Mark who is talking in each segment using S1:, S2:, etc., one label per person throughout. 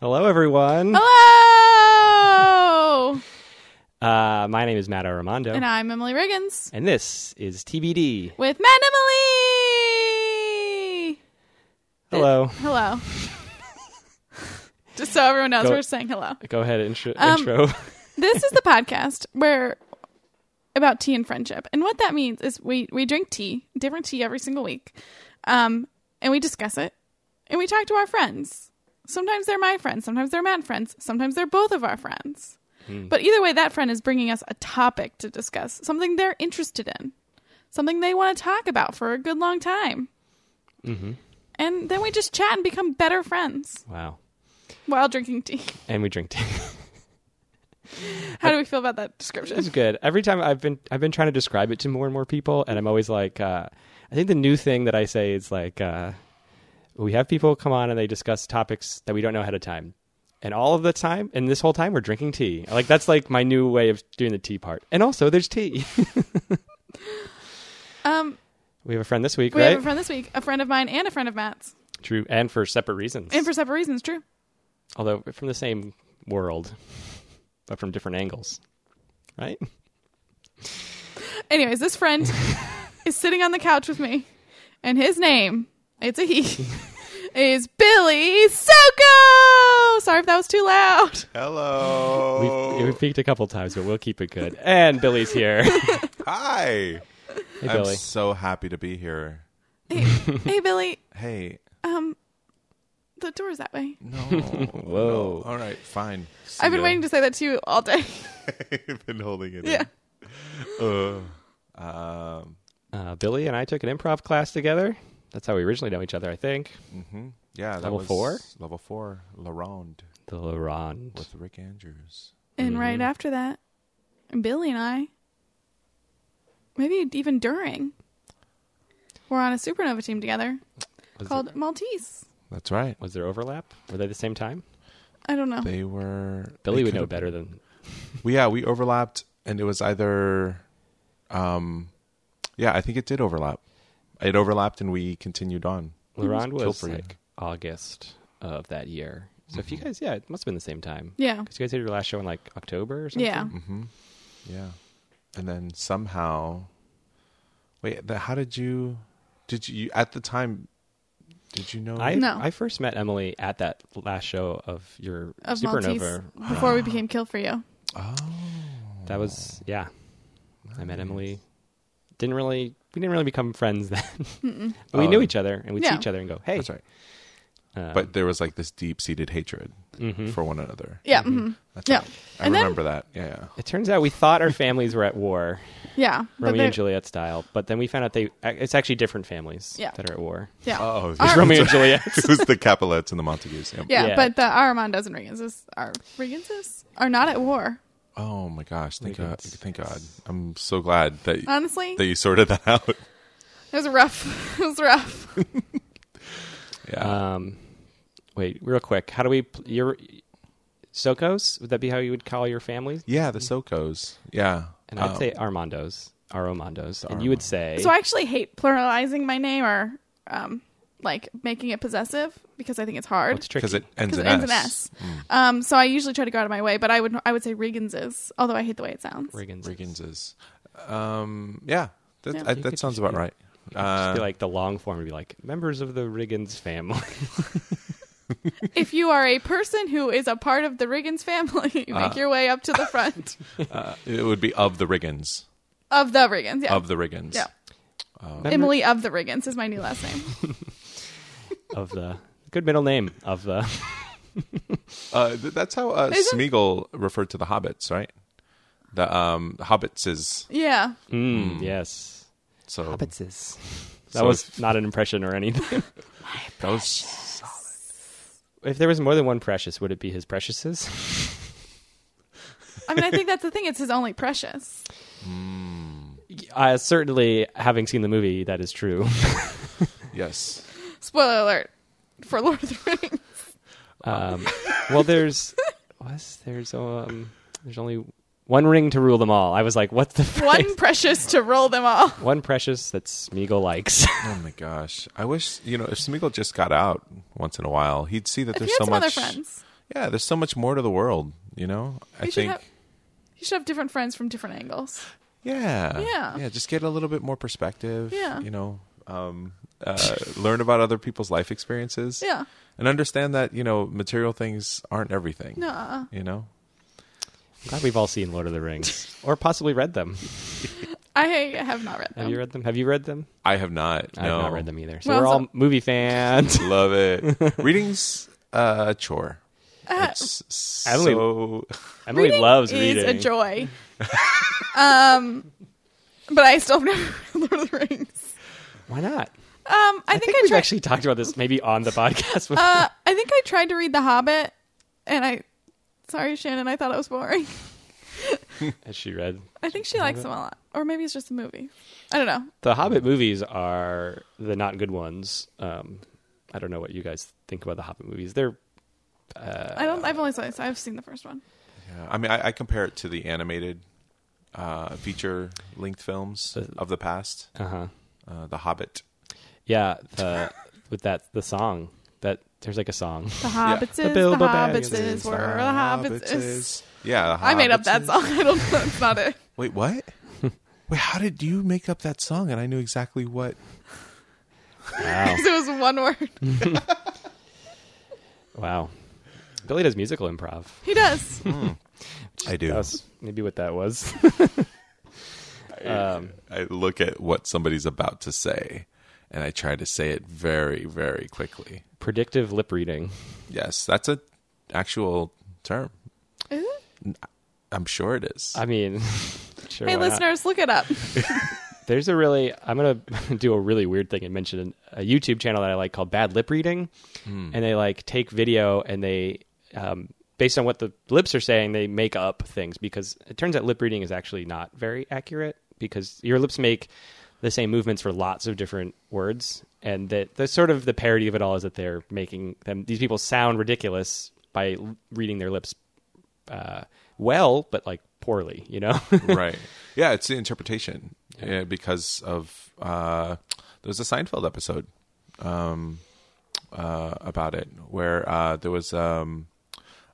S1: Hello, everyone.
S2: Hello!
S1: Uh, my name is Matt Armando,
S2: And I'm Emily Riggins
S1: and this is TBD.
S2: with Matt and Emily!
S1: Hello.
S2: Hello. Just so everyone knows,
S1: Go-
S2: we're saying hello.
S1: Go ahead, intro.
S2: Um,
S1: intro.
S2: This is the podcast where about tea and friendship. And what that means is we, we drink tea, different tea every single week, um, and we discuss it, and we talk to our friends. Sometimes they're my friends, sometimes they're Matt friends, sometimes they're both of our friends. But either way, that friend is bringing us a topic to discuss, something they're interested in, something they want to talk about for a good long time. Mm-hmm. And then we just chat and become better friends
S1: wow.
S2: while drinking tea.
S1: And we drink tea.
S2: How do we feel about that
S1: It's
S2: description?
S1: good. Every time I've been, I've been trying to describe it to more and more people, and I'm always like, uh, I think the new thing that I say is like, uh, we have people come on and they discuss topics that we don't know ahead of time, and all of the time, and this whole time, we're drinking tea. Like that's like my new way of doing the tea part. And also, there's tea.
S2: Um,
S1: we have a friend this week,
S2: We
S1: right?
S2: have a friend this week, a friend of mine and a friend of Matt's.
S1: True, and for separate reasons.
S2: And for separate reasons, true.
S1: although from the same world, but from different angles, right?
S2: Anyways, this friend is sitting on the couch with me, and his name, it's a he, is Billy Soko! Sorry if that was too loud.
S1: We've,
S3: Hello.
S1: we've peaked a couple times, but we'll keep it good. Oh. And Billy's here.
S3: Hi.
S1: hey,
S3: I'm
S1: Billy.
S3: so happy to be here.
S2: Hey, hey, Billy,
S3: Hey.
S2: um, the door's that way.
S3: No. Whoa. All right. Fine. See
S2: I've been
S3: ya.
S2: waiting to say that to you all day.
S3: I've been holding it.
S2: yeah.
S3: in. Uh, um.
S1: Uh, Billy and I took an improv class together. That's how we originally know each other, I think.
S3: mhm. Yeah. That
S1: Level
S3: was
S1: four?
S3: Level four. La Ronde
S1: The Laurent.
S3: with Rick Andrews.
S2: And right after that, Billy and I, maybe even during, we're on a supernova team together
S1: Was,
S2: called
S1: there,
S2: Maltese.
S3: That's right.
S1: was there overlap? Were they the same time?
S2: I don't know.
S3: They were.
S1: Billy
S3: they
S1: would know
S3: could've-
S1: better than.
S3: Well, yeah, we overlapped, and it was either. Um. Yeah, I think it did overlap. It overlapped, and we continued on.
S1: Laurent
S3: Kill
S1: was
S3: for you.
S1: like August of that year. So if you guys, yeah, it must have been the same time.
S2: Yeah.
S1: Because you guys did your last show in like October or something?
S2: Yeah.
S3: Mm-hmm. Yeah. And then somehow, wait, the, how did you? Did you at the time? Did you know?
S1: I
S2: No.
S1: I first met Emily at that last show of your
S2: Of
S1: Supernova.
S2: Maltese before we became Kill for You.
S3: oh,
S1: That was yeah. I met Emily. Didn't really we didn't really become friends then. but we
S3: Oh.
S1: knew each other and we'd see
S2: Yeah.
S1: each other and go, "Hey."
S3: that's right.
S1: Um,
S3: But there was like this deep-seated hatred
S1: Mm-hmm.
S3: for one another.
S2: Yeah. mhm.
S3: That's
S2: Yeah.
S3: right. I
S2: And then-
S3: remember that. Yeah, yeah.
S1: it turns out we thought our families were at war,
S2: Yeah. But
S1: Romeo
S2: they're-
S1: and Juliet style, but then we found out they uh, it's actually different families
S2: Yeah.
S1: that are at war.
S2: Yeah.
S3: Oh,
S2: Our-
S3: it was,
S1: Romeo and Juliet.
S3: it was the Capulets and the Montagues. Yeah.
S2: yeah,
S1: yeah.
S2: But the our Armandos and Reganses are Reganses are not at war.
S3: Oh my gosh! Thank God!
S1: Regents.
S3: Thank God! I'm so glad that
S2: Honestly,
S3: that you sorted that out.
S2: it was rough. It was rough.
S3: Yeah.
S1: Um wait, real quick. How do we pl- your Sokos? Would that be how you would call your families?
S3: yeah. The Sokos. Yeah.
S1: And I'd
S3: Um,
S1: say Armandos, Aromandos, and you would say
S2: So I actually hate pluralizing my name or um, like making it possessive because I think it's hard.
S1: it's
S3: because
S1: tricky.
S3: it ends
S2: Because
S3: in
S2: it ends in S.
S3: S.
S1: Hmm.
S2: Um, so I usually try to go out of my way, but I would I would say Reganses, although I hate the way it sounds.
S1: Riggins.
S3: Riggins is. Um, yeah, that,
S2: Yeah.
S3: I,
S1: You
S3: that
S1: could
S3: sounds
S1: just
S3: about
S1: be-
S3: right.
S1: Just
S3: Uh,
S1: be like the long form would be like members of the Riggins family.
S2: if you are a person who is a part of the Riggins family, you
S1: Ah.
S2: make your way up to the front
S3: uh, it would be of the Riggins.
S2: of the Riggins. Yeah.
S3: Of the Riggins.
S2: yeah.
S1: Member-
S2: Emily of the Riggins is my new last name.
S1: of the good middle name of the
S3: Uh, th- that's how uh,
S2: Isn't-
S3: Smeagol referred to the hobbits, right? The um, hobbits is
S2: Yeah.
S1: mm, yes
S3: so
S1: hobbitses. That
S3: So
S1: was
S3: if-
S1: not an impression or anything.
S3: that was
S1: if there was more than one precious, would it be his preciouses?
S2: I mean, I think that's the thing. It's his only precious.
S1: Uh, certainly, having seen the movie, that is true.
S3: yes.
S2: Spoiler alert for Lord of the Rings.
S1: Um, well, there's was there's um there's only one ring to rule them all. I was like, what's the phrase?
S2: One precious to roll them all.
S1: One precious that Smeagol likes.
S3: Oh my gosh! I wish you know if Smeagol just got out once in a while, he'd see that
S2: If you had
S3: there's so
S2: some
S3: much.
S2: other friends.
S3: yeah, there's so much more to the world, you know? I
S2: We should
S3: think
S2: have- You should have different friends from different angles.
S3: Yeah.
S2: Yeah.
S3: Yeah. Just get a little bit more perspective.
S2: Yeah.
S3: You know, um, uh, learn about other people's life experiences.
S2: Yeah.
S3: And understand that, you know, material things aren't everything.
S2: No. uh-uh.
S3: You know?
S1: I'm glad we've all seen Lord of the Rings or possibly read them.
S2: I have not read them.
S1: Have you read them? Have you read them?
S3: I have not.
S1: I've
S3: no.
S1: not read them either. So
S2: Well,
S1: we're all
S2: so-
S1: movie fans.
S3: Love it. Reading's uh, a chore.
S2: Uh,
S3: It's
S1: I only-
S3: so
S1: Emily loves reading.
S2: is a joy. um, but I still have never read Lord of the Rings.
S1: Why not?
S2: Um, I,
S1: I
S2: think,
S1: think,
S2: I
S1: we've
S2: tried.
S1: actually talked about this maybe on the podcast. Before.
S2: uh, I think I tried to read The Hobbit, and I. Sorry, Shannon. I thought it was boring.
S1: As she read,
S2: I think she likes them a lot, or maybe it's just a movie. I don't know.
S1: the Hobbit movies are the not good ones. Um, I don't know what you guys think about the Hobbit movies. They're uh,
S2: I don't. I've only seen. I've seen the first one.
S3: Yeah, I mean, I, I compare it to the animated uh, feature length films of the past,
S1: uh huh.
S3: uh, The Hobbit.
S1: Yeah, the, with that the song that there's like a song.
S2: The Hobbits
S1: The
S2: is the,
S1: Bilbo
S2: Hobbits
S1: Baggins
S2: is
S1: is
S2: where the Hobbits is.
S3: Yeah, The
S2: I made up
S3: Hobbits
S2: that
S3: is-
S2: song. I don't know. It's not it.
S3: Wait, what? Wait, how did you make up that song? And I knew exactly what.
S1: Wow,
S2: 'Cause It was one word.
S1: wow. Billy does musical improv.
S2: He does.
S3: I do.
S1: That was maybe what that was. um,
S3: I look at what somebody's about to say, and I try to say it very, very quickly.
S1: predictive lip reading.
S3: Yes, that's a actual term.
S2: Is it?
S3: I'm sure it is.
S1: I mean, sure.
S2: hey,
S1: why not?
S2: listeners, look it up.
S1: There's a really, I'm going to do a really weird thing and mention a YouTube channel that I like called Bad Lip Reading. And they like take video and they, um, based on what the lips are saying, they make up things because it turns out lip reading is actually not very accurate because your lips make the same movements for lots of different words. And that the sort of the parody of it all is that they're making them, these people sound ridiculous by l- reading their lips uh, well, but like poorly, you know?
S3: right. Yeah, it's the interpretation yeah, because of uh, there was a Seinfeld episode um, uh, about it where uh, there was um,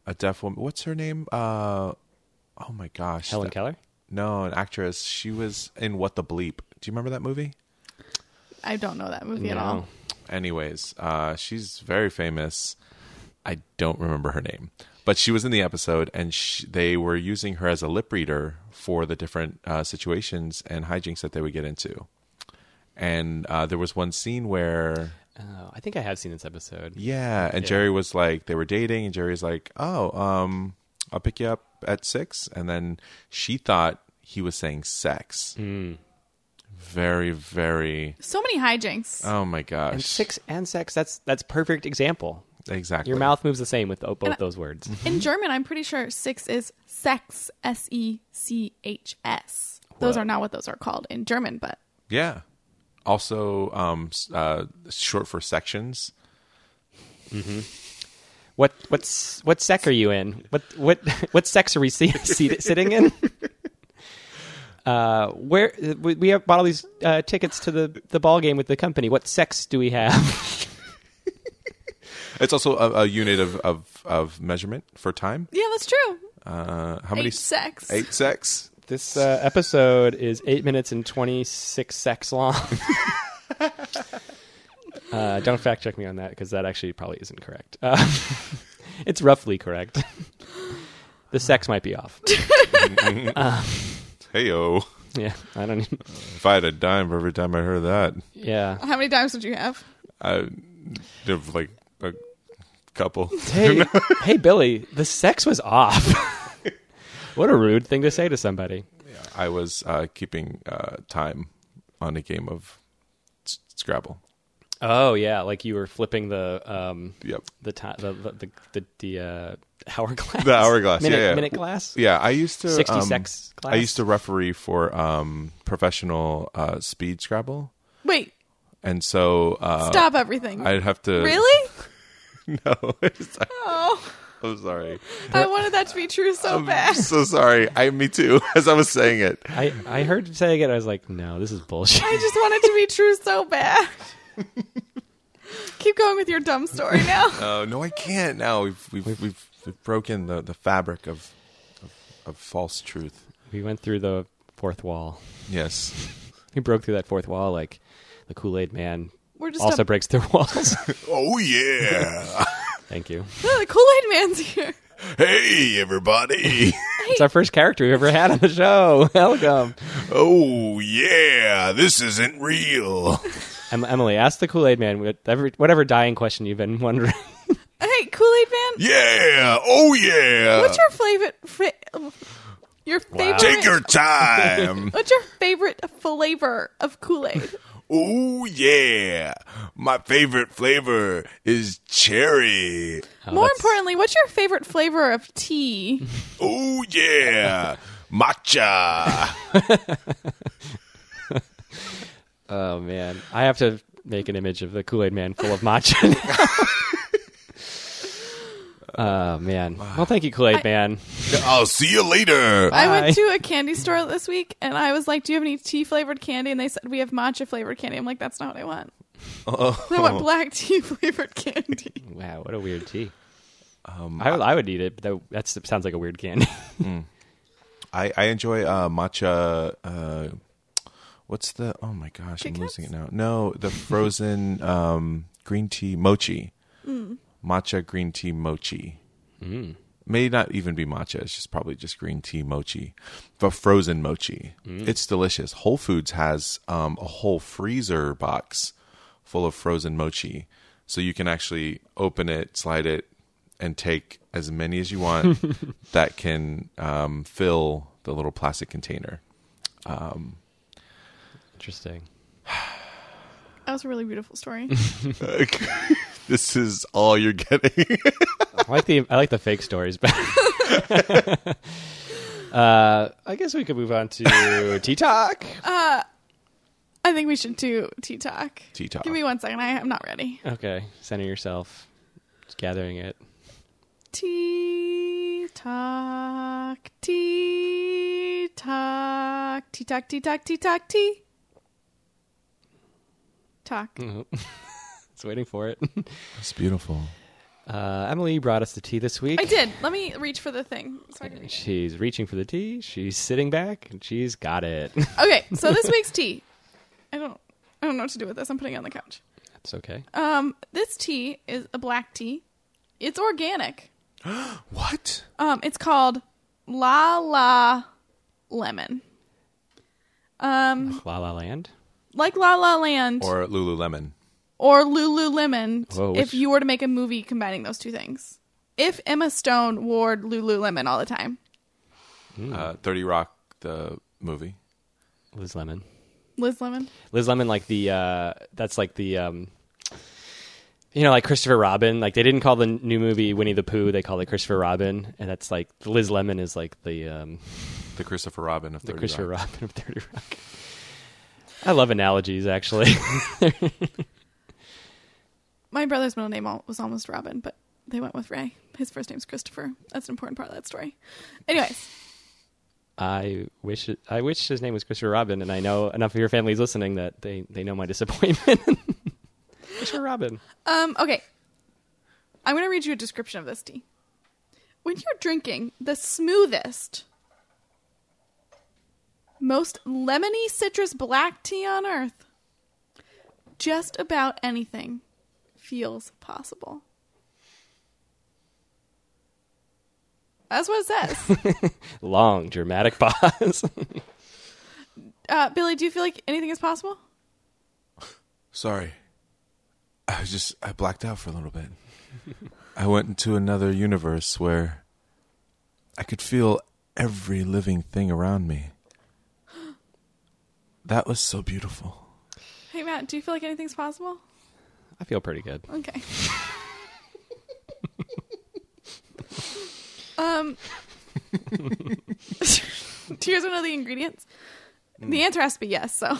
S3: a deaf woman. What's her name? Uh, oh my gosh,
S1: Helen
S3: That-
S1: Keller?
S3: No, an actress. She was in What the Bleep. Do you remember that movie?
S2: I don't know that movie at
S1: No.
S2: all.
S3: Anyways, uh, she's very famous. I don't remember her name, but she was in the episode, and sh they were using her as a lip reader for the different uh, situations and hijinks that they would get into. And uh, there was one scene where,
S1: Oh, I think I have seen this episode.
S3: yeah, and
S1: Yeah.
S3: Jerry was like, they were dating, and Jerry's like, oh, um, I'll pick you up at six, and then she thought he was saying sex. Very, very.
S2: So many hijinks.
S3: Oh my gosh!
S1: And six and sex. That's that's perfect example.
S3: exactly.
S1: Your mouth moves the same with both
S2: And I-
S1: those words.
S2: In German, I'm pretty sure six is sex. S E C H S. Those
S1: Whoa.
S2: are not what those are called in German, but
S3: Yeah. Also, um, s- uh, short for sections.
S1: What what's what sec are you in? What what what sex are we see, see, sitting in? Uh, where we we have bought all these uh, tickets to the the ball game with the company. What sex do we have?
S3: It's also a, a unit of, of, of measurement for time.
S2: yeah, that's true.
S3: Uh, how many?
S2: Eight
S3: s-
S2: sex.
S3: Eight sex.
S1: This uh, episode is eight minutes and twenty six secs long. uh, don't fact check me on that because that actually probably isn't correct. Uh, it's roughly correct. the sex might be off.
S3: Hey yo!
S1: Yeah, I don't. Even,
S3: If I had a dime for every time I heard that,
S1: yeah,
S2: How many times would you have?
S3: I have like a couple.
S1: hey, hey, Billy, the sex was off. what a rude thing to say to somebody.
S3: I was uh, keeping uh, time on a game of s- Scrabble.
S1: Oh yeah, like you were flipping the um
S3: Yep.
S1: the time the the the, the, the uh, hourglass,
S3: The hourglass, yeah,
S1: minute,
S3: yeah.
S1: minute glass.
S3: Yeah, I used to
S1: 60
S3: um,
S1: sex
S3: I
S1: class?
S3: used to referee for um, professional uh, speed Scrabble,
S2: Wait,
S3: and so uh,
S2: stop everything.
S3: I'd have to
S2: really?
S3: No,
S2: Oh,
S3: I'm sorry.
S2: I wanted that to be true so
S3: I'm
S2: bad.
S3: so sorry. I me too. As I was saying it,
S1: I I heard you saying it. I was like, no, this is bullshit.
S2: I just wanted to be true so bad. Keep going with your dumb story now.
S3: uh, no, I can't. Now we've we've we've We've broken the, the fabric of, of of false truth.
S1: We went through the fourth wall.
S3: Yes.
S1: We broke through that fourth wall like the Kool Aid Man
S2: We're just
S1: also
S2: a,
S1: breaks through walls.
S3: oh yeah.
S1: Thank you.
S2: Oh, the Kool-Aid man's here.
S3: hey everybody.
S1: It's our first character we've ever had on the show. Welcome.
S3: oh yeah. This isn't real.
S1: Em- Emily, ask the Kool Aid Man whatever, whatever dying question you've been wondering.
S2: Hey, Kool-Aid man,
S3: Yeah. Oh yeah.
S2: what's your flavor fa- your favorite
S3: time.
S2: What's your favorite flavor of Kool-Aid?
S3: oh yeah. My favorite flavor is cherry.
S2: More
S1: that's-
S2: importantly, what's your favorite flavor of tea?
S3: Oh yeah. Matcha.
S1: oh, man. I have to make an image of the Kool Aid Man full of matcha. now. oh, man. Well, thank you, Kool Aid Man.
S3: I'll see you later.
S2: I
S1: Hi.
S2: went to a candy store this week and I was like, "Do you have any tea flavored candy?" And they said, "We have matcha flavored candy." I'm like, "That's not what I want. I want black tea flavored candy."
S1: Wow, what a weird tea. Um, I, would- I would eat it, but that that's- that sounds like a weird candy.
S3: I, I enjoy uh, matcha. Uh, what's the? Oh my gosh, I'm
S2: Kit Kats?
S3: losing it now. No, the frozen um, green tea mochi. Matcha green tea mochi. May not even be matcha. It's just probably just green tea mochi, but frozen mochi. It's delicious. Whole Foods has um, a whole freezer box full of frozen mochi, so you can actually open it, slide it, and take as many as you want that can um, fill the little plastic container.
S1: Interesting.
S2: That was a really beautiful story.
S3: this is all you're getting.
S1: I like the I like the fake stories, but uh, I guess we could move on to tea talk.
S2: I think we should do tea talk.
S3: Tea talk.
S2: Give me one second. I am not ready.
S1: Okay, center yourself. Just gathering it.
S2: Tea talk. Tea talk. Tea talk. Tea talk. Tea talk. Tea talk.
S1: It's waiting for it.
S3: It's beautiful.
S1: Uh, Emily brought us the tea this week.
S2: I did. Let me reach for the thing. So I can reach.
S1: She's reaching for the tea. She's sitting back, and she's got it.
S2: Okay, so this week's tea. I don't. I don't know what to do with this. I'm putting it on the couch.
S1: That's okay.
S2: Um, this tea is a black tea. It's organic.
S3: What?
S2: Um, it's called La La Lemon. Um,
S1: La La Land.
S2: like La La Land or,
S3: Or Lululemon.
S2: Lululemon.
S1: Whoa, which-
S2: if you were to make a movie combining those two things, if Emma Stone wore Lululemon all the time,
S1: Hmm.
S3: Uh, 30 Rock, the movie.
S1: Liz Lemon.
S2: Liz Lemon.
S1: Liz Lemon, like the uh, that's like the um, you know, like Christopher Robin. Like they didn't call the new movie Winnie the Pooh; they called it Christopher Robin, and that's like Liz Lemon is like the um,
S3: The Christopher Robin of
S1: the
S3: 30
S1: Christopher
S3: Rock.
S1: Robin of Thirty Rock. I love analogies, actually.
S2: My brother's middle name al- was almost Robin, but they went with Ray. His first name's Christopher. That's an important part of that story. Anyways,
S1: I wish it, I wish his name was Christopher Robin, and I know enough of your families listening that they they know my disappointment. Christopher Robin.
S2: Um, okay. I'm going to read you a description of this tea. When you're drinking the smoothest, most lemony citrus black tea on earth, just about anything feels possible. That's what it says.
S1: Long dramatic pause.
S2: uh, Billy, do you feel like anything is possible?
S3: Sorry. I was just, I blacked out for a little bit. I went into another universe where I could feel every living thing around me. That was so beautiful.
S2: Hey, Matt, do you feel like anything's possible?
S1: I feel pretty good.
S2: Okay. um, do you guys want to know the ingredients? The answer has to be yes. So,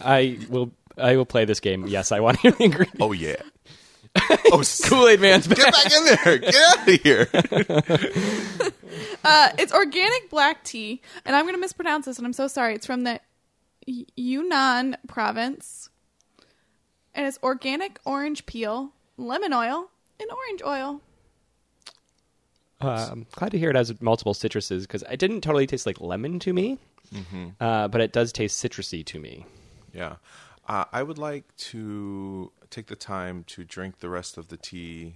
S1: I will I will play this game. Yes, I want to agree.
S3: Oh, yeah. oh,
S1: Kool Aid Man's back.
S3: Get back in there. Get out of here.
S2: uh, it's organic black tea, and I'm going to mispronounce this, and I'm so sorry. It's from the Y- Yunnan province, and it's organic orange peel, lemon oil, and orange oil.
S1: Um, glad to hear it has multiple citruses because it didn't totally taste like lemon to me,
S3: Mm-hmm.
S1: uh, but it does taste citrusy to me.
S3: Yeah. Uh, I would like to take the time to drink the rest of the tea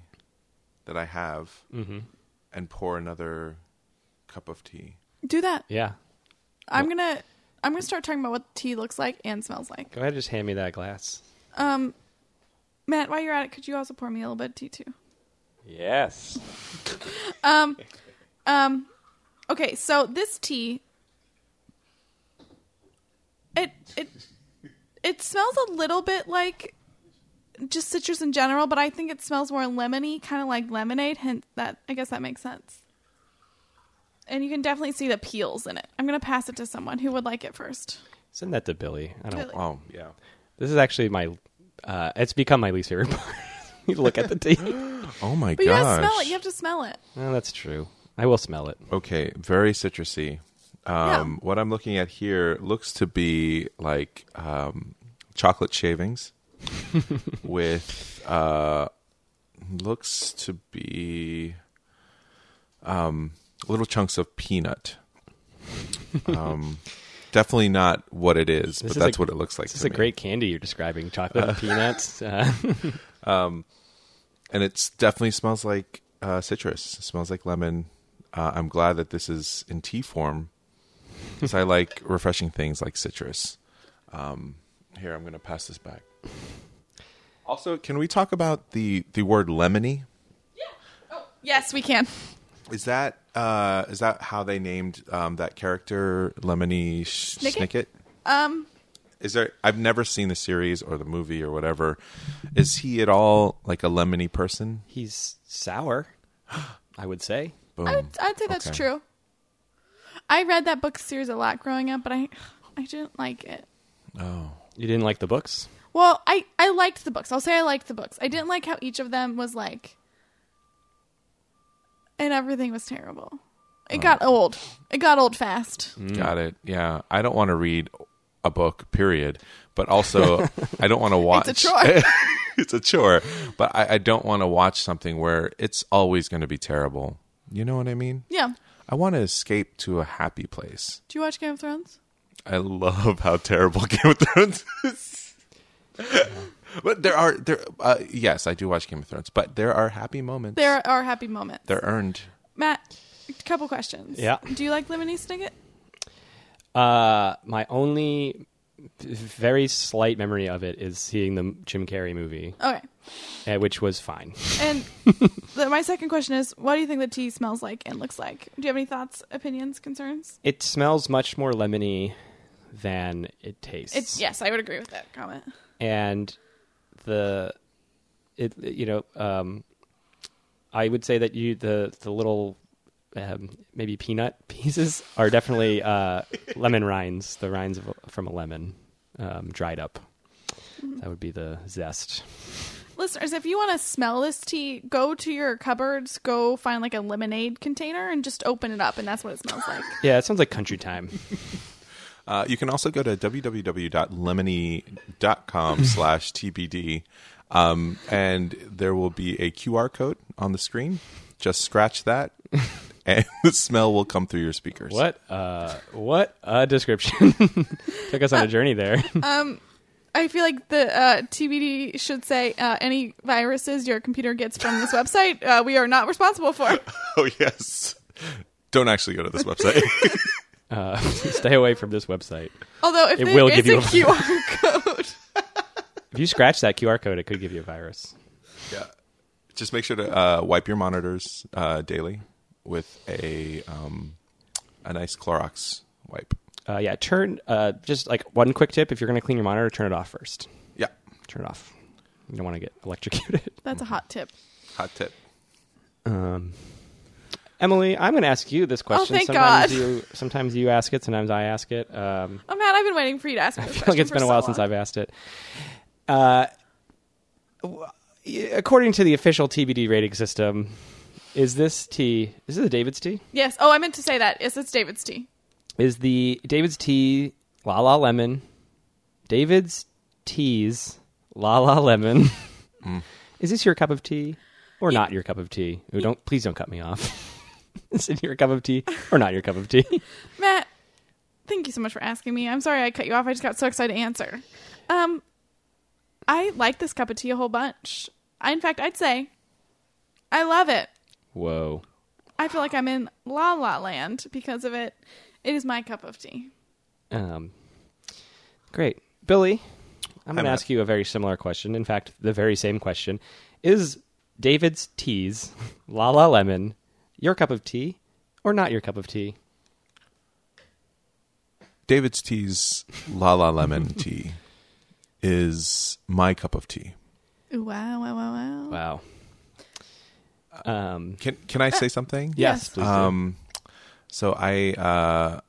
S3: that I have and pour another cup of tea.
S2: Do that.
S1: Yeah.
S2: I'm gonna I'm gonna start talking about what tea looks like and smells like.
S1: Go ahead and just hand me that glass.
S2: Um, Matt, while you're at it, could you also pour me a little bit of tea too?
S1: Yes.
S2: Um, okay, so this tea, it it it smells a little bit like just citrus in general, but I think it smells more lemony, kind of like lemonade. Hence, that I guess that makes sense. And you can definitely see the peels in it. I'm gonna pass it to someone who would like it first.
S1: Send that to Billy. I don't.
S2: Billy.
S3: Oh, yeah.
S1: This is actually my. Uh, it's become my least favorite part. you look at the tea.
S3: Oh my
S2: But you
S3: gosh.
S2: gotta smell it. You have to smell it.
S1: Well, that's true. I will smell it.
S3: Okay, very citrusy. Um, What I'm looking at here looks to be like um, chocolate shavings with uh, looks to be um, little chunks of peanut. Um, definitely not what it is, but
S1: is
S3: that's
S1: a-
S3: what it looks like.
S1: This is
S3: to
S1: a
S3: me.
S1: great candy you're describing. Chocolate and peanuts. Uh,
S3: and it's definitely smells like uh, citrus. It smells like lemon. Uh, I'm glad that this is in tea form because I like refreshing things like citrus. Um, here, I'm going to pass this back. Also, can we talk about the the word lemony?
S2: Yes, we can.
S3: Is that uh, is that how they named um, that character Lemony Sh-
S2: Snicket?
S3: Snicket?
S2: Um,
S3: Is there? I've never seen the series or the movie or whatever. Is he at all like a lemony person?
S1: he's sour. I would say.
S3: Boom.
S2: I would, I'd say that's
S3: Mm, Okay.
S2: true. I read that book series a lot growing up, but I I didn't like it.
S3: Oh,
S1: You didn't like the books.
S2: Well, I I liked the books. I'll say I liked the books. I didn't like how each of them was like and everything was terrible. It got old. It got old fast.
S3: Got it. Yeah, I don't want to read a book. Period. But also, I don't want to watch.
S2: It's a chore.
S3: it's a chore. But I, I don't want to watch something where it's always going to be terrible. You know what I mean?
S2: yeah.
S3: I want to escape to a happy place.
S2: Do you watch Game of Thrones?
S3: I love how terrible Game of Thrones is. but there are there. Uh, yes, I do watch Game of Thrones, but there are happy moments.
S2: There are happy moments.
S3: They're earned.
S2: Matt, a couple questions.
S1: Yeah.
S2: Do you like lemony snicket?
S1: Uh, my only very slight memory of it is seeing the Jim Carrey movie,
S2: Okay.
S1: uh, which was fine.
S2: And the, my second question is, what do you think the tea smells like and looks like? Do you have any thoughts, opinions, concerns?
S1: It smells much more lemony than it tastes.
S2: It's yes, I would agree with that comment.
S1: and the it you know um i would say that you the the little um, maybe peanut pieces are definitely uh lemon rinds the rinds of, from a lemon um dried up that would be the zest
S2: Listeners, if you want to smell this tea, go to your cupboards, go find like a lemonade container and just open it up and that's what it smells like.
S1: yeah it sounds like country time
S3: Uh, you can also go to www.lemony.com slash TBD. Um, and there will be a QR code on the screen. Just scratch that, and the smell will come through your speakers.
S1: what uh what a description took us on a journey there
S2: I feel like the uh, TBD should say uh, any viruses your computer gets from this website, uh, we are not responsible for.
S3: Oh, yes. Don't actually go to this website.
S1: uh stay away from this website
S2: Although if
S1: It
S2: there
S1: will
S2: is
S1: give you a-
S2: a QR code,
S1: if you scratch that qr code it could give you a virus
S3: yeah. Just make sure to uh, wipe your monitors uh, daily with a, um, a nice Clorox wipe.
S1: Uh, yeah, turn. Uh, just like one quick tip: if you're going to clean your monitor, turn it off first.
S3: Yeah.
S1: Turn it off. You don't want to get electrocuted.
S2: that's a hot tip.
S3: Hot tip.
S1: Um, Emily, I'm going to ask you this question.
S2: Oh, thank
S1: sometimes
S2: God.
S1: You, sometimes you ask it. Sometimes I ask it. Um,
S2: Oh man, I've been waiting for you to ask me. This
S1: I feel like it's been a while since I've asked it. Uh, w- according to the official TBD rating system, is this tea? Is it the David's tea?
S2: Yes. Oh, I meant to say that. Yes, it's David's tea.
S1: Is the David's tea La La Lemon? David's teas La La Lemon. Is this your cup of tea or not your cup of tea? Ooh, don't please don't cut me off. is in your cup of tea or not your cup of tea.
S2: Matt, thank you so much for asking me. I'm sorry I cut you off. I just got so excited to answer. Um, I like this cup of tea a whole bunch. I, in fact, I'd say I love it.
S1: Whoa.
S2: I feel like I'm in La La Land because of it. It is my cup of tea.
S1: Um, great. Billy, I'm going to
S3: Matt.
S1: ask you a very similar question. In fact, the very same question. Is David's Teas, La La Lemon, your cup of tea or not your cup of tea?
S3: David's tea's La La Lemon tea is my cup of tea.
S2: Ooh, wow, wow, wow, wow.
S1: Wow. Um,
S3: Can Can I say something?
S1: yes,
S2: Yes.
S1: please do.
S3: Um, so I uh,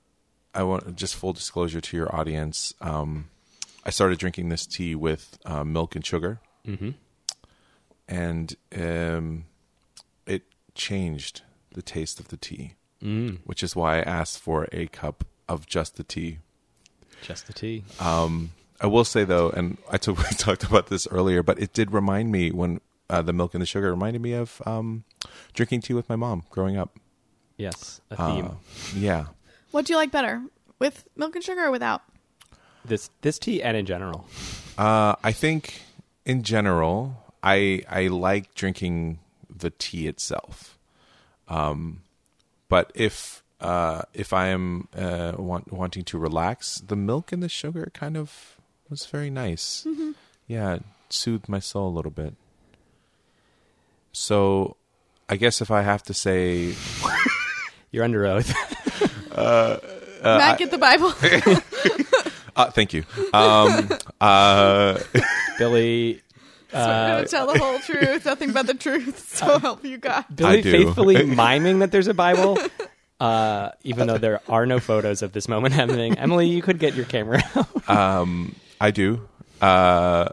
S3: I want just full disclosure to your audience. Um, I started drinking this tea with uh, milk and sugar, mm-hmm. and um, it changed the taste of the tea, mm. which is why I asked for a cup of just the tea.
S1: Just the tea.
S3: uh, I will say though, and I took, we talked about this earlier, but it did remind me when uh, the milk and the sugar reminded me of um, drinking tea with my mom growing up.
S1: yes, a
S3: Uh,
S1: theme.
S3: yeah,
S2: What do you like better, with milk and sugar or without?
S1: this this tea and in general.
S3: Uh, I think in general, I I like drinking the tea itself. Um, but if uh, if I am uh, want, wanting to relax, the milk and the sugar kind of was very nice. Yeah, it soothed my soul a little bit. So, I guess if I have to say,
S1: You're under oath.
S2: Matt, get the Bible.
S3: uh, thank you. Um, uh,
S1: Billy
S2: I'm going to tell the whole truth, nothing but the truth. So help you God.
S1: Billy
S3: I do.
S1: faithfully miming that there's a Bible. Uh, even though there are no photos of this moment happening, Emily, you could get your camera out.
S3: Um, I do. Uh,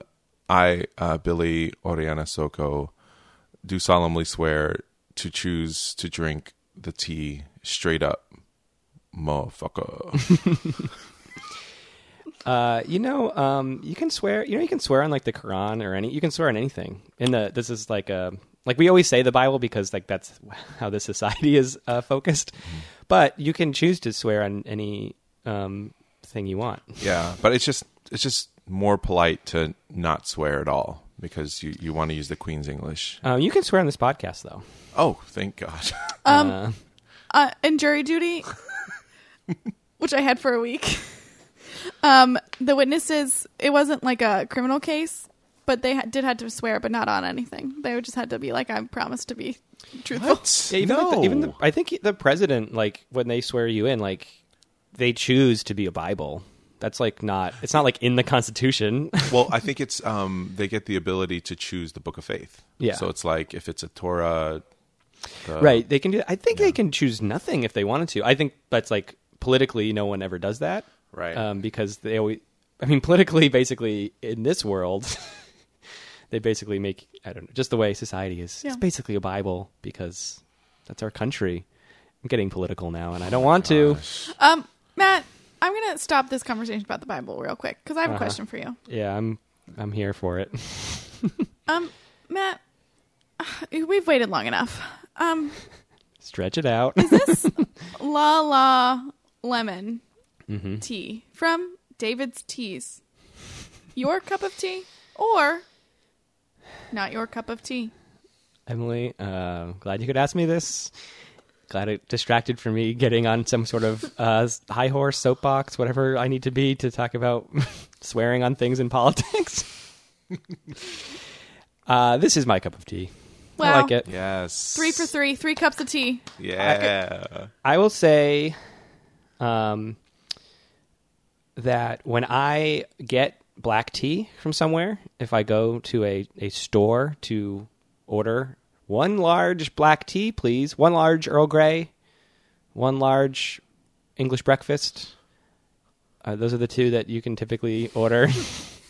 S3: I, uh, Billy Oriana Soko, do solemnly swear to choose to drink the tea straight up, motherfucker.
S1: Uh, you know, um, you can swear. You know, you can swear on like the Quran or any. You can swear on anything. In the this is like a like we always say the Bible because like that's how this society is uh, focused. But you can choose to swear on any um, thing you want.
S3: yeah, but it's just it's just more polite to not swear at all because you you want to use the Queen's English.
S1: Um, you can swear on this podcast though.
S3: Oh, thank God.
S2: Um,
S1: Uh,
S2: uh, in jury duty, which I had for a week, um, the witnesses, it wasn't like a criminal case, but they ha- did had to swear, but not on anything. They just had to be like, I promise to be truthful.
S1: Yeah, even, like, the, even the, I think the president, like when they swear you in, like they choose to be a Bible. That's like not. It's not like in the Constitution.
S3: well, I think it's um they get the ability to choose the book of faith.
S1: Yeah.
S3: So it's like if it's a Torah. the-
S1: right? They can do. I think they can choose nothing if they wanted to. I think that's like politically, no one ever does that,
S3: Right.
S1: Um, because they always. I mean, politically, basically in this world, they basically make. I don't know. Just the way society is.
S2: Yeah.
S1: It's basically a Bible because that's our country. I'm getting political now, and I don't want to.
S2: Um, Matt, I'm going to stop this conversation about the Bible real quick because I have a question for you.
S1: Yeah, I'm. I'm here for it.
S2: Um, Matt, we've waited long enough. Um,
S1: Stretch it out.
S2: La La Lemon
S1: Mm-hmm.
S2: Tea from David's Teas. Your cup of tea or not your cup of tea?
S1: Emily, uh, glad you could ask me this. Glad it distracted from me getting on some sort of uh, high horse, soapbox, whatever I need to be to talk about swearing on things in politics. uh, this is my cup of tea. I
S2: Wow.
S1: like it.
S3: Yes.
S2: Three for three, three cups of tea.
S3: Yeah.
S1: I will say um, that when I get black tea from somewhere, if I go to a, a store to order one large black tea, please, one large Earl Grey, one large English breakfast, uh, those are the two that you can typically order.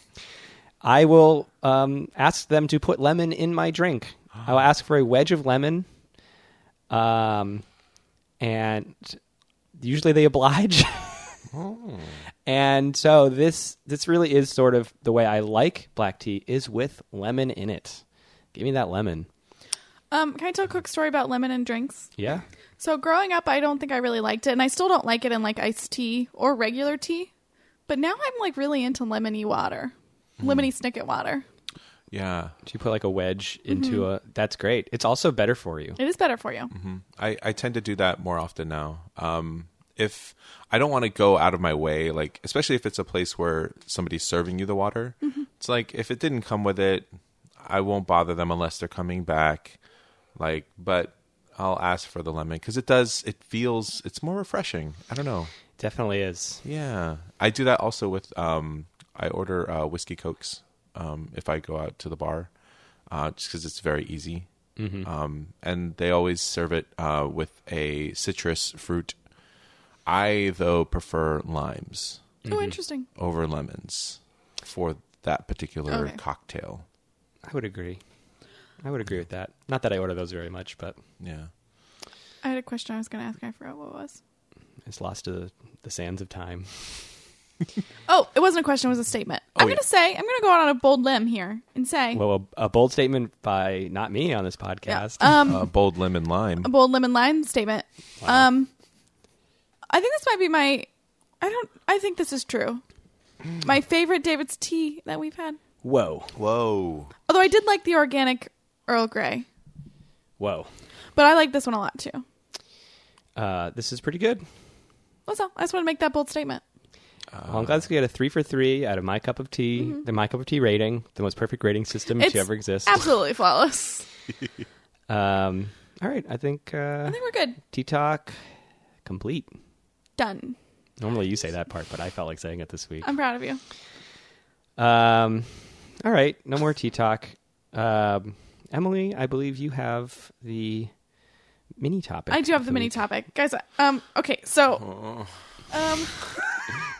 S1: I will um, ask them to put lemon in my drink. I will ask for a wedge of lemon. Um, and usually they oblige. Oh. And so this this really is sort of the way I like black tea is with lemon in it. Give me that lemon.
S2: Um, can I tell a quick story about lemon and drinks?
S1: Yeah.
S2: So growing up, I don't think I really liked it, and I still don't like it in like iced tea or regular tea. But now I'm like really into lemony water,
S1: Mm-hmm.
S2: lemony snicket water.
S3: Yeah.
S1: Do you put like a wedge into a? That's great. It's also better for you.
S2: It is better for you.
S1: Mm-hmm.
S3: I, I tend to do that more often now. Um, if I don't want to go out of my way, like especially if it's a place where somebody's serving you the water, it's like if it didn't come with it, I won't bother them unless they're coming back. Like, but I'll ask for the lemon because it does. It feels it's more refreshing. I don't know.
S1: Definitely is.
S3: Yeah, I do that also with. Um, I order uh, whiskey cokes um, if I go out to the bar, uh, just because it's very easy. Um, and they always serve it uh, with a citrus fruit. I though prefer limes
S1: Mm-hmm.
S2: Oh, interesting.
S3: over lemons for that particular
S2: Okay.
S3: cocktail.
S1: I would agree. I would agree with that. Not that I order those very much, but
S3: Yeah.
S2: I had a question I was going to ask. I forgot what it was.
S1: it's lost to the, the sands of time.
S2: Oh, it wasn't a question. It was a statement. I'm
S3: yeah.
S2: going to say. I'm going to go out on a bold limb here and say
S1: Well, a, a bold statement by not me on this podcast.
S2: Um,
S3: Uh, bold lemon lime.
S2: a bold lemon line statement. Um, I think this might be my. I don't. I think this is true. My favorite David's tea that we've had.
S1: whoa,
S3: Whoa.
S2: Although I did like the organic Earl Grey,
S1: whoa.
S2: but I like this one a lot too.
S1: Uh, this is pretty good.
S2: That's all. I just want to make that bold statement.
S3: Uh,
S1: well, I'm glad we had a three for three out of my cup of tea. The my cup of tea rating, the most perfect rating system
S2: Mm-hmm. It's
S1: to ever exist.
S2: absolutely flawless.
S1: um, all right, I think uh,
S2: I think we're good.
S1: tea talk complete.
S2: Done.
S1: Normally you say that part, but I felt like saying it this week.
S2: I'm proud of you.
S1: Um, all right, no more tea talk. Um, Emily, I believe you have the mini topic.
S2: I do have
S1: of
S2: the mini
S1: week.
S2: topic, guys. Um. Okay. So. Um.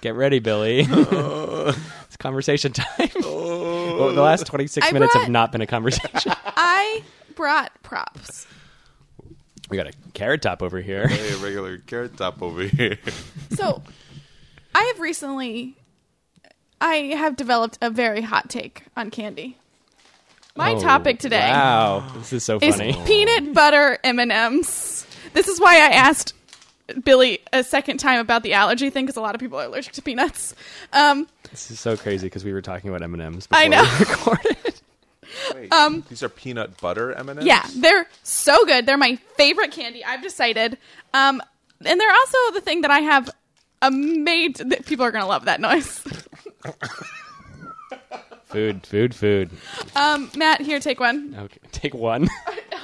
S1: Get ready, Billy. it's conversation time. well, the last 26
S2: Oh. I
S1: minutes
S2: brought-
S1: have not been a conversation.
S2: I brought props.
S1: we got a carrot top over here.
S3: Hey, regular carrot top over here.
S2: So, I have recently, I have developed a very hot take on candy. My
S1: Oh,
S2: topic today
S1: Wow, this is so
S2: is
S1: funny.
S2: peanut butter M and M's. This is why I asked Billy a second time about the allergy thing because a lot of people are allergic to peanuts. Um,
S1: This is so crazy because we were talking about M and M's.
S2: I know.
S3: um, These are peanut butter M&Ms?
S2: Yeah, they're so good. They're my favorite candy. I've decided, um, and they're also the thing that I have a made. That people are gonna love that noise.
S1: Food, food, food.
S2: Um, Matt, here, take one.
S1: Okay, take one.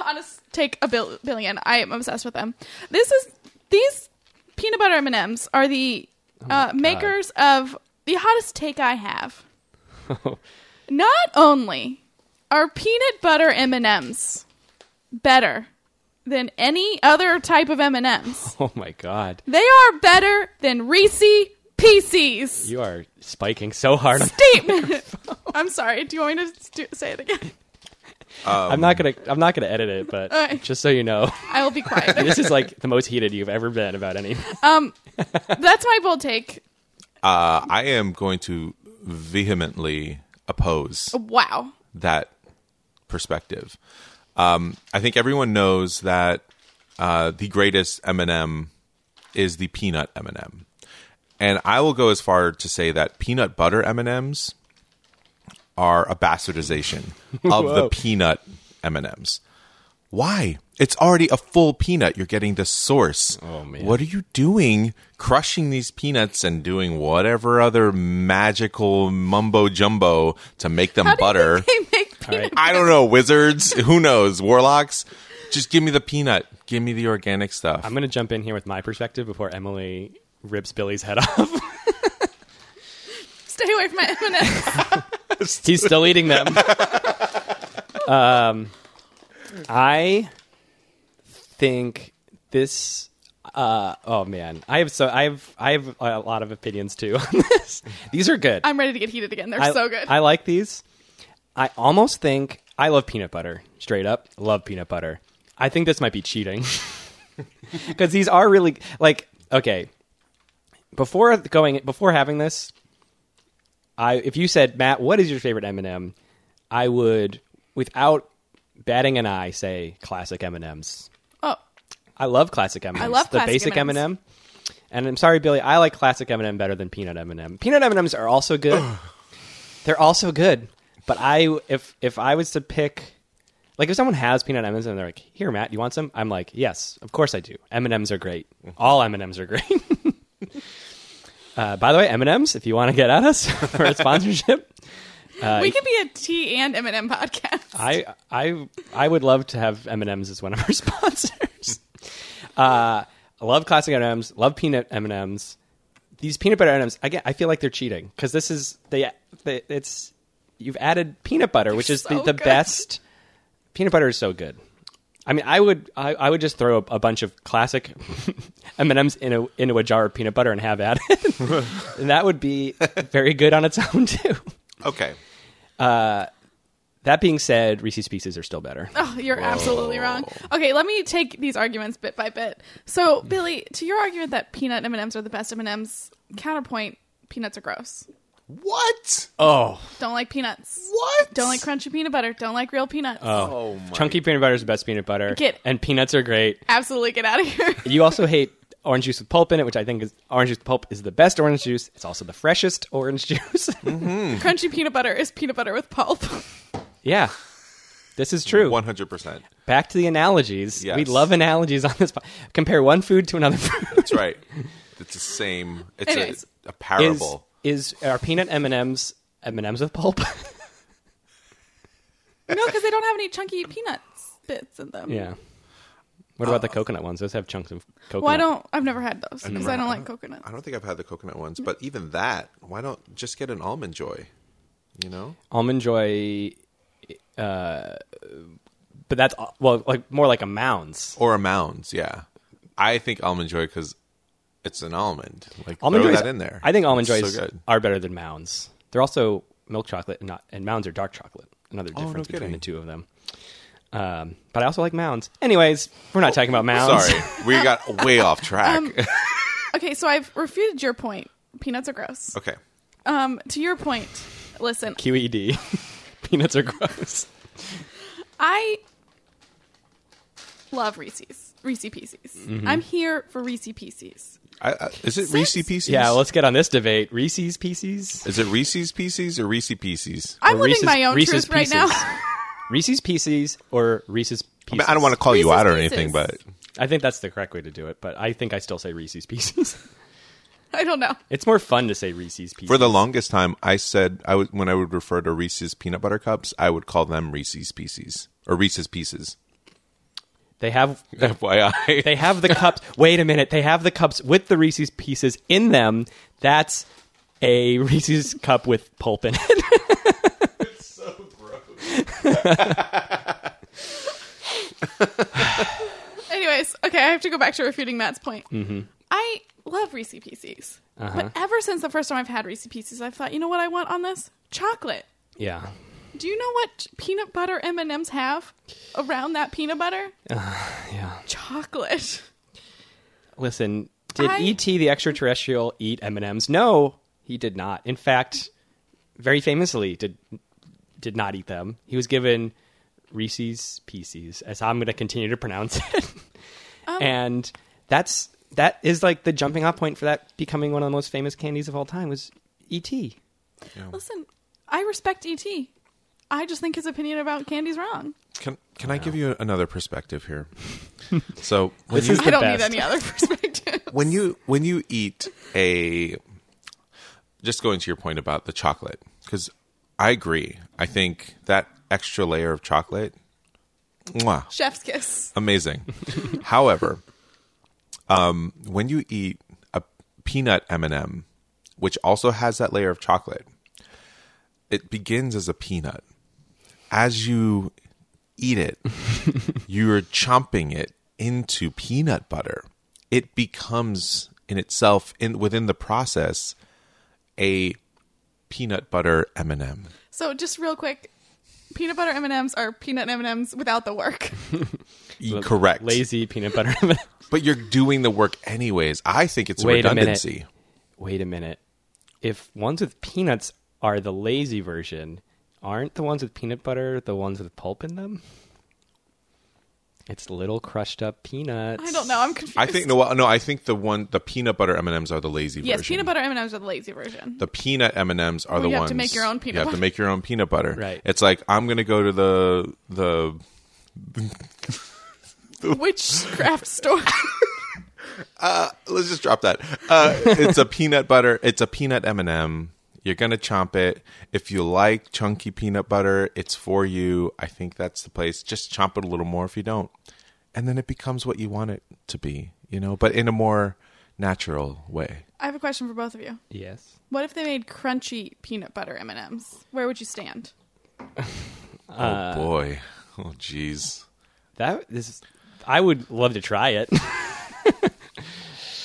S2: honest take a bil- billion. I am obsessed with them. This is these peanut butter M and M's are the uh, makers of the hottest take I have. Not only are peanut butter M and M's better than any other type of M and M's,
S1: oh my god,
S2: they are better than Reese Pieces.
S1: you are spiking so hard. on-
S2: Statement. I'm sorry. Do you want me to s- do, say it again?
S1: I'm not gonna. I'm not gonna edit it, but
S2: Alright.
S1: just so you know,
S2: I will be quiet.
S1: this is like the most heated you've ever been about any.
S2: That's my bold take.
S3: Uh, I am going to vehemently oppose
S2: Wow.
S3: that perspective. Um, I think everyone knows that uh, the greatest M&M is the peanut M&M, and I will go as far to say that peanut butter M&Ms are a bastardization of the
S1: Whoa.
S3: peanut M&Ms. Why? It's already a full peanut. You're getting the source.
S1: Oh, man.
S3: What are you doing crushing these peanuts and doing whatever other magical mumbo jumbo to make them
S2: How do you
S3: butter?
S2: think they make peanut
S3: I don't know, wizards, who knows, warlocks. Just give me the peanut. Give me the organic stuff.
S1: I'm gonna jump in here with my perspective before Emily rips Billy's head off.
S2: Stay away from my M&Ms.
S1: He's still eating them. um, I think this. Uh, oh man, I have so I have I have a lot of opinions too on this. These are good.
S2: I'm ready to get heated again. They're
S1: I,
S2: so good.
S1: I like these. I almost think I love peanut butter. Straight up, love peanut butter. I think this might be cheating because these are really like okay. Before going, before having this, I if you said Matt, what is your favorite M and m I would without batting an eye say classic M&Ms.
S2: Oh,
S1: I love classic M&Ms.
S2: I love
S1: the
S2: classic
S1: basic
S2: M&Ms.
S1: M&M. And I'm sorry, Billy, I like classic M&M better than peanut M&M. Peanut M&Ms are also good. They're also good. But I, if if I was to pick, like if someone has peanut M&Ms and they're like, "Here, Matt, you want some?" I'm like, "Yes, of course I do." M&Ms are great.
S2: Mm-hmm.
S1: All M&Ms are great. uh, by the way, M&Ms, if you want to get at us for a sponsorship, uh,
S2: we could be a tea and M and M podcast.
S1: I I I would love to have M and M's as one of our sponsors. uh, I love classic M and M's. Love peanut M and M's. These peanut butter M and M's. Again, I feel like they're cheating because this is they, they. It's you've added peanut butter, which is
S2: so
S1: the, the
S2: good.
S1: best. Peanut butter is so good. I mean, I would I, I would just throw a, a bunch of classic M and M's in a into a jar of peanut butter and have at it, and that would be very good on its own too.
S3: Okay.
S1: That being said, Reese's Pieces are still better.
S2: Oh, you're absolutely wrong. Okay, let me take these arguments bit by bit. So, Billy, to your argument that peanut M and M's are the best M and M's, counterpoint: peanuts are gross.
S3: What?
S1: Oh,
S2: Don't like peanuts.
S3: What?
S2: Don't like crunchy peanut butter. Don't like real peanuts.
S3: Oh my.
S1: Chunky peanut butter is the best peanut butter.
S2: Get-
S1: And peanuts are great.
S2: Absolutely, get out of here.
S1: You also hate orange juice with pulp in it, which I think is orange juice with pulp is the best orange juice. It's also the freshest orange juice.
S3: Hmm.
S2: crunchy peanut butter is peanut butter with pulp.
S1: yeah. This is true.
S3: One hundred percent.
S1: Back to the analogies.
S3: Yes.
S1: We love analogies on this. po- Compare one food to another food.
S3: That's right. It's the same. It's
S2: Anyways.
S3: a, a
S1: Is,
S3: parable.
S1: is are peanut M&Ms M&Ms with pulp?
S2: no, because they don't have any chunky peanuts bits in them.
S1: yeah. What
S3: Uh,
S1: about the coconut ones? Those have chunks of coconut.
S2: Well, I don't. I've never had those because I don't like coconut.
S3: I don't think I've had the coconut ones, but even that, why don't just get an almond joy? You know?
S1: almond joy uh, but that's well like more like a mounds.
S3: Or a mounds, yeah. I think almond joy because it's an almond. Like
S1: almond
S3: throw
S1: joys,
S3: that in there.
S1: I think almond
S3: It's
S1: joys
S3: so good.
S1: are better than mounds. They're also milk chocolate, and not and mounds are dark chocolate. Another
S3: Oh, no
S1: difference between
S3: kidding.
S1: the two of them. Um, but I also like mounds. Anyways, we're not talking about mounds.
S3: Sorry, we got way off track.
S2: Okay, so I've refuted your point. Peanuts are gross.
S3: okay,
S2: Um, to your point, listen,
S1: QED. E Peanuts are gross.
S2: I love Reese's Reese Pieces.
S1: Mm-hmm.
S2: I'm here for Reese Pieces.
S3: I, I, is it
S2: Since-
S3: Reese Pieces?
S1: Yeah, let's get on this debate. Reese's Pieces.
S3: is it Reese's Pieces or Reese Pieces?
S2: I'm
S1: Or
S2: living
S1: Reese's-
S2: my own
S1: Reese's
S2: truth right
S1: Pieces.
S2: now.
S1: Reese's Pieces or Reese's
S3: I,
S1: Pieces.
S3: mean, I don't want to call you
S2: Reese's
S3: out or
S2: Pieces.
S3: anything, but
S1: I think that's the correct way to do it, but I think I still say Reese's Pieces.
S2: I don't know.
S1: it's more fun to say Reese's Pieces.
S3: for the longest time, I said I would when I would refer to Reese's peanut butter cups, I would call them Reese's Pieces or Reese's Pieces.
S1: they have
S3: FYI,
S1: They have the cups. Wait a minute. They have the cups with the Reese's pieces in them. That's a Reese's cup with pulp in it.
S2: Anyways, okay, I have to go back to refuting Matt's point. Mm-hmm. I love Reese Pieces,
S1: Uh-huh.
S2: but ever since the first time I've had Reese Pieces, I've thought, you know what I want on this chocolate.
S1: Yeah.
S2: Do you know what peanut butter M and M's have around that peanut butter?
S1: Uh, Yeah.
S2: Chocolate.
S1: Listen, did
S2: I-
S1: E.T. the extraterrestrial eat M&Ms? No, he did not. In fact, very famously did did not eat them. He was given Reese's pieces, as I'm going to continue to pronounce it. and that's that is like the jumping off point for that becoming one of the most famous candies of all time was E E.T.
S2: Listen, I respect ET. I just think his opinion about candy's wrong.
S3: can can I give you another perspective here? so when
S1: This
S3: you
S1: is
S2: I don't need
S1: best.
S2: any other perspective.
S3: when you when you eat a just going to your point about the chocolate because i agree i think that extra layer of chocolate mwah,
S2: Chef's kiss.
S3: amazing however um, when you eat a peanut m&m which also has that layer of chocolate it begins as a peanut as you eat it you're chomping it into peanut butter. It becomes in itself in within the process a peanut butter M&M.
S2: So just real quick, peanut butter M and M's are peanut M and M's without the work.
S3: Correct.
S1: Lazy peanut butter.
S3: But you're doing the work anyways. I think it's a
S1: Wait a minute.
S3: redundancy.
S1: Wait a minute. If ones with peanuts are the lazy version, aren't the ones with peanut butter the ones with pulp in them? It's little crushed up peanuts.
S2: I don't know. I'm confused.
S3: I think no, well, no. I think the one, the peanut butter M and M's are the lazy
S2: Yes,
S3: version.
S2: peanut butter M and M's are the lazy version.
S3: The peanut M and M's are
S2: Where
S3: the
S2: you have
S3: ones
S2: to make your own peanut
S3: You have to
S2: butter.
S3: make your own peanut butter.
S1: Right.
S3: It's like I'm gonna go to the the
S2: Witchcraft store.
S3: let's just drop that. Uh, it's a peanut butter. It's a peanut M and m You're gonna chomp it. If you like chunky peanut butter, it's for you. I think that's the place. Just chomp it a little more if you don't, and then it becomes what you want it to be. You know, but in a more natural way.
S2: I have a question for both of you.
S1: Yes.
S2: What if they made crunchy peanut butter M and M's? Where would you stand?
S3: oh boy. Oh jeez.
S1: That this is, I would love to try it.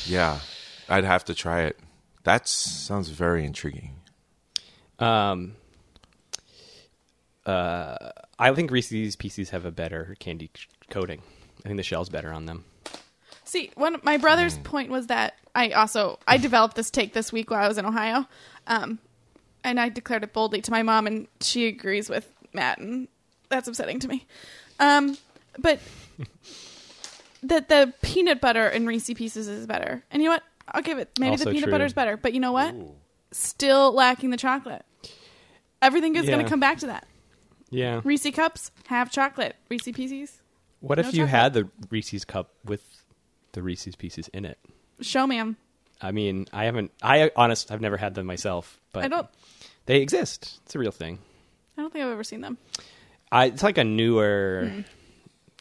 S3: Yeah, I'd have to try it. That sounds very intriguing.
S1: um uh I think Reese's pieces have a better candy c- coating. I think the shell's better on them.
S2: See, one my brother's
S1: Mm.
S2: point was that I also I developed this take this week while I was in Ohio, um, and I declared it boldly to my mom, and she agrees with Matt, and that's upsetting to me. Um, but that the peanut butter and Reese pieces is better, and you know what? I'll give it. Maybe
S1: Also
S2: the peanut
S1: true.
S2: butter is better, but you know what? Still lacking the chocolate. Everything is going
S1: Yeah.
S2: to come back to that.
S1: Yeah.
S2: Reese cups have chocolate. Reese pieces.
S1: What
S2: No
S1: if you
S2: chocolate.
S1: had the Reese's cup with the Reese's pieces in it?
S2: Show ma'am.
S1: I mean, I haven't. I honest, I've never had them myself, but
S2: I don't.
S1: they exist. It's a real thing.
S2: I don't think I've ever seen them.
S1: I, it's like a newer,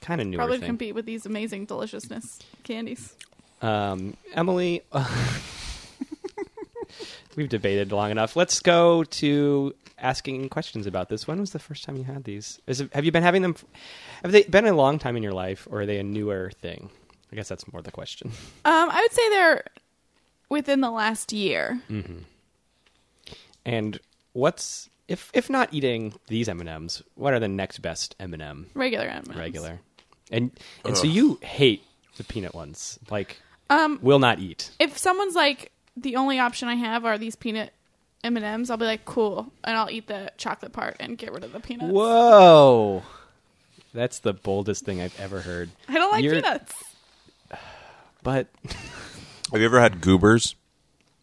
S1: kind of newer
S2: Hmm. probably
S1: thing.
S2: compete with these amazing deliciousness candies.
S1: Um, Emily, we've debated long enough. Let's go to asking questions about this. When was the first time you had these? Is it, have you been having them? f- Have they been a long time in your life, or are they a newer thing? I guess that's more the question.
S2: Um, I would say they're within the last year.
S1: Mm. And what's if if not eating these M and M's? What are the next best M and M?
S2: Regular M&Ms.
S1: regular. And and so you hate the peanut ones. Like
S2: Um,
S1: will not eat.
S2: If someone's like the only option I have are these peanut M and M's, I'll be like cool, and I'll eat the chocolate part and get rid of the peanuts.
S1: Whoa. That's the boldest thing I've ever heard.
S2: I don't like
S1: You're-
S2: peanuts.
S1: But
S3: Have you ever had goobers?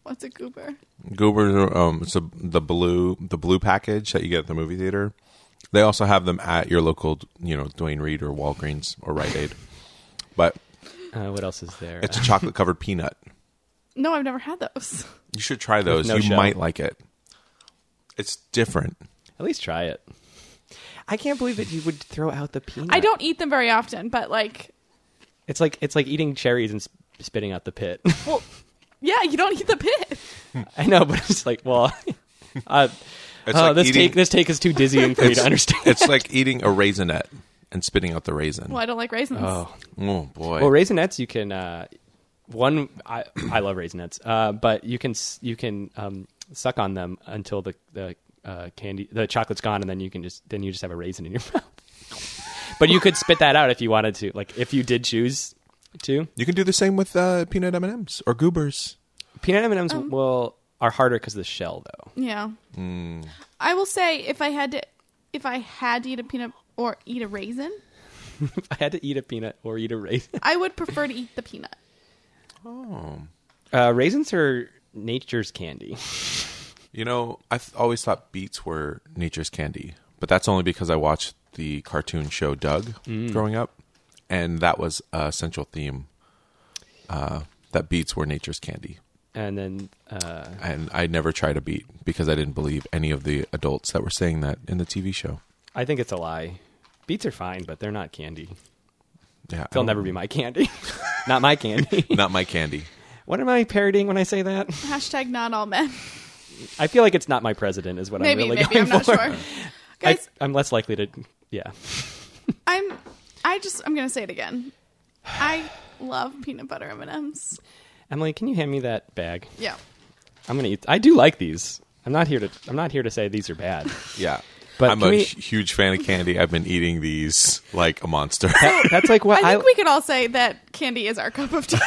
S2: What's a goober?
S3: Goobers are um, it's a, the blue the blue package that you get at the movie theater. They also have them at your local, you know, Dwayne Reed or Walgreens or Rite Aid. But
S1: uh, what else is there?
S3: it's a chocolate covered peanut.
S2: No, I've never had those.
S3: You should try those.
S1: no
S3: you
S1: shell.
S3: might like it. It's different.
S1: At least try it. I can't believe that you would throw out the peanut.
S2: I don't eat them very often, but like,
S1: It's like it's like eating cherries and sp- spitting out the pit.
S2: well, yeah, you don't eat the pit.
S1: I know, but it's like, well, uh,
S3: It's
S1: oh,
S3: like
S1: this
S3: eating-
S1: take this take is too dizzying for me to understand.
S3: It's like eating a raisinette and spitting out the raisin.
S2: Well, I don't like raisins.
S1: Oh.
S3: Oh boy.
S1: Well, raisinets you can uh, one. I I love raisinets, uh, but you can s- you can um, suck on them until the the uh, candy the chocolate's gone, and then you can just then you just have a raisin in your mouth. but you could spit that out if you wanted to, like if you did choose to.
S3: you can do the same with uh, peanut M&Ms or goobers.
S1: Peanut M and M's will are harder because the shell, though.
S2: Yeah. I will say if I had to, if I had to eat a peanut or eat a raisin,
S1: if I had to eat a peanut or eat a raisin,
S2: I would prefer to eat the peanut.
S3: Oh.
S1: uh, raisins are nature's candy.
S3: You know, I th- always thought beets were nature's candy, but that's only because I watched the cartoon show Doug
S1: Mm.
S3: growing up, and that was a central theme uh, that beets were nature's candy.
S1: And then uh,
S3: And I never tried a beet because I didn't believe any of the adults that were saying that in the TV show.
S1: I think it's a lie. Beets are fine, but they're not candy.
S3: Yeah, I
S1: They'll
S3: don't-
S1: never be my candy. not my candy.
S3: not my candy.
S1: What am I parodying when I say that?
S2: Hashtag not all men.
S1: I feel like it's not my president is what
S2: maybe,
S1: I'm really
S2: maybe
S1: going
S2: I'm not
S1: for.
S2: sure.
S1: I,
S2: Guys,
S1: I'm less likely to. Yeah,
S2: I, am I just. I'm gonna say it again. I love peanut butter M and M's.
S1: Emily, can you hand me that bag?
S2: Yeah.
S1: I'm gonna eat. I do like these. I'm not here to. I'm not here to say these are bad.
S3: Yeah,
S1: But
S3: I'm
S1: can
S3: a
S1: we-
S3: hu- huge fan of candy. I've been eating these like a monster.
S1: That's like what
S2: I
S1: I.
S2: think we could all say that candy is our cup of tea.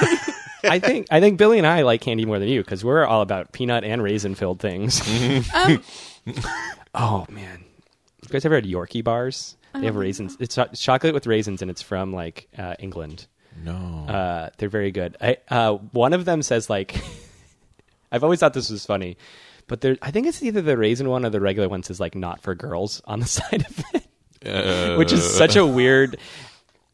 S1: I think. I think Billy and I like candy more than you because we're all about peanut and raisin filled things.
S2: um,
S1: oh man, you guys ever had Yorkie bars? They
S2: Um,
S1: have raisins. It's cho- chocolate with raisins, and it's from like uh, England.
S3: No.
S1: Uh, they're very good. I, uh, one of them says like, I've always thought this was funny, but there, I think it's either the raisin one or the regular one says like not for girls on the side of it,
S3: Uh,
S1: which is such a weird.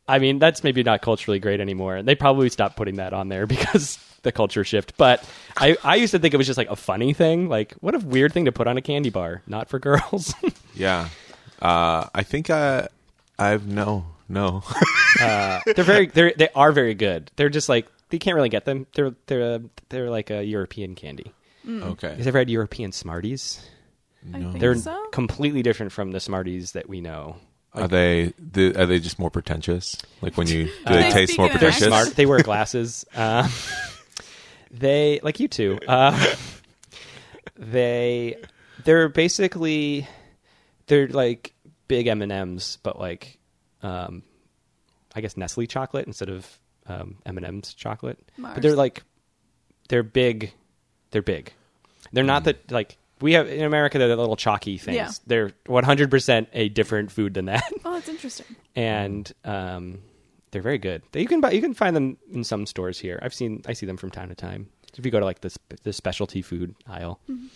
S1: I mean, that's maybe not culturally great anymore, and they probably stopped putting that on there because the culture shift. But I, I used to think it was just like a funny thing. Like, what a weird thing to put on a candy bar, not for girls.
S3: yeah. Uh, I think I, I've no, no.
S1: they're very they're they are very good. They're just like you can't really get them. They're they're uh, they're like a European candy. You
S2: Mm-hmm.
S3: okay.
S1: ever had European Smarties?
S2: I think
S1: They're
S2: so.
S1: completely different from the Smarties that we know.
S3: Are they the, are they just more pretentious? Like when you do they
S2: They
S3: taste
S2: speak
S3: more
S2: in an
S1: They're
S3: pretentious?
S2: accent.
S1: smart. They wear glasses. Uh, they like you too. Uh, they they're basically they're like big M and M's, but like um, I guess Nestle chocolate instead of um, M and M's chocolate. But they're
S2: Mars.
S1: like they're big. They're big. They're not that like we have in America. They're the little chalky things.
S2: Yeah.
S1: They're one hundred percent a different food than that
S2: Oh, that's interesting.
S1: and um, they're very good. They- You can buy, you can find them in some stores here. I've seen I see them from time to time. So if you go to like the sp- the specialty food aisle,
S2: Mm.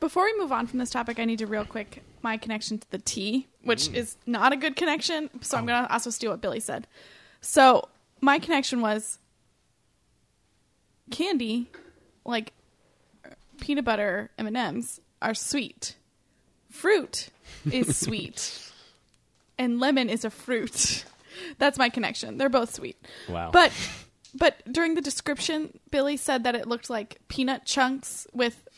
S2: Before we move on from this topic, I need to real quick my connection to the tea, which is not a good connection. So I'm going to also steal what Billy said. So my connection was candy, like peanut butter M and M's, are sweet. Fruit is sweet, and lemon is a fruit. That's my connection. They're both sweet.
S1: Wow.
S2: But but during the description, Billy said that it looked like peanut chunks with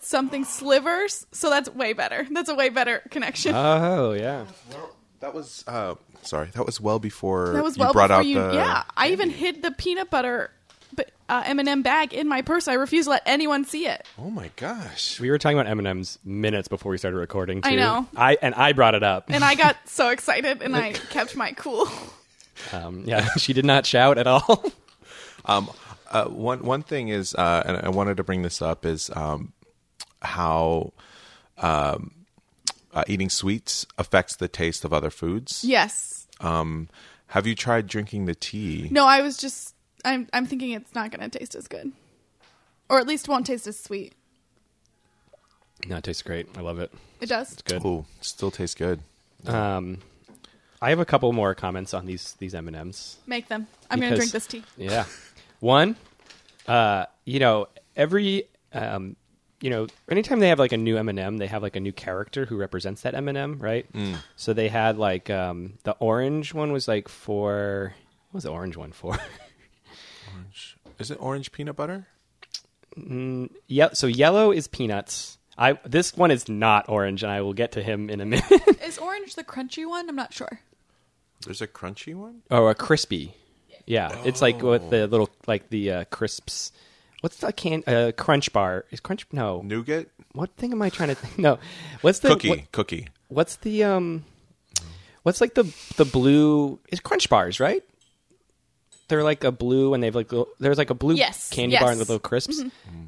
S2: something slivers. So that's way better. That's a way better connection.
S3: Uh,
S1: oh yeah,
S3: That was uh, sorry. That was well before
S2: that was
S3: you
S2: well
S3: brought
S2: before
S3: out
S2: you.
S3: the
S2: yeah, I even hid the peanut butter b- uh, M&M bag in my purse. I refuse to let anyone see it.
S3: Oh my gosh.
S1: we were talking about M and M's minutes before we started recording. Too.
S2: I know.
S1: I and I brought it up.
S2: And I got so excited, and I kept my cool.
S1: Um, yeah, she did not shout at all.
S3: Uh, one one thing is, uh, and I wanted to bring this up is um, how um, uh, eating sweets affects the taste of other foods.
S2: Yes.
S3: Um, have you tried drinking the tea?
S2: No, I was just. I'm. I'm thinking it's not going to taste as good, or at least won't taste as sweet.
S1: no, it tastes great. I love it.
S2: It does.
S1: Good.
S3: Ooh, still tastes good.
S1: Um, I have a couple more comments on these these M and M's.
S2: Make them. I'm going to
S1: Because-
S2: drink this tea.
S1: Yeah. One, uh, you know, every, um, you know, anytime they have like a new M&M, they have like a new character who represents that M&M, right? So they had like um, the orange one was like for what was the orange one for?
S3: Is it orange peanut butter?
S1: yeah. So yellow is peanuts. I this one is not orange, and I will get to him in a minute.
S2: Is orange the crunchy one? I'm not sure.
S3: There's a crunchy one.
S1: oh, a crispy. Yeah, it's like with the little like the uh, crisps. What's the can? Uh, crunch bar is crunch? No.
S3: Nougat
S1: What thing am I trying to think? No. What's the
S3: cookie
S1: what-
S3: cookie.
S1: What's the um? What's like the the blue? It's Crunch Bars, right? They're like a blue, and they've like little- there's like a blue
S2: Yes,
S1: candy
S2: yes. Mm-hmm.
S1: bar and the little crisps. Mm-hmm.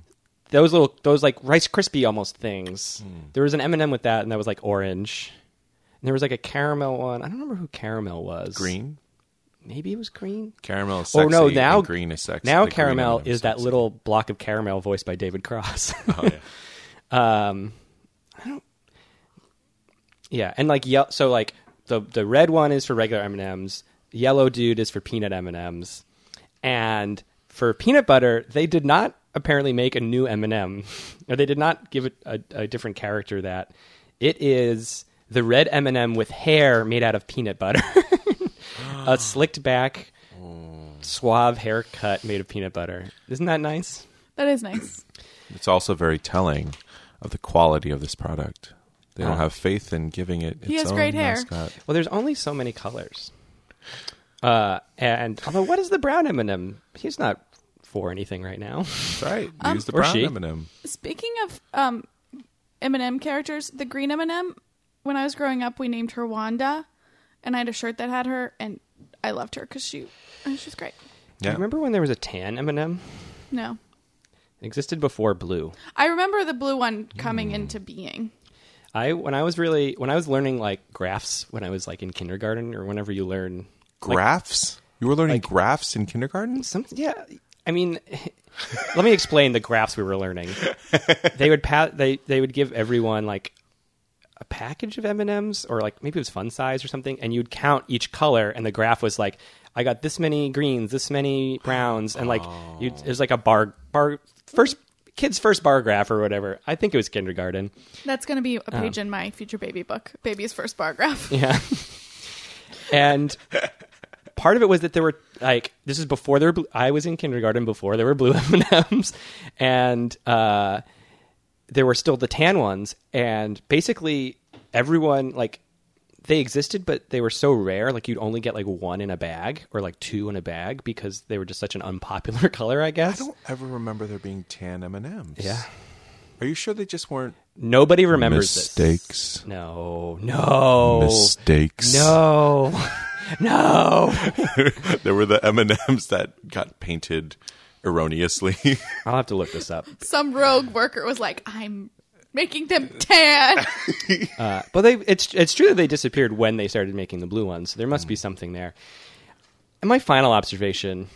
S1: Those little those like Rice crispy almost things. There was an M and m with that, and that was like orange. And there was like a caramel one. I don't remember who caramel was.
S3: Green
S1: Maybe it was green.
S3: caramel. Is
S1: Oh
S3: sexy,
S1: no! Now
S3: and green is sexy.
S1: Now
S3: the green
S1: caramel
S3: M&M's
S1: is that
S3: sexy.
S1: little block of caramel voiced by David Cross.
S3: Oh, yeah.
S1: Um, I don't. Yeah, and like yellow. So like the the red one is for regular M and M's. Yellow dude is for peanut M and M's. And for peanut butter, they did not apparently make a new M and M, or they did not give it a, a different character. That it is the red M and m with hair made out of peanut butter, a slicked back. Suave haircut made of peanut butter. Isn't that nice?
S2: That is nice.
S3: It's also very telling of the quality of this product. They don't have faith in giving it. Its
S2: He has
S3: own
S2: great hair.
S3: mascot.
S1: Well, there's only so many colors. Uh, and although, what is the brown M&M? He's not for anything right now.
S3: That's right.
S2: Um,
S3: Use the
S1: or
S3: brown
S1: she.
S3: M&M.
S2: Speaking of um, M characters, the green M&M. When I was growing up, we named her Wanda, and I had a shirt that had her, and I loved her because she, uh, she's great.
S1: Do
S3: Yeah.
S1: you remember when there was a tan M&M?
S2: No,
S1: It existed before blue.
S2: I remember the blue one coming into being.
S1: I when I was really when I was learning like graphs when I was like in kindergarten or whenever you learn
S3: Graphs? You were learning graphs in kindergarten?
S1: some yeah i mean let me explain the graphs we were learning they would pa- they they would give everyone like a package of m&ms or like maybe it was fun size or something and you'd count each color and the graph was like i got this many greens this many browns and like you it was like a bar bar first kids first bar graph or whatever i think it was kindergarten
S2: That's going to be a page in my future baby book, baby's first bar graph.
S1: Yeah. and part of it was that there were like this is before there were blue, I was in kindergarten before there were blue M&Ms and uh there were still the tan ones and basically everyone like they existed but they were so rare like you'd only get like one in a bag or like two in a bag because they were just such an unpopular color I
S3: I
S1: guess.
S3: don't ever remember there being tan M&Ms.
S1: Yeah.
S3: Are you sure they just weren't
S1: Nobody remembers this.
S3: mistakes?
S1: No. No.
S3: Oh, Mistakes.
S1: No. no.
S3: there were the M&Ms that got painted erroneously.
S1: I'll have to look this up.
S2: Some rogue worker was like, I'm making them tan.
S1: Uh, but they, it's it's true that they disappeared when they started making the blue ones. So there
S3: Mm.
S1: must be something there. And my final observation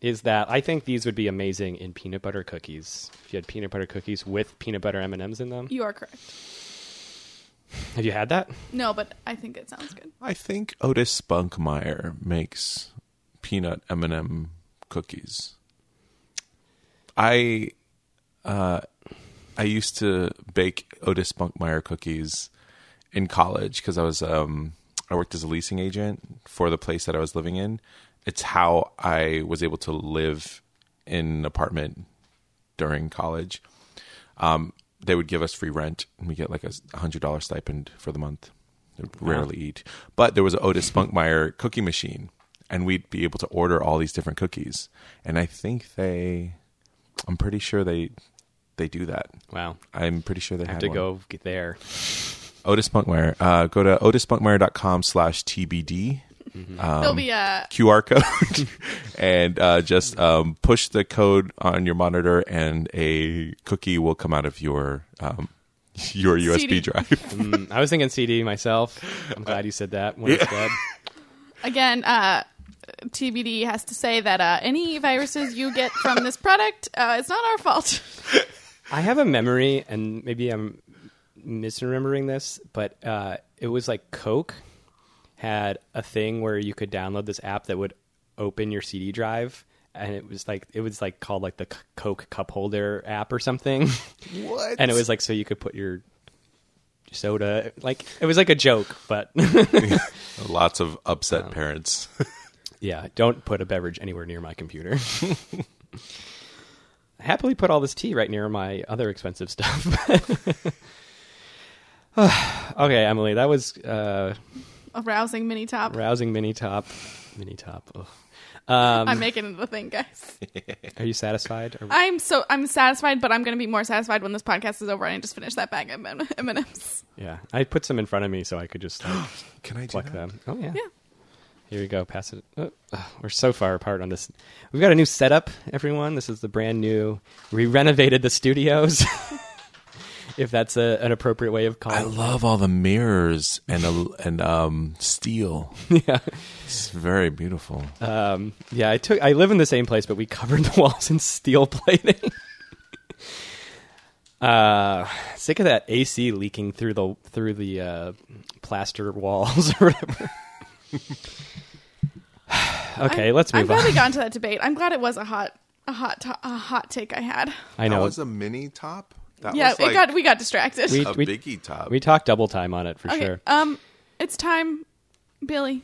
S1: is that I think these would be amazing in peanut butter cookies. If you had peanut butter cookies with peanut butter M and M's in them,
S2: you are correct.
S1: have you had that?
S2: No, but I think it sounds good.
S3: I think Otis Spunkmeyer makes peanut M&M cookies. I uh, I used to bake Otis Spunkmeyer cookies in college because I was um, I worked as a leasing agent for the place that I was living in. It's how I was able to live in an apartment during college. Um, they would give us free rent, and we get like a hundred dollar stipend for the month. They would Rarely eat, but there was an Otis Spunkmeyer cookie machine, and we'd be able to order all these different cookies. And I think they, I'm pretty sure they, they do that.
S1: Wow,
S3: I'm pretty sure they
S1: I have
S3: had
S1: to
S3: one.
S1: go get there.
S3: Otis Spunkmeyer. Uh, go to otisspunkmeyer.com slash TBD
S2: There'll be a
S3: QR code and uh, just um, push the code on your monitor and a cookie will come out of your um, your USB
S2: CD.
S3: drive.
S1: Mm, I was thinking CD myself. I'm glad you said that when it's dead.
S2: Again, uh, TBD has to say that uh, any viruses you get from this product, uh, it's not our fault.
S1: I have a memory, and maybe I'm misremembering this, but uh, it was like Coke had a thing where you could download this app that would open your CD drive, and it was like it was like called like the C- Coke cup holder app or something,
S3: what?
S1: and it was like so you could put your soda like it was like a joke, but
S3: Lots of
S1: Oh.
S3: upset parents.
S1: yeah, don't put a beverage anywhere near my computer. I happily put all this tea right near my other expensive stuff. okay, Emily, that was uh,
S2: A rousing mini top.
S1: rousing mini top. Mini top. ugh. Um,
S2: I'm making it the thing, guys.
S1: Are you satisfied? Are-
S2: I'm so I'm satisfied, but I'm going to be more satisfied when this podcast is over and I just finish that bag of M and M's.
S1: yeah, I put some in front of me so I could just like,
S3: Can I do
S1: pluck
S3: that?
S1: them. Oh yeah.
S2: Yeah.
S1: Here we go. Pass it. Oh, ugh, we're so far apart on this. We've got a new setup, everyone. This is the brand new. We renovated the studios. if that's a, an appropriate way of
S3: I
S1: calling. it.
S3: love all the mirrors and a, and um, steel.
S1: yeah.
S3: It's very beautiful.
S1: Um, yeah, I took. I live in the same place, but we covered the walls in steel plating. uh, sick of that AC leaking through the through the uh, plaster walls or whatever. okay,
S2: I'm-
S1: let's
S2: I'm
S1: move
S2: glad
S1: on.
S2: we got into that debate. I'm glad it was a hot, a hot, to- a hot take I had.
S1: I know
S3: a mini top. That
S2: yeah, it got we got distracted.
S1: We-
S3: a biggie top.
S1: we talked double time on it for
S2: okay,
S1: sure.
S2: um, it's time, Billy.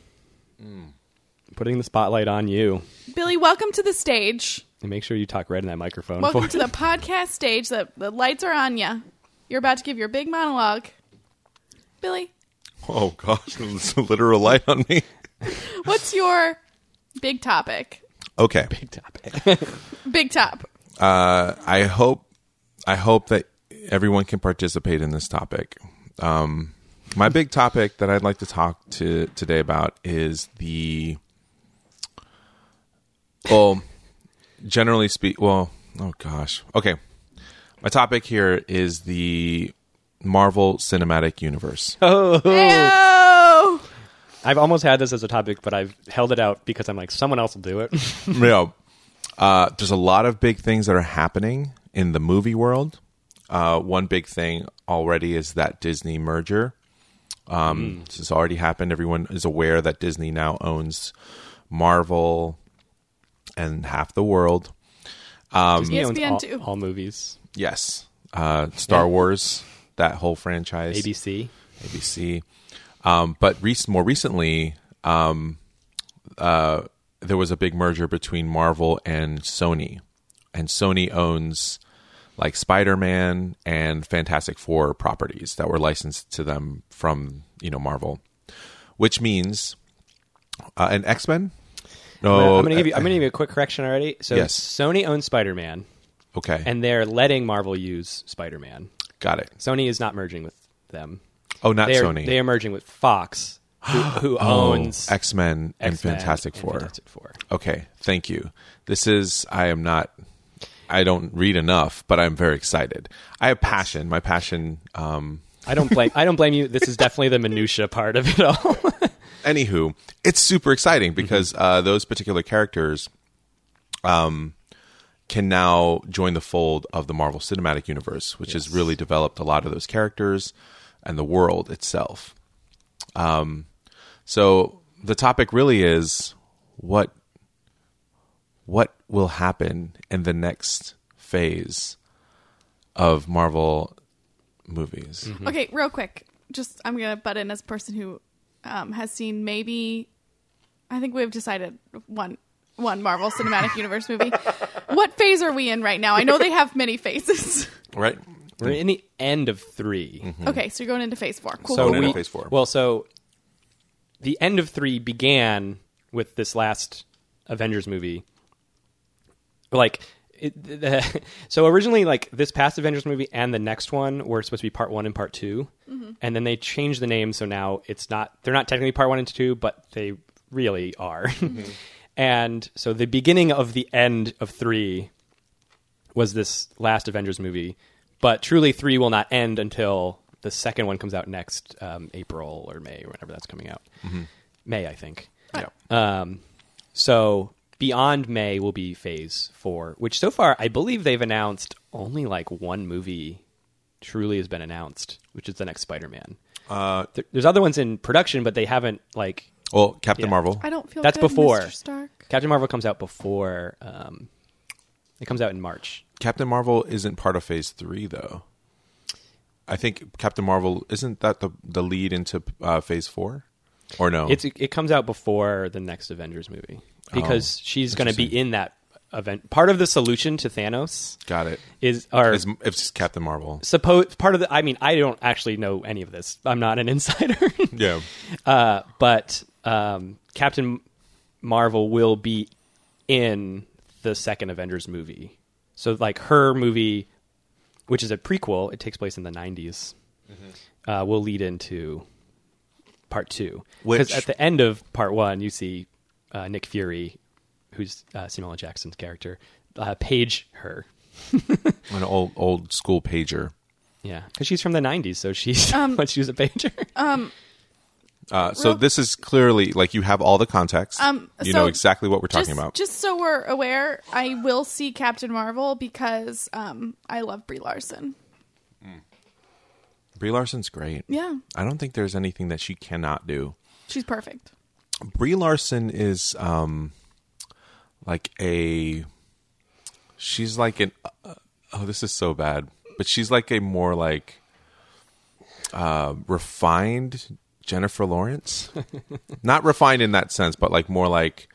S1: Putting the spotlight on you,
S2: Billy, welcome to the stage.
S1: and make sure you talk right in that microphone.
S2: Welcome
S1: for
S2: to the podcast stage. The the lights are on you. You're about to give your big monologue, Billy.
S3: oh gosh, it's a literal light on me.
S2: What's your big topic?
S3: Okay.
S1: big topic.
S2: Big top.
S3: uh, I hope I hope that everyone can participate in this topic. Um, my big topic that I'd like to talk to today about is the well, generally speak. Well, oh gosh, okay. My topic here is the Marvel Cinematic Universe.
S1: Oh,
S2: Ew.
S1: I've almost had this as a topic, but I've held it out because I'm like, someone else will do it.
S3: Yeah. Uh, there's a lot of big things that are happening in the movie world. Uh, one big thing already is that Disney merger. Um, This has already happened. Everyone is aware that Disney now owns Marvel and half the world.
S2: Um,
S1: Disney owns
S2: ESPN
S1: all,
S2: too.
S1: all movies,
S3: Yes. Uh, Star Wars, that whole franchise.
S1: ABC.
S3: ABC. Um, but rec- more recently, um, uh, there was a big merger between Marvel and Sony, and Sony owns like Spider-Man and Fantastic Four properties that were licensed to them from you know Marvel, which means uh, and X-Men. No,
S1: I'm gonna give you. I'm gonna give you a quick correction already. So
S3: Oh, Yes.
S1: Sony owns Spider-Man,
S3: okay,
S1: and they're letting Marvel use Spider-Man.
S3: got it.
S1: Sony is not merging with them.
S3: Oh, not
S1: they are,
S3: Sony.
S1: They are merging with Fox, who, who
S3: Oh,
S1: owns
S3: X-Men and
S1: X-Men
S3: Fantastic
S1: and
S3: Four.
S1: Fantastic Four.
S3: Okay, thank you. This is I am not I don't read enough, but I'm very excited. I have passion. My passion um
S1: I don't blame. I don't blame you. This is definitely the minutia part of it all.
S3: anywho, it's super exciting because uh those particular characters um can now join the fold of the Marvel Cinematic Universe, which has really developed a lot of those characters and the world itself. Um so the topic really is what what will happen in the next phase of Marvel movies.
S1: Hmm.
S2: Okay, real quick. Just I'm gonna butt in as a person who um, has seen maybe I think we've decided one one Marvel Cinematic Universe movie. What phase are we in right now? I know they have many phases.
S3: Right?
S1: We're in the end of 3
S2: Okay, so you're going into phase four. Cool.
S1: Hmm. So
S3: Going into
S1: we-
S3: phase four.
S1: Well, so the end of three began with this last Avengers movie. Like, it, the, so originally, like this past Avengers movie and the next one were supposed to be part one and part 2 and then they changed the name, so now it's not they're not technically part one and two, but they really are. and so the beginning of the end of three was this last Avengers movie, but truly three will not end until the second one comes out next um, April or May or whenever that's coming out. May, I think.
S3: Mm-hmm.
S1: Um,
S3: Yeah.
S1: So beyond May will be Phase Four, which so far I believe they've announced only like one movie truly has been announced, which is the next Spider-Man.
S3: Uh,
S1: There- There's other ones in production, but they haven't like
S3: well, Captain
S1: Yeah.
S3: Marvel.
S2: I don't feel
S1: That's
S2: good,
S1: before.
S2: Mr. Stark.
S1: Captain Marvel comes out before. Um, it comes out in March.
S3: Captain Marvel isn't part of Phase Three, though. I think Captain Marvel isn't that the the lead into uh, Phase Four, or no?
S1: It's it comes out before the next Avengers movie because she's going to be in that event. Part of the solution to Thanos
S3: got it.
S1: is or
S3: It's, it's just Captain Marvel.
S1: suppose part of the. I mean, I don't actually know any of this. I'm not an insider,
S3: Yeah,
S1: uh, but um, Captain Marvel will be in the second Avengers movie. So like her movie, which is a prequel, it takes place in the 90s. Uh, will lead into part two. Because
S3: Which-
S1: at the end of part one, you see uh, Nick Fury, who's uh, Samuel L. Jackson's character, uh, page her.
S3: an old old school pager.
S1: Yeah, because she's from the '90s, so she's when she was a pager.
S3: Uh, so
S2: Real-
S3: this is clearly like you have all the context.
S2: Um,
S3: you
S2: so
S3: know exactly what we're
S2: Just,
S3: talking about.
S2: just so we're aware, I will see Captain Marvel because um, I love Brie Larson.
S3: Brie Larson's great.
S2: Yeah,
S3: I don't think there's anything that she cannot do.
S2: she's perfect.
S3: Brie Larson is um like a she's like an uh, oh this is so bad but she's like a more like uh refined Jennifer Lawrence not refined in that sense but like more like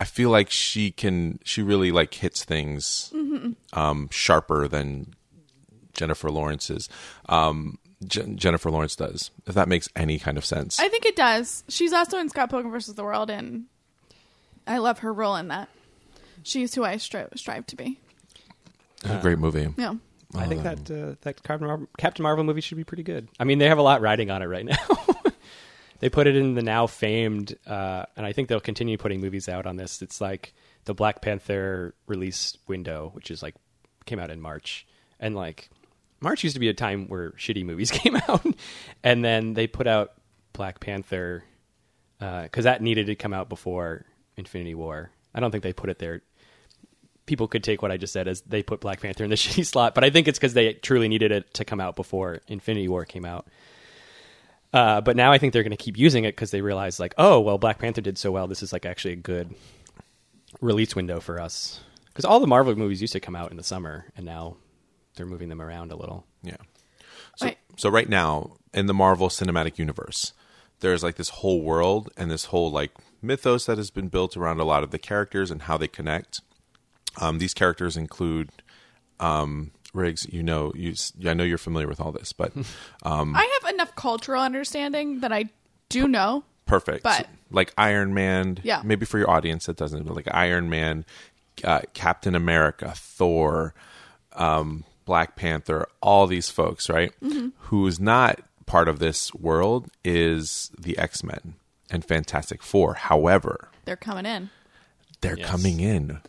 S3: I feel like she can she really like hits things um sharper than Jennifer Lawrence's um Jen Jennifer Lawrence does if that makes any kind of sense
S2: I think it does. She's also in Scott Pilgrim versus the World, and I love her role in that. She's who I stri- strive to be.
S3: It's a great movie
S2: No,
S1: I think that uh, that Captain Marvel, Captain Marvel movie should be pretty good. I mean, they have a lot riding on it right now. they put it in the now famed, uh, and I think they'll continue putting movies out on this. It's like the Black Panther release window, which is like came out in March, and like March used to be a time where shitty movies came out, and then they put out Black Panther because that needed to come out before Infinity War. I don't think they put it there. People could take what I just said as they put Black Panther in the shitty slot, but I think it's because they truly needed it to come out before Infinity War came out. Uh, but now I think they're going to keep using it because they realize, like, oh, well, Black Panther did so well. This is like actually a good release window for us. Because all the Marvel movies used to come out in the summer, and now they're moving them around a little.
S3: Yeah. So,
S2: Right.
S3: so right now in the Marvel Cinematic Universe, there's like this whole world and this whole like mythos that has been built around a lot of the characters and how they connect. Um, these characters include um, Riggs. You know, you s- I know you're familiar with all this, but um,
S2: I have enough cultural understanding that I do know.
S3: perfect.
S2: But-
S3: like Iron Man,
S2: Yeah.
S3: Maybe for your audience that doesn't, but like Iron Man, uh, Captain America, Thor, um, Black Panther, all these folks, right?
S2: Mm-hmm.
S3: Who's not part of this world is the X Men and Fantastic Four. However,
S2: They're coming in.
S3: they're
S1: Yes.
S3: coming in.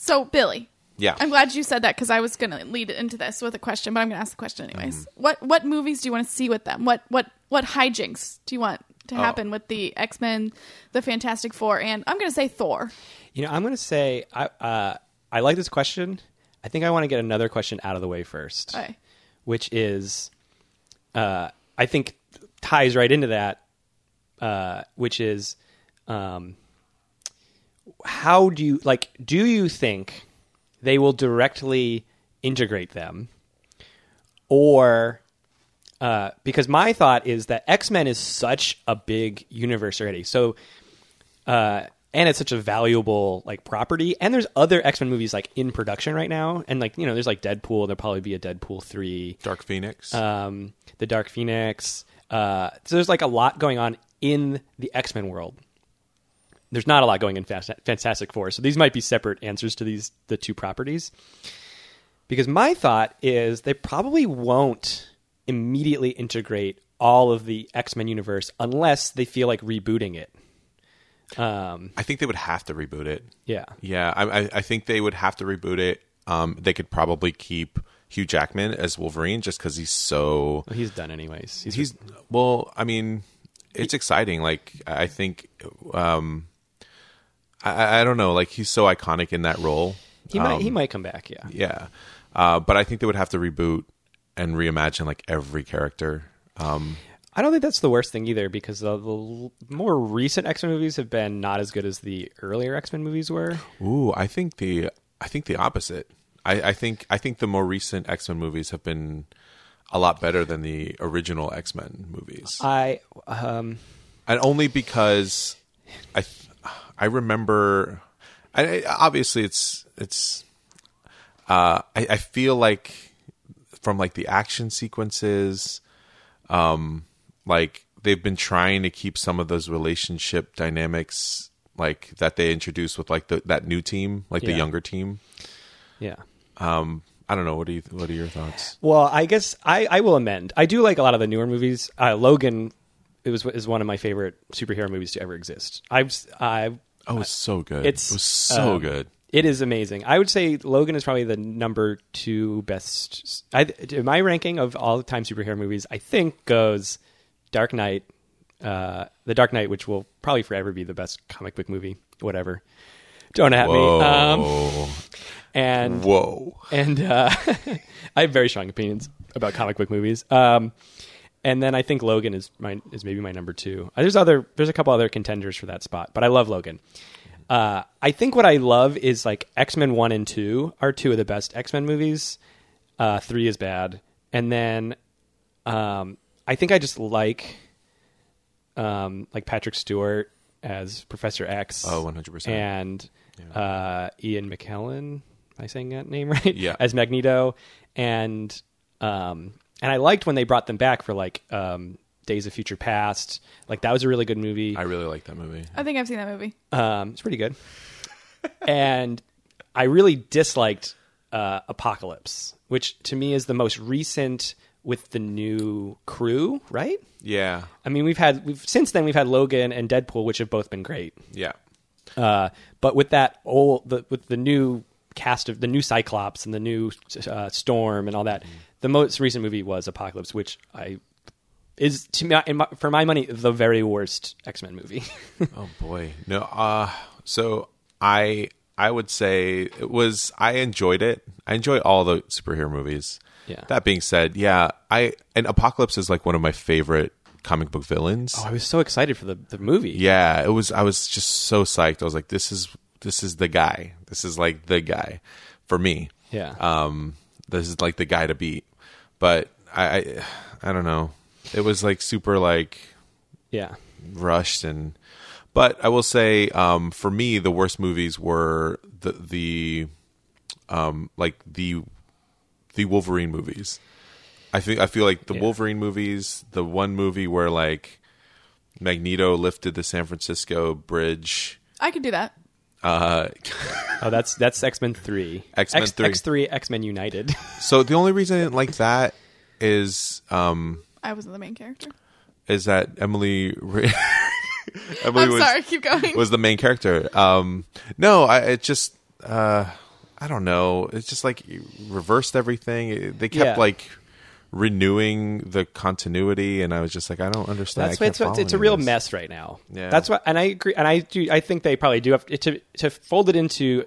S2: So, Billy,
S3: Yeah.
S2: I'm glad you said that because I was going to lead into this with a question, but I'm going to ask the question anyways.
S3: Mm-hmm.
S2: What what movies do you want to see with them? What what what hijinks do you want
S3: Oh.
S2: to happen with the X Men, the Fantastic Four, and I'm going to say Thor?
S1: You know, I'm going to say I uh, I like this question. I think I want to get another question out of the way first,
S2: Okay.
S1: which is uh, I think ties right into that, uh, which is um, how do you like? Do you think they will directly integrate them, or uh, because my thought is that X Men is such a big universe already, so uh, and it's such a valuable like property. And there's other X Men movies like in production right now, and like you know, there's like Deadpool. There'll probably be a Deadpool three,
S3: Dark Phoenix.
S1: um, the Dark Phoenix. Uh, so there's like a lot going on in the X Men world. There's not a lot going in Fast- Fantastic Four, so these might be separate answers to these the two properties. Because my thought is they probably won't immediately integrate all of the X Men universe unless they feel like rebooting it.
S3: I think they would have to reboot it.
S1: Yeah.
S3: Yeah, I, I- I think they would have to reboot it. Um, they could probably keep Hugh Jackman as Wolverine just because he's so
S1: Well, he's done anyways. He's,
S3: he's well. I mean, it's exciting. Like I think, um, I- I, I don't know. Like he's so iconic in that role. Um,
S1: he might he might come back. Yeah.
S3: Yeah, uh, but I think they would have to reboot and reimagine like every character. Um,
S1: I don't think that's the worst thing either because the, the l- more recent X Men movies have been not as good as the earlier X Men movies were.
S3: Ooh, I think the I think the opposite. I, I think I think the more recent X Men movies have been a lot better than the original X Men movies,
S1: I um
S3: and only because I th- I remember. I, I- obviously it's it's. Uh, I, I feel like from like the action sequences, um, like they've been trying to keep some of those relationship dynamics like that they introduced with like the, that new team, like the
S1: Yeah.
S3: younger team.
S1: yeah.
S3: I don't know. What do you? What are your thoughts?
S1: Well, I guess I, I will amend. I do like a lot of the newer movies. Uh, Logan it was is one of my favorite superhero movies to ever exist. I've s- I
S3: Oh, it's so good.
S1: it's
S3: it was so
S1: um,
S3: good.
S1: It is amazing. I would say Logan is probably the number two best. I, in my ranking of all time superhero movies, I think goes Dark Knight, uh, The Dark Knight, which will probably forever be the best comic book movie. Whatever. Don't at
S3: Whoa,
S1: me. Um, and
S3: whoa.
S1: and uh, I have very strong opinions about comic book movies. Um, and then I think Logan is my is maybe my number two. Uh, There's other there's a couple other contenders for that spot, but I love Logan. Uh, I think what I love is like X Men one and two are two of the best X Men movies. Uh, three is bad, and then um, I think I just like um, like Patrick Stewart as Professor X.
S3: Oh, 100%.
S1: And uh, Ian McKellen. Am I saying that name right?
S3: Yeah.
S1: As Magneto, and um, and I liked when they brought them back for like um, Days of Future Past. Like that was a really good movie.
S3: I really like that movie.
S2: I think I've seen that movie.
S1: Um, it's pretty good. and I really disliked uh, Apocalypse, which to me is the most recent with the new crew, right?
S3: Yeah,
S1: I mean, we've had we've since then we've had Logan and Deadpool, which have both been great.
S3: yeah.
S1: Uh, but with that old, the, with the new cast of the new Cyclops and the new uh, Storm and all that, the most recent movie was Apocalypse, which I is to me in my, for my money the very worst X Men movie.
S3: Oh boy. No. Uh so I I would say it was I enjoyed it. I enjoy all the superhero movies.
S1: Yeah.
S3: That being said, yeah, I and Apocalypse is like one of my favorite comic book villains.
S1: oh, I was so excited for the the movie.
S3: Yeah, it was I was just so psyched. I was like this is this is the guy. This is like the guy for me.
S1: Yeah.
S3: Um this is like the guy to beat. But I I, I don't know. It was like super like
S1: yeah.
S3: rushed and but I will say um, for me the worst movies were the the um, like the the Wolverine movies. I think I feel like the
S1: Yeah.
S3: Wolverine movies, the one movie where like Magneto lifted the San Francisco bridge.
S2: I could do that.
S3: Uh,
S1: Oh, that's that's X Men three.
S3: X-Men 3.
S1: X three X Men United.
S3: so the only reason I didn't like that is um,
S2: I wasn't the main character.
S3: is that Emily. Ra- Emily
S2: I'm
S3: was,
S2: sorry. Keep going.
S3: was the main character. Um, no, I it just uh, I don't know. It's just like you reversed everything. It- They kept
S1: Yeah.
S3: like renewing the continuity, and I was just like, I don't understand.
S1: That's
S3: I
S1: why
S3: can't
S1: it's, it's,
S3: follow
S1: it's a
S3: any
S1: real
S3: of this.
S1: mess right now.
S3: Yeah.
S1: That's why, and I agree, and I do. I think they probably do have to to fold it into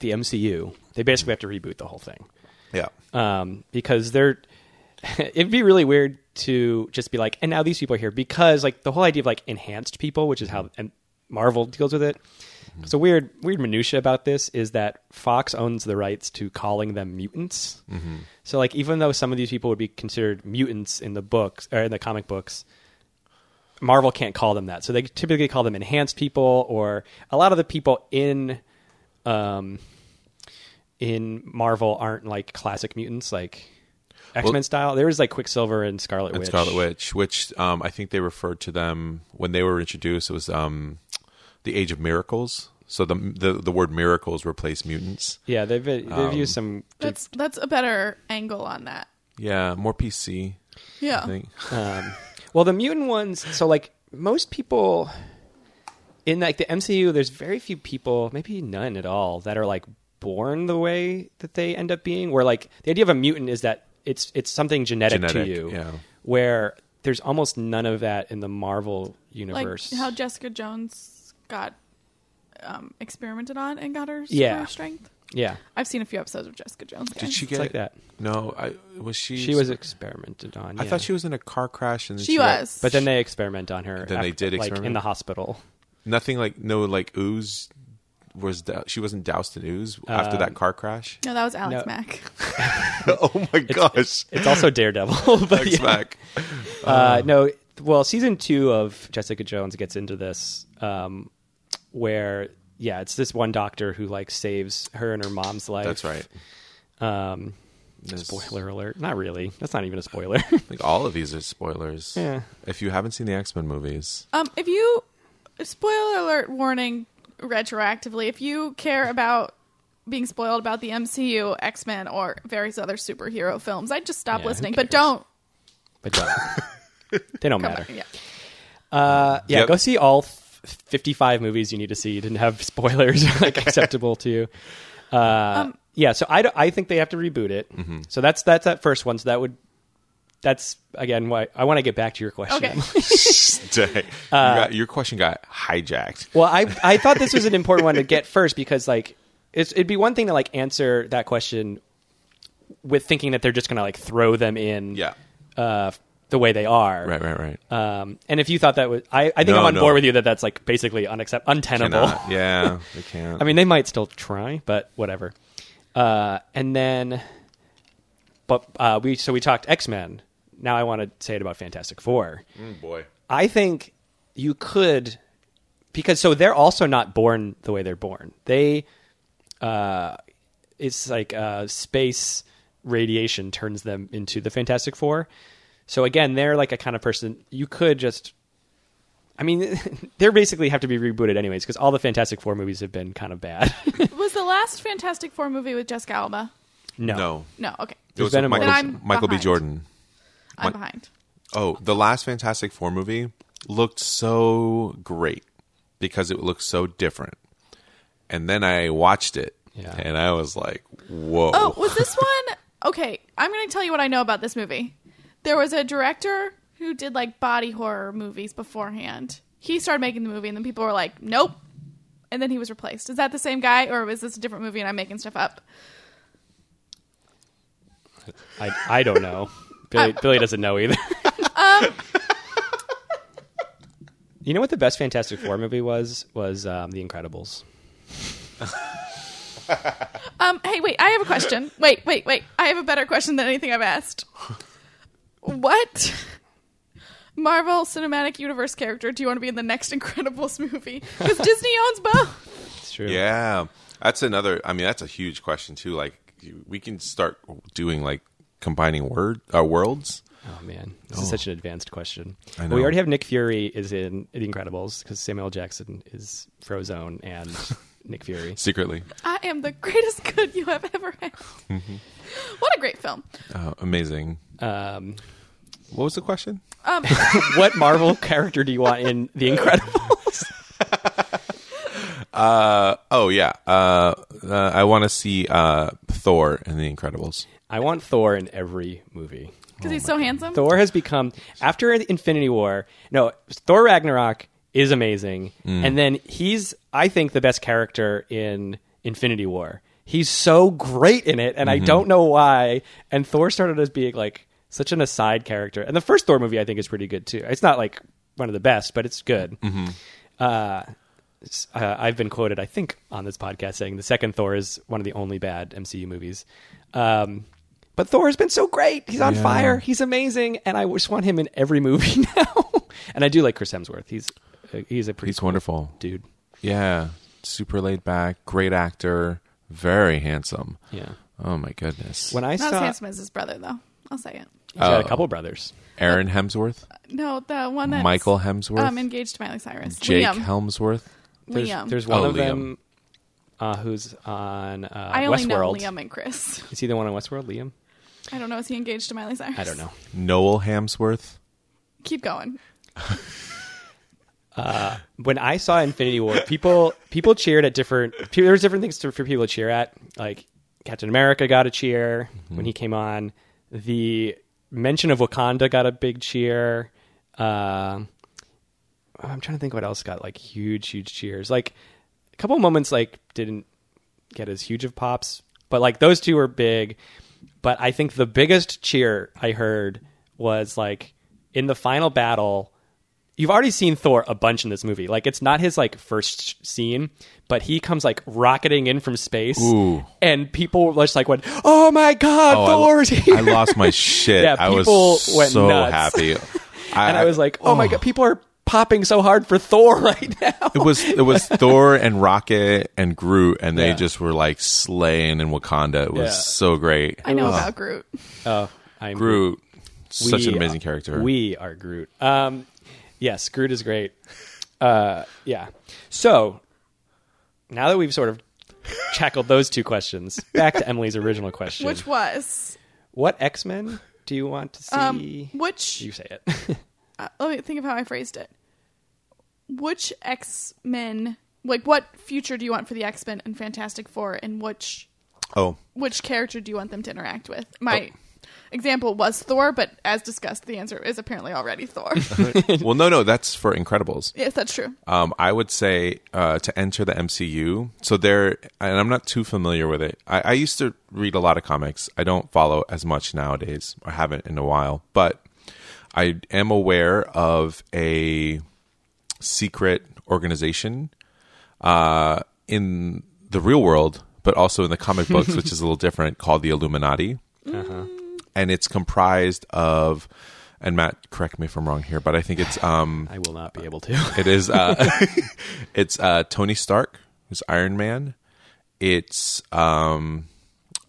S1: the MCU. They basically have to reboot the whole thing
S3: Yeah,
S1: um, because they're. it'd be really weird to just be like, and now these people are here because like the whole idea of like enhanced people, which is how and Marvel deals with it. So weird, weird minutia about this is that Fox owns the rights to calling them mutants. So like, even though some of these people would be considered mutants in the books or in the comic books, Marvel can't call them that. So they typically call them enhanced people or a lot of the people in um in Marvel aren't like classic mutants like X-Men style. There is like Quicksilver and Scarlet
S3: and
S1: Witch.
S3: Scarlet Witch, which um, I think they referred to them when they were introduced. It was um, the Age of Miracles. So the, the the word miracles replaced mutants.
S1: Yeah, they've they've
S3: Um,
S1: used some
S2: That's that's a better angle on that.
S3: Yeah, more PC.
S2: Yeah.
S3: I think.
S1: um, well the mutant ones so like most people in like the mcu there's very few people maybe none at all that are like born the way that they end up being where like the idea of a mutant is that it's it's something genetic,
S3: Genetic,
S1: to you
S3: yeah.
S1: where there's almost none of that in the marvel
S2: like
S1: universe
S2: how Jessica Jones got um, experimented on and got her super
S1: Yeah.
S2: strength.
S1: yeah
S2: I've seen a few episodes of Jessica Jones.
S3: Did
S2: guys.
S3: she
S1: it's
S3: get
S1: like that
S3: No, I was she.
S1: she was experimented on
S3: I
S1: yeah.
S3: thought she was in a car crash and then
S2: She
S3: got-
S2: was.
S1: but then they experiment on her
S3: Then they did
S1: like in
S3: experiment?
S1: the hospital
S3: nothing like no like ooze was dou- she wasn't doused in ooze after
S1: Um,
S3: that car crash
S2: no, that was Alex
S1: No.
S2: Mack.
S3: oh my gosh
S1: it's also daredevil but
S3: Thanks,
S1: yeah.
S3: Mac.
S1: Uh,
S3: Oh.
S1: no, well, season two of Jessica Jones gets into this, um, where yeah, it's this one doctor who like saves her and her mom's life.
S3: that's right
S1: Um,
S3: This-
S1: spoiler alert. Not really. That's not even a spoiler.
S3: i think all of these are spoilers
S1: Yeah.
S3: if you haven't seen the x-men movies
S2: Um, if you spoiler alert warning retroactively, if you care about being spoiled about the MCU, X Men, or various other superhero films, I'd just stop
S1: Yeah, who
S2: listening. But
S1: cares?
S2: don't
S1: but don't. they don't
S2: come
S1: matter.
S2: back. Yeah.
S1: Uh, yeah,
S3: Yep.
S1: go see all f- 55 movies you need to see to have spoilers like acceptable to you. Uh,
S2: Um,
S1: yeah, so I, d- I think they have to reboot it.
S3: Mm-hmm.
S1: So that's that's that first one. So that would that's again why I want to get back to your question.
S2: Okay.
S3: Dang. You
S1: Uh,
S3: got- your question got hijacked
S1: Well, I I thought this was an important one to get first because like it's, it'd be one thing to like answer that question with thinking that they're just gonna like throw them in
S3: yeah
S1: uh, the way they are
S3: right right right
S1: Um, and if you thought that was I I think
S3: No,
S1: I'm on
S3: no.
S1: board with you that that's like basically unaccept untenable.
S3: Cannot. yeah we can't
S1: I mean, they might still try, but whatever. Uh, and then, but uh, we so we talked X Men. Now I want to say it about Fantastic Four.
S3: Mm, boy
S1: I think you could because so they're also not born the way they're born. They uh it's like uh space radiation turns them into the Fantastic Four. So again, they're like a kind of person you could just I mean, they're basically have to be rebooted anyways because all the Fantastic Four movies have been kind of bad.
S2: was the last Fantastic Four movie with Jessica Alba?
S1: no.
S3: no
S2: No. Okay.
S3: it was
S1: been a
S3: with
S1: Then
S3: michael,
S2: I'm
S3: michael b
S2: behind.
S3: jordan
S2: I'm
S3: What?
S2: behind.
S3: Oh, the last Fantastic Four movie looked so great because it looked so different. And then I watched it
S1: Yeah.
S3: and I was like, whoa.
S2: Oh, was this one? okay, I'm going to tell you what I know about this movie. There was a director who did like body horror movies beforehand. He started making the movie, and then people were like, "Nope," and then he was replaced. Is that the same guy, or was this a different movie and I'm making stuff up?
S1: I, I don't know. Billy, Billy doesn't know either. you know what the best Fantastic Four movie was? Was um, The Incredibles.
S2: Um, hey, wait, I have a question. Wait, wait, wait. I have a better question than anything I've asked. What Marvel Cinematic Universe character do you want to be in the next Incredibles movie? Because Disney owns both.
S1: It's true.
S3: Yeah, that's another. I mean, that's a huge question too. Like, you- we can start doing like combining word uh, worlds.
S1: Oh man, this is such an advanced question.
S3: I
S1: Well,
S3: know.
S1: we already have Nick Fury is in The Incredibles because Samuel L. Jackson is Frozone and Nick Fury.
S3: Secretly,
S2: I am the greatest good you have ever had.
S1: Mm-hmm.
S2: What a great film.
S3: uh, amazing.
S1: Um,
S3: What was the question?
S2: Um,
S1: what Marvel character do you want in The Incredibles?
S3: Uh, oh yeah, uh, uh, I want to see uh, Thor and the Incredibles.
S1: I want Thor in every movie.
S2: because he's
S1: Oh
S2: so handsome.
S1: Thor has become after Infinity War. No, Thor Ragnarok is amazing, and then he's I think the best character in Infinity War. He's so great in it, and I don't know why. And Thor started as being like such an aside character, and the first Thor movie I think is pretty good too. It's not like one of the best, but it's good. Uh, s- uh, I've been quoted, I think, on this podcast saying the second Thor is one of the only bad MCU movies. Um, but Thor has been so great. He's on
S3: Yeah.
S1: fire. He's amazing, and I just want him in every movie now. and I do like Chris Hemsworth. He's uh, he's a pretty
S3: He's wonderful.
S1: dude.
S3: Yeah, super laid back, great actor, very handsome.
S1: Yeah.
S3: Oh my goodness,
S1: When I
S2: Not as
S1: saw,
S2: handsome as his brother, though. I'll say it.
S1: he's got
S3: Oh.
S1: a couple brothers.
S3: Aaron Hemsworth,
S2: No, the one that's
S3: Michael Hemsworth,
S2: um, engaged to Miley Cyrus.
S3: Jake
S2: Liam.
S3: Helmsworth.
S1: There's,
S2: Liam.
S1: there's one
S3: Oh,
S1: of
S3: Liam.
S1: them uh, who's on uh,
S2: I only know
S1: Westworld.
S2: Liam and Chris.
S1: Is he the one on Westworld? Liam?
S2: I don't know. Is he engaged to Miley Cyrus?
S1: I don't know.
S3: Noel Hemsworth.
S2: Keep going.
S1: when I saw Infinity War, people people cheered at different. pe- There was different things to, for people to cheer at. Like Captain America got a cheer
S3: Mm-hmm.
S1: when he came on. The mention of Wakanda got a big cheer. Um I'm trying to think what else got like huge, huge cheers. Like a couple moments like didn't get as huge of pops, but like those two were big. But I think the biggest cheer I heard was like in the final battle. You've already seen Thor a bunch in this movie. Like it's not his like first scene, but he comes like rocketing in from space,
S3: Ooh.
S1: and people were just like went, "Oh my god,
S3: Oh, I-
S1: Thor is here!"
S3: I lost my shit.
S1: Yeah,
S3: I was
S1: people went
S3: so
S1: nuts.
S3: happy. I,
S1: and I was like, "Oh, my god, people are popping so hard for Thor right now."
S3: It was it was Thor and Rocket and Groot, and they
S1: Yeah.
S3: just were like slaying in Wakanda. It
S1: Yeah.
S3: was so great.
S2: I know about Groot.
S1: Oh, I'm
S3: Groot, such an
S1: We-
S3: amazing character.
S1: We are Groot. Um, yes, Groot is great. Uh, yeah. So now that we've sort of tackled those two questions, back to Emily's original question:
S2: Which was
S1: What X Men do you want to
S2: um,
S1: see?
S2: which?
S1: you say it.
S2: Uh, let me think of how I phrased it. Which X Men? Like, what future do you want for the X Men and Fantastic Four? And which
S3: oh,
S2: which character do you want them to interact with? My example was Thor, but as discussed, the answer is apparently already Thor.
S3: well, no, no, that's for Incredibles.
S2: yes, that's true.
S3: Um, I would say uh, to enter the MCU. So there, and I'm not too familiar with it. I, I used to read a lot of comics. I don't follow as much nowadays, or haven't in a while. But I am aware of a secret organization uh, in the real world, but also in the comic books, which is a little different, called the Illuminati and it's comprised of and Matt correct me if I'm wrong here but I think it's um
S1: I will not be able to.
S3: it is uh it's uh Tony Stark who's Iron Man it's um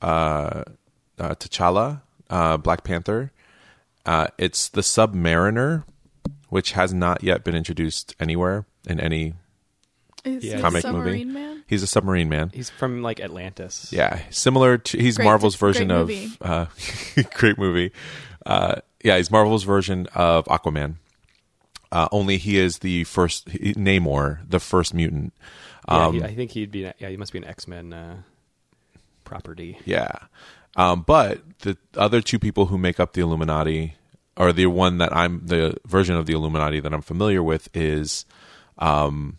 S3: uh, uh T'Challa uh Black Panther uh it's the Submariner which has not yet been introduced anywhere in any
S2: Is
S1: Yeah.
S2: he the
S3: comic movie
S2: submarine man?
S3: he's a submarine man
S1: He's from like Atlantis.
S3: yeah, similar to he's
S2: Great-
S3: Marvel's
S2: great
S3: version of
S2: movie.
S3: uh, great movie. Uh, yeah, he's Marvel's version of Aquaman. Uh, only he is the first he, Namor, the first mutant.
S1: Yeah,
S3: Um,
S1: he- I think he'd be. an- Yeah, he must be an X Men. Uh, property.
S3: Yeah. Um, but the other two people who make up the Illuminati, or the one that I'm the version of the Illuminati that I'm familiar with is um,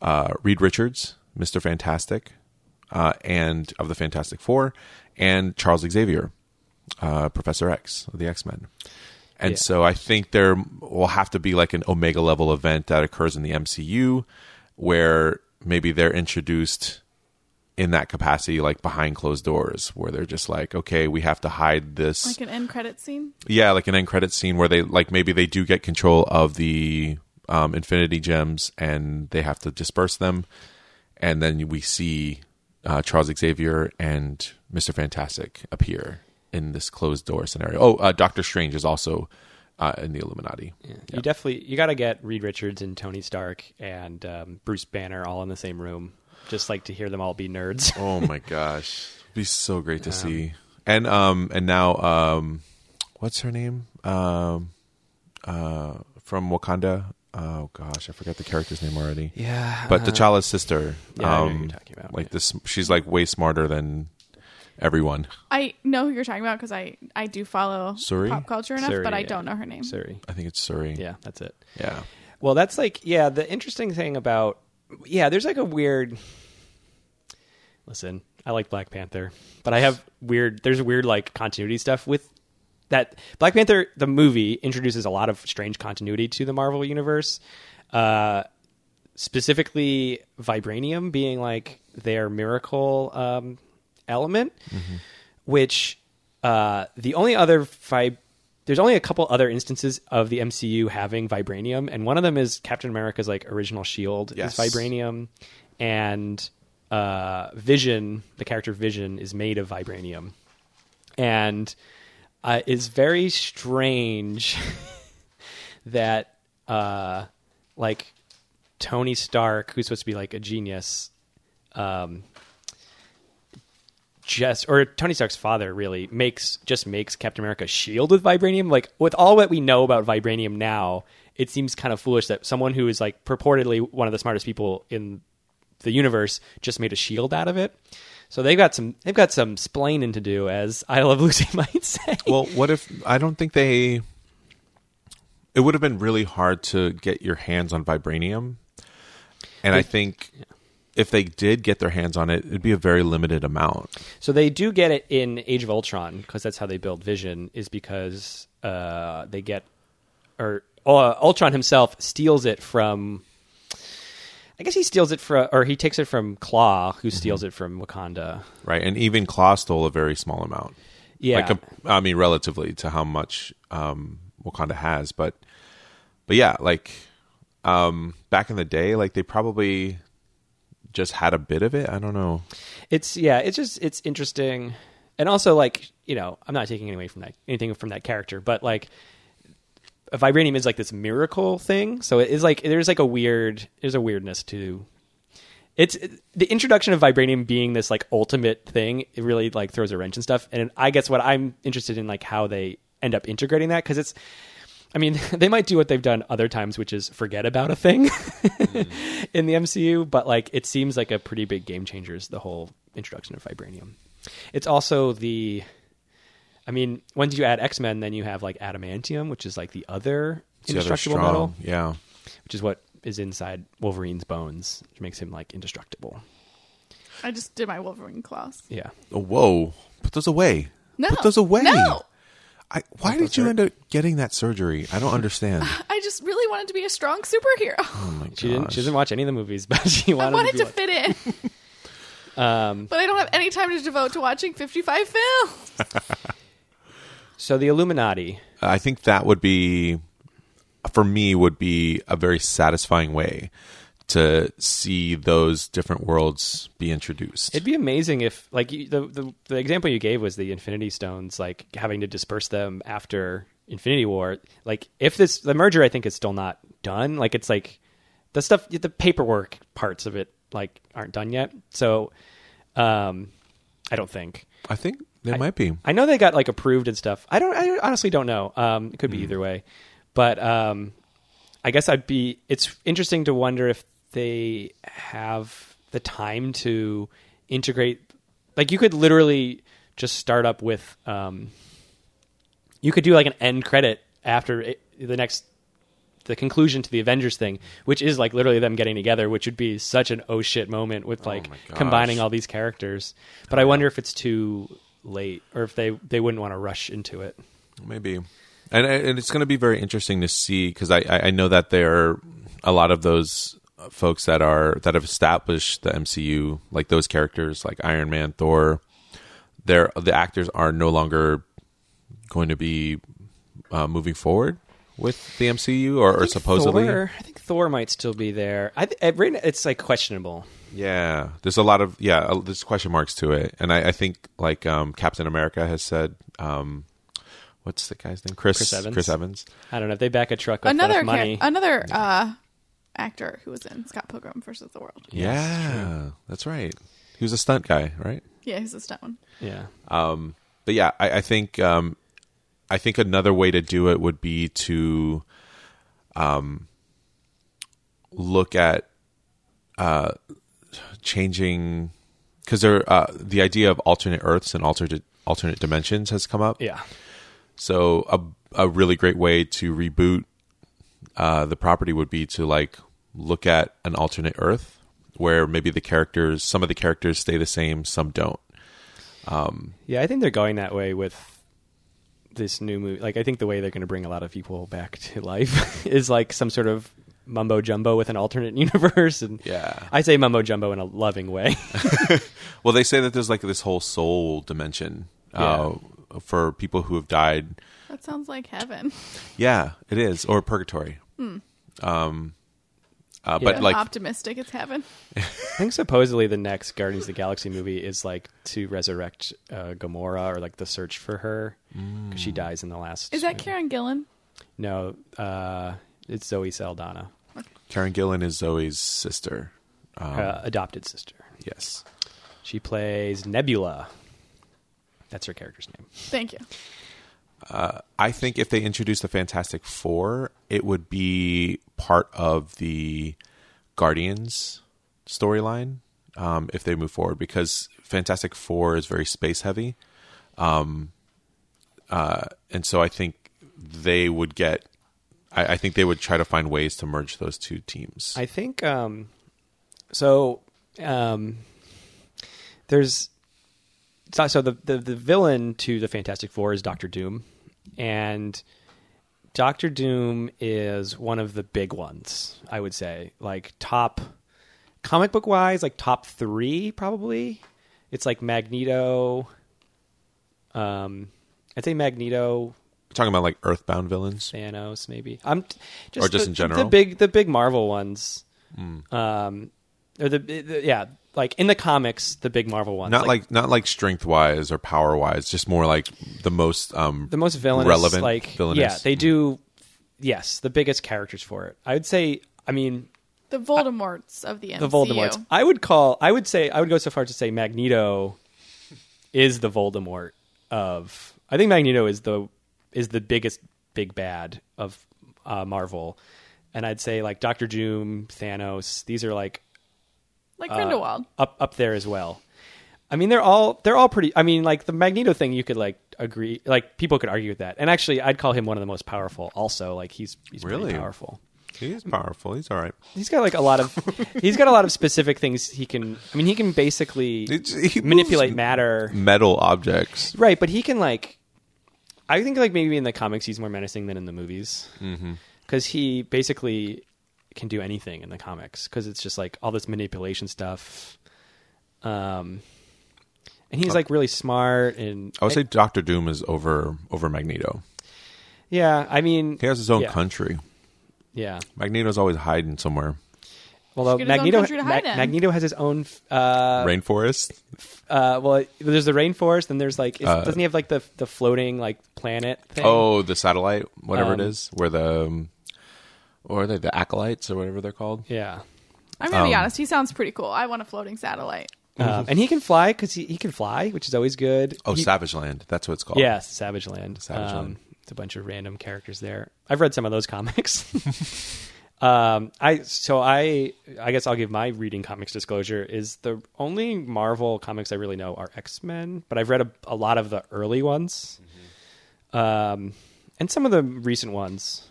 S3: uh, Reed Richards, Mister Fantastic, uh, and of the Fantastic Four, and Charles Xavier, uh, Professor X of the X Men. And
S1: Yeah.
S3: so I think there will have to be like an Omega level event that occurs in the MCU where maybe they're introduced in that capacity, like behind closed doors, where they're just like, okay, we have to hide this.
S2: Like an end credit scene.
S3: yeah, like an end credit scene where they like maybe they do get control of the um, Infinity Gems and they have to disperse them, and then we see uh, Charles Xavier and Mister Fantastic appear in this closed door scenario. Oh, uh, Doctor Strange is also uh, in the Illuminati.
S1: You definitely you got to get Reed Richards and Tony Stark and um, Bruce Banner all in the same room. Just like to hear them all be nerds.
S3: Oh my gosh, It'd be so great to see. And um and now um, what's her name? Um, uh, from Wakanda. Oh gosh, I forgot the character's name already.
S1: Yeah,
S3: But T'Challa's sister.
S1: Uh-huh. yeah, I know who
S3: um,
S1: you're talking about,
S3: Like
S1: yeah.
S3: this, she's like way smarter than everyone.
S2: I know who you're talking about because I I do follow
S3: Suri?
S2: pop culture enough,
S1: Suri,
S2: but I
S1: yeah.
S2: don't know her name.
S1: Sorry.
S3: I think it's Suri.
S1: Yeah, that's it.
S3: Yeah.
S1: Well, that's like yeah, the interesting thing about yeah, there's like a weird Listen, I like Black Panther, but I have weird there's weird like continuity stuff with that Black Panther the movie introduces a lot of strange continuity to the Marvel universe. Uh specifically vibranium being like their miracle um element which uh, the only other vib- there's only a couple other instances of the MCU having vibranium, and one of them is Captain America's like original shield
S3: Yes.
S1: is vibranium, and uh, Vision, the character Vision, is made of vibranium, and uh, is very strange that uh, like Tony Stark, who's supposed to be like a genius, um, just or Tony Stark's father really makes just makes Captain America's shield with vibranium. Like with all that we know about vibranium now, it seems kind of foolish that someone who is like purportedly one of the smartest people in the universe just made a shield out of it. So they've got some they've got some splaining to do, as I Love Lucy might say.
S3: Well, what if I don't think they? It would have been really hard to get your hands on vibranium, and I think if they did get their hands on it, it'd be a very limited amount.
S1: So they do get it in Age of Ultron because that's how they build Vision is because uh, they get or uh, Ultron himself steals it from. I guess he steals it from, or he takes it from Claw, who steals it from Wakanda.
S3: right? And even Claw stole a very small amount.
S1: Yeah,
S3: like com- I mean, relatively to how much um, Wakanda has, but but yeah, like um, back in the day, like they probably just had a bit of it. I don't know.
S1: it's yeah, it's just it's interesting, and also like you know, I'm not taking away from that anything from that character, but like vibranium is like this miracle thing, so it is like there's like a weird there's a weirdness to it's the introduction of vibranium being this like ultimate thing it really like throws a wrench and stuff and i guess what i'm interested in like how they end up integrating that because it's i mean they might do what they've done other times which is forget about a thing in the mcu but like it seems like a pretty big game changer is the whole introduction of vibranium it's also the i mean once you add x-men then you have like adamantium which is like the other
S3: It's the other
S1: indestructible
S3: strong-
S1: metal
S3: yeah.
S1: which is what is inside Wolverine's bones, which makes him like indestructible.
S2: I just did my Wolverine claws.
S1: Yeah.
S3: Oh, whoa! Put those away.
S2: No,
S3: Put those away.
S2: No,
S3: I, why did you end up getting that surgery? I don't understand.
S2: I just really wanted to be a strong superhero.
S3: Oh my
S1: She didn't.
S3: gosh.
S1: She doesn't watch any of the movies, but she
S2: I
S1: wanted,
S2: wanted
S1: to.
S2: to
S1: be
S2: fit in,
S1: like- um,
S2: but I don't have any time to devote to watching 55 films.
S1: so the Illuminati.
S3: I think that would be, for me, would be a very satisfying way to see those different worlds be introduced.
S1: It'd be amazing if, like, you, the, the the example you gave was the Infinity Stones, like having to disperse them after Infinity War. Like, if this the merger, I think is still not done. Like, it's like the stuff, the paperwork parts of it, like, aren't done yet. So, um, I don't think.
S3: I think it might be.
S1: I know they got like approved and stuff. I don't. I honestly don't know. Um, it could
S3: Hmm.
S1: be either way, but um, I guess I'd be. It's interesting to wonder if they have the time to integrate Like you could literally just start up with um you could do like an end credit after it, the next the conclusion to the Avengers thing, which is like literally them getting together, which would be such an oh shit moment with like
S3: my gosh.
S1: combining all these characters. But I wonder if it's too late or if they they wouldn't want to rush into it.
S3: maybe and and it's going to be very interesting to see because I, I I know that there are a lot of those folks that are that have established the mcu like those characters like iron man thor they're the actors are no longer going to be uh, moving forward with the mcu or, or supposedly
S1: Thor- I think Thor might still be there. I, th- I- right now it's like questionable.
S3: Yeah, there's a lot of yeah, uh, there's question marks to it, and I, I think like um, Captain America has said, um, what's the guy's name? Chris
S1: Chris Evans.
S3: Chris Evans.
S1: I don't know if they back a truck with
S2: another
S1: enough
S2: char-
S1: money.
S2: another uh, actor who was in Scott Pilgrim versus the World.
S3: yeah, that's right. He was a stunt guy, right?
S2: Yeah, he's a stone.
S1: yeah,
S3: But yeah, I, I think um, I think another way to do it would be to um, look at uh, changing because there uh, the idea of alternate Earths and alternate alternate dimensions has come up.
S1: yeah.
S3: So a a really great way to reboot uh, the property would be to like look at an alternate Earth where maybe the characters, some of the characters stay the same, some don't.
S1: Yeah, I think they're going that way with this new movie. Like, I think the way they're going to bring a lot of people back to life is like some sort of mumbo jumbo with an alternate universe. And
S3: Yeah.
S1: I say mumbo jumbo in a loving way.
S3: Well, they say that there's like this whole soul dimension uh, for people who have died.
S2: That sounds like heaven.
S3: Yeah, it is, or purgatory. Um, uh,
S1: Yeah.
S3: But
S2: I'm
S3: like,
S2: optimistic it's heaven.
S1: I think supposedly the next Guardians of the Galaxy movie is like to resurrect uh, Gamora or like the search for her 'cause she dies in the last.
S2: Is that Karen Gillan?
S1: no? Uh, it's Zoe Saldana,
S3: Karen Gillan is Zoe's sister.
S1: her adopted sister.
S3: Yes.
S1: She plays Nebula. That's her character's name.
S2: Thank you.
S3: I think if they introduced the Fantastic Four, it would be part of the Guardians storyline um, if they move forward because Fantastic Four is very space heavy, um, uh, and so I think they would get. I, I think they would try to find ways to merge those two teams.
S1: I think um, so. Um, there's so, so the, the the villain to the Fantastic Four is Doctor Doom, and Doctor Doom is one of the big ones. I would say, like top comic book wise, like top three probably. It's like Magneto. Um, I'd say Magneto,
S3: talking about like Earthbound villains.
S1: Thanos, maybe. I'm t- just
S3: Or just
S1: the,
S3: in general? Hmm.
S1: the big the big Marvel ones. Um, or the, the- yeah, like in the comics, the big Marvel ones.
S3: Not like, not like strength wise or power wise, just more like the most um
S1: the most villainous,
S3: relevant
S1: like
S3: villainous. Hmm.
S1: yeah, they do. Yes, the biggest characters for it. I would say. I mean,
S2: The Voldemorts of the MCU.
S1: the Voldemorts. I would call. I would say. I would go so far to say Magneto is the Voldemort of. I think Magneto is the is the biggest big bad of uh, Marvel, and I'd say like Doctor Doom, Thanos. These are like
S2: Like Grindelwald.
S1: up up there as well. I mean, they're all they're all pretty. I mean, like the Magneto thing, you could like agree, like people could argue with that. And actually, I'd call him one of the most powerful. Also, like he's he's
S3: Really?
S1: pretty powerful.
S3: He's powerful. He's all right.
S1: He's got like a lot of he's got a lot of specific things he can. I mean, he can basically
S3: It's- he moves
S1: manipulate matter,
S3: metal objects.
S1: right? But he can like, I think like maybe in the comics he's more menacing than in the movies
S3: Mm-hmm.
S1: because he basically can do anything in the comics because it's just like all this manipulation stuff. Um, and
S3: Oh.
S1: he's like really smart and
S3: I would say Doctor Doom is over over Magneto.
S1: yeah. I mean,
S3: He has his own
S1: Yeah.
S3: country.
S1: yeah.
S3: Magneto's always hiding somewhere.
S1: Although
S2: get his own
S1: Magneto,
S2: country to hide in.
S1: Magneto has his own uh,
S3: Rainforest.
S1: uh, well, there's the rainforest, and there's like, is, doesn't he have like the the floating like planet thing?
S3: Uh, Oh, the satellite, whatever
S1: Um,
S3: it is, where the um, or are they the acolytes or whatever they're called.
S1: yeah.
S2: I'm going to be
S3: um,
S2: honest. He sounds pretty cool. I want a floating satellite.
S1: Um, and he can fly because he, he can fly, which is always good.
S3: Oh,
S1: he,
S3: Savage Land. That's what it's called.
S1: yes, Savage Land. Um,
S3: Savage Land.
S1: It's a bunch of random characters there. I've read some of those comics. Um, I so I I guess I'll give my reading comics disclosure is the only Marvel comics I really know are X Men, but I've read a, a lot of the early ones,
S3: Mm-hmm.
S1: um, and some of the recent ones.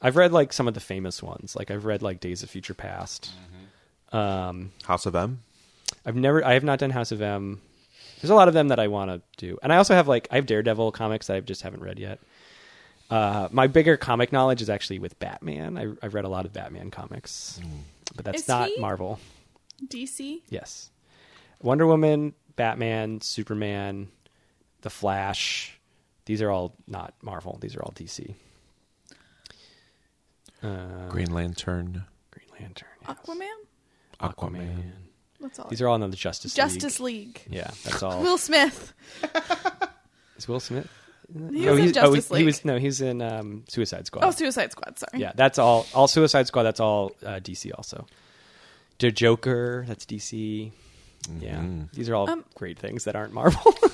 S1: I've read like some of the famous ones, like I've read like Days of Future Past. Um,
S3: House of M.
S1: I've never, I have not done House of M. There's a lot of them that I want to do, and I also have like I have Daredevil comics that I just haven't read yet. Uh, my bigger comic knowledge is actually with Batman. I, I've read a lot of Batman comics,
S3: Hmm.
S1: but that's
S2: Is
S1: not
S2: he-
S1: Marvel.
S2: DC.
S1: Yes, Wonder Woman, Batman, Superman, The Flash. These are all not Marvel. These are all DC. Uh,
S3: Green Lantern,
S1: Green Lantern, yes.
S2: Aquaman.
S3: Aquaman.
S2: That's all.
S1: These are all in the Justice
S2: Justice League.
S1: League. Yeah, that's all.
S2: Will Smith.
S1: Is Will Smith?
S2: He was in
S1: he's- oh,
S2: Justice
S1: he,
S2: League.
S1: he was no, he's in um, Suicide Squad.
S2: Oh, Suicide Squad. Sorry.
S1: yeah, that's all. All Suicide Squad. That's all uh, DC. Also, the Joker. That's DC. Yeah, these are all
S2: Um,
S1: great things that aren't Marvel.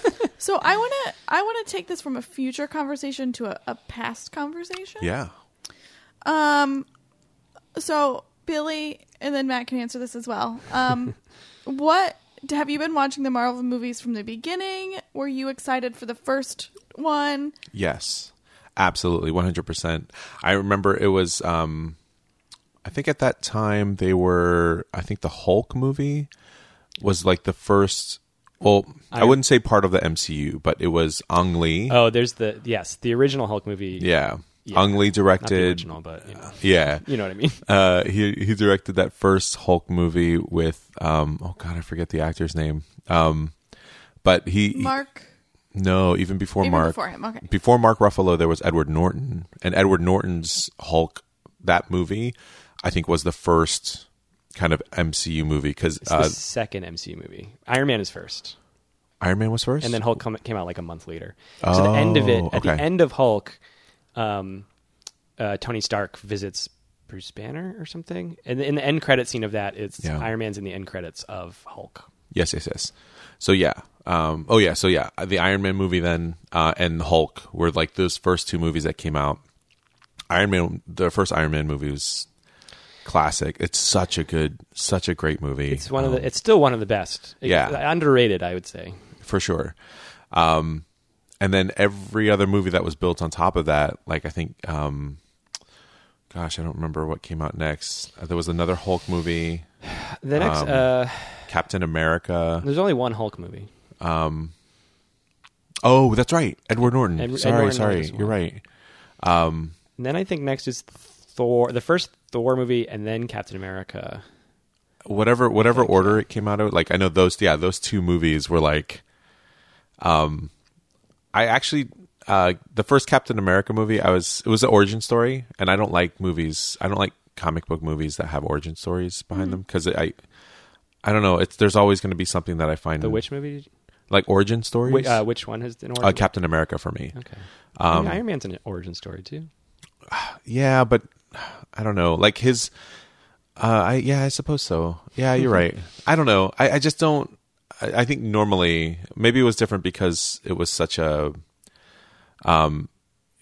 S2: So I want to I want to take this from a future conversation to a, a past conversation.
S3: Yeah.
S2: Um. So Billy and then Matt can answer this as well. Um, what have you been watching the Marvel movies from the beginning? Were you excited for the first one?
S3: Yes. Absolutely. 100%. I remember it was, um, I think at that time they were, I think the Hulk movie was like the first, well, I,
S1: I-
S3: wouldn't say part of the MCU, but it was Ang Lee.
S1: oh, there's the yes, the original Hulk movie.
S3: yeah.
S1: Yeah.
S3: Ang Lee
S1: not the
S3: directed.
S1: original, but you know,
S3: yeah.
S1: you know what I mean.
S3: Uh, he he directed that first Hulk movie with um oh god I forget the actor's name um but he
S2: Mark.
S3: no even before
S2: Even
S3: Mark
S2: before him. Okay.
S3: before Mark Ruffalo, there was Edward Norton, and Edward Norton's Hulk. That movie, I think, was the first kind of MCU movie because
S1: It's
S3: uh,
S1: the second MCU movie. Iron Man is first,
S3: Iron Man was first,
S1: and then Hulk come, came out like a month later. So the end of it,
S3: Oh,
S1: at
S3: okay.
S1: the end of Hulk, um, uh, Tony Stark visits Bruce Banner or something, and in the end credit scene of that, it's
S3: Yeah.
S1: Iron Man's in the end credits of Hulk.
S3: yes, yes, yes. So yeah, um, oh yeah, so yeah, the Iron Man movie then uh, and Hulk were like those first two movies that came out. Iron Man, the first Iron Man movie was classic. It's such a good, such a great movie.
S1: It's one of the. It's still one of the best. It-
S3: Oh. yeah.
S1: underrated, I would say.
S3: for sure. Um, and then every other movie that was built on top of that, like I think, um, gosh, I don't remember what came out next. Uh, There was another Hulk movie,
S1: The next,
S3: Um,
S1: uh,
S3: Captain America.
S1: there's only one Hulk movie.
S3: Oh, that's right, Edward Norton.
S1: Ed-
S3: sorry,
S1: Edward
S3: sorry,
S1: Norton's one.
S3: you're right.
S1: And then I think next is Thor, the first Thor movie, and then Captain America.
S3: Whatever, whatever order it came out of, like I know those, yeah, those two movies were like, um, I actually. Uh, the first Captain America movie, I was it was an origin story, and I don't like movies. I don't like comic book movies that have origin stories behind
S1: Mm-hmm.
S3: them because I, I don't know. It's there's always going to be something that I find
S1: The which movie?
S3: like origin stories.
S1: Which, uh, which one has an origin?
S3: Hmm. uh, um, Captain America for me.
S1: Okay. I mean, Iron Man's an origin story too.
S3: Yeah, but I don't know. Like his, uh, I yeah, I suppose so. Yeah, you're right. I don't know. I, I just don't. I, I think normally maybe it was different because it was such a, um,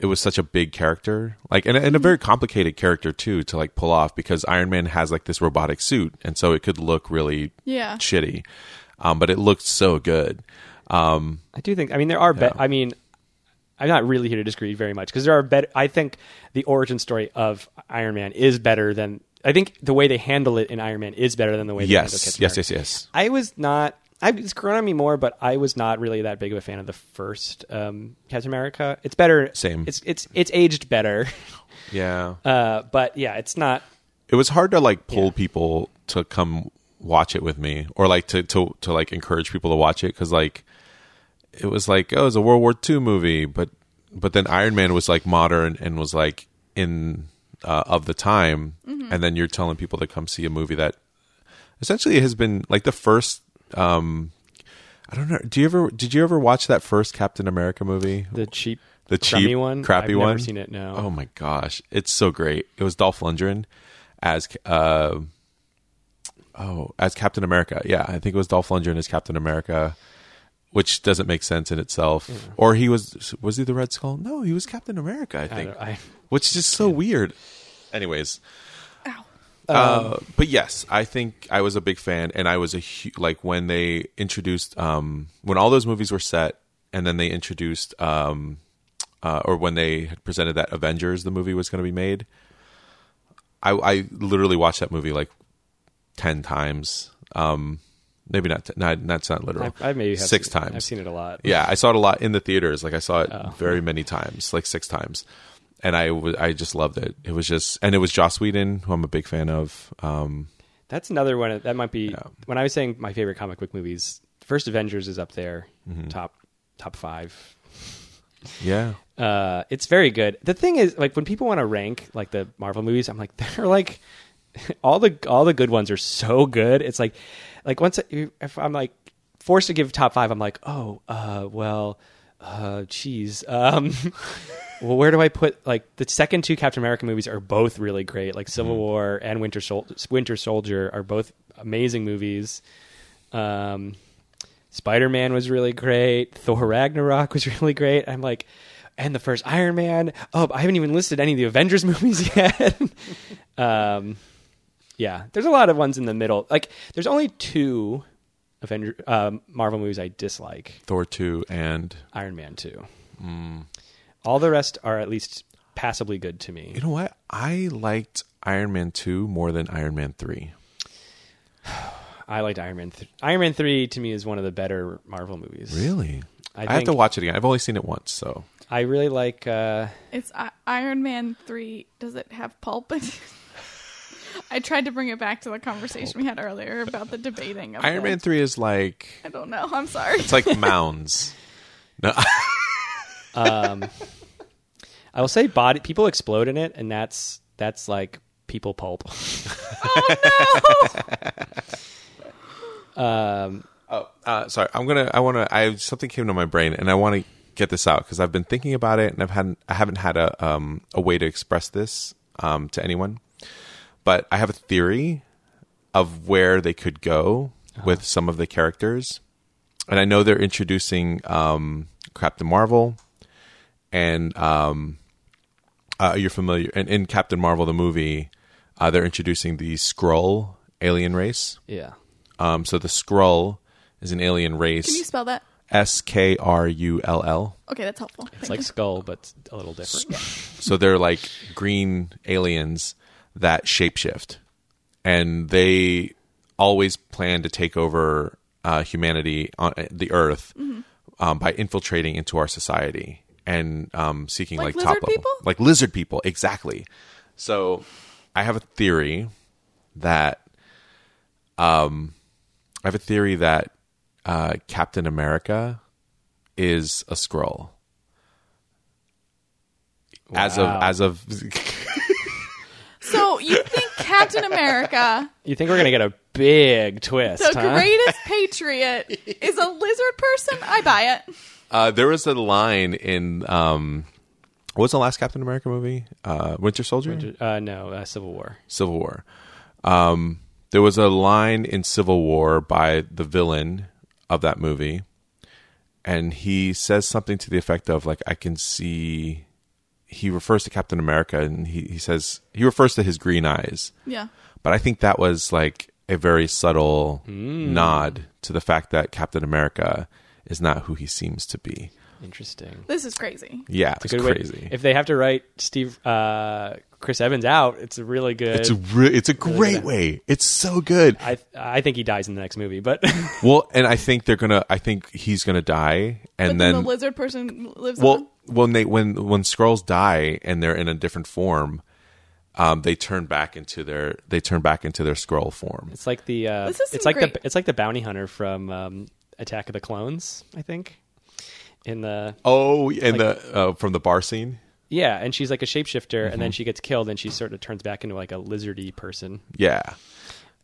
S3: it was such a big character, like and, a- and a very complicated character too to like pull off because Iron Man has like this robotic suit, and so it could look really
S2: Yeah.
S3: shitty, um, but it looked so good. Um,
S1: I do think. I mean, there are. Be-
S3: Yeah.
S1: I mean, I'm not really here to disagree very much because there are better. I think the origin story of Iron Man is better than. I think the way they handle it in Iron Man is better than the way they handle
S3: yes,
S1: Captain
S3: yes,
S1: America.
S3: yes, yes.
S1: I was not. I, it's grown on me more, but I was not really that big of a fan of the first um, Captain America. It's better.
S3: Same.
S1: It's it's it's aged better,
S3: Yeah.
S1: uh, but yeah, it's not.
S3: it was hard to like pull
S1: Yeah.
S3: people to come watch it with me or like to to to like encourage people to watch it because like it was like oh it's a World War II movie but but then Iron Man was like modern and was like in uh, of the time and then you're telling people to come see a movie that essentially has been like the first um I don't know do you ever did you ever watch that first Captain America movie
S1: The cheap,
S3: The
S1: crummy
S3: cheap,
S1: one,
S3: crappy
S1: I've
S3: one?
S1: Never seen it. No.
S3: Oh my gosh, it's so great. It was Dolph Lundgren as uh, oh as Captain America. Yeah, I think it was Dolph Lundgren as Captain America, which doesn't make sense in itself. Or he was was he the Red Skull? No, he was Captain America. I
S1: I
S3: think,
S1: don't- I-
S3: which is just so weird. Anyways,
S1: Um,
S3: Uh, but yes, I think I was a big fan, and I was a hu- like when they introduced um, when all those movies were set, and then they introduced um, uh, or when they had presented that Avengers the movie was going to be made. I, I literally watched that movie like ten times. Um, maybe not. T- not that's not literal.
S1: I, I maybe have
S3: six
S1: seen-
S3: times.
S1: I've seen it a lot.
S3: Yeah, I saw it a lot in the theaters. Like I saw it very many times, like six times, and I w- I just loved it. It was just, and it was Joss Whedon, who I'm a big fan of. Um,
S1: That's another one of- that might be
S3: Yeah.
S1: when I was saying my favorite comic book movies. First Avengers is up there, top top five.
S3: yeah,
S1: Uh, it's very good. The thing is, like when people want to rank like the Marvel movies, I'm like they're like all the all the good ones are so good. It's like like once I, if I'm like forced to give top five, I'm like oh uh well uh geez um well where do I put like the second two Captain America movies are both really great like Civil War and Winter Sol- Winter Soldier are both amazing movies. Um, Spider Man was really great. Thor Ragnarok was really great. I'm like, and the first Iron Man. Oh, but I haven't even listed any of the Avengers movies yet. um, yeah, there's a lot of ones in the middle. Like, there's only two Avenger um, Marvel movies I dislike:
S3: Thor two and
S1: Iron Man two.
S3: Mm.
S1: All the rest are at least passably good to me.
S3: you know what? I liked Iron Man two more than Iron Man three.
S1: I liked Iron Man. Th- Iron Man three to me is one of the better Marvel movies.
S3: Really,
S1: I
S3: I, have to
S1: think-
S3: watch it again. I've only seen it once, so
S1: I really like. Uh,
S2: It's I- Iron Man 3. Does it have pulp in it? I tried to bring it back to the conversation we had earlier about the debating of
S3: Iron
S2: the-
S3: Man three is like
S2: I don't know. I'm sorry.
S3: it's like mounds. No,
S1: I will say body people explode in it, and that's that's like people pulp.
S3: Oh, uh, sorry. I'm gonna. I want to. I something came to my brain, and I want to get this out because I've been thinking about it, and I've had. I haven't had a um a way to express this um to anyone, but I have a theory of where they could go with some of the characters, and I know they're introducing um Captain Marvel, and um, uh, you're familiar. And in Captain Marvel the movie, uh, they're introducing the Skrull alien race.
S1: Yeah.
S3: Um, so the Skrull is an alien
S2: Can you
S3: race.
S2: spell that?
S3: S K R U L L.
S2: Okay, that's helpful.
S1: It's
S2: Thank
S1: like
S2: you.
S1: skull, but a little different.
S3: So they're like green aliens that shapeshift, and they always plan to take over uh, humanity on uh, the Earth
S2: Mm-hmm.
S3: um, by infiltrating into our society and um, seeking
S2: Like
S3: like,
S2: lizard
S3: top level,
S2: people?
S3: like lizard people, exactly. So I have a theory that um, I have a theory that uh, Captain America is a scroll. As of
S1: Wow.
S3: as of
S2: So you think Captain America,
S1: You think we're gonna get a big twist?
S2: the
S1: huh?
S2: greatest patriot, is a lizard person? I buy it.
S3: uh, there was a line in um, what was the last Captain America movie? Uh, Winter Soldier,
S1: Uh, no, uh, Civil War.
S3: Civil War. Um, there was a line in Civil War by the villain of that movie, and he says something to the effect of like, "I can see." He refers to Captain America, and he, he says he refers to his green eyes.
S2: Yeah.
S3: But I think that was like a very subtle
S1: Hmm.
S3: nod to the fact that Captain America is not who he seems to be.
S1: Interesting.
S2: This is crazy.
S3: Yeah, it's,
S1: Good way-
S3: crazy.
S1: If they have to write Steve uh, Chris Evans out, it's a really good.
S3: it's a re- it's a great way. It's so good.
S1: I I think he dies in the next movie, but
S3: Well, and I think they're gonna. I think he's gonna die,
S2: But
S3: and
S2: then,
S3: then,
S2: the lizard person lives on.
S3: well, when they when when scrolls die and they're in a different form, um, they turn back into their they turn back into their scroll form.
S1: it's like the uh,
S2: This is
S1: it's
S2: some
S1: like the
S2: great-
S1: it's like the bounty hunter from um, Attack of the Clones, I think. In the
S3: Oh, and the uh, from the bar scene.
S1: Yeah, and she's like a shapeshifter, and
S3: Mm-hmm.
S1: then she gets killed, and she sort of turns back into like a lizardy person.
S3: Yeah.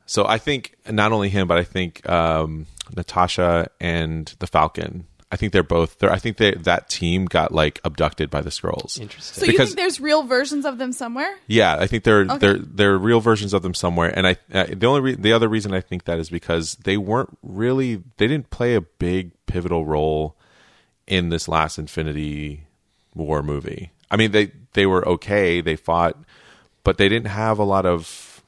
S3: So I think not only him, but I think um, Natasha and the Falcon. I think they're both. They're, I think they, that team got like abducted by the scrolls.
S1: Interesting.
S2: so you
S3: because-
S2: think there's real versions of them somewhere?
S3: Yeah, I think they're
S2: Okay.
S3: they're they're real versions of them somewhere. And I uh, the only re- the other reason I think that is because they weren't really they didn't play a big pivotal role in this last Infinity War movie. I mean they they were okay, they fought, but they didn't have a lot of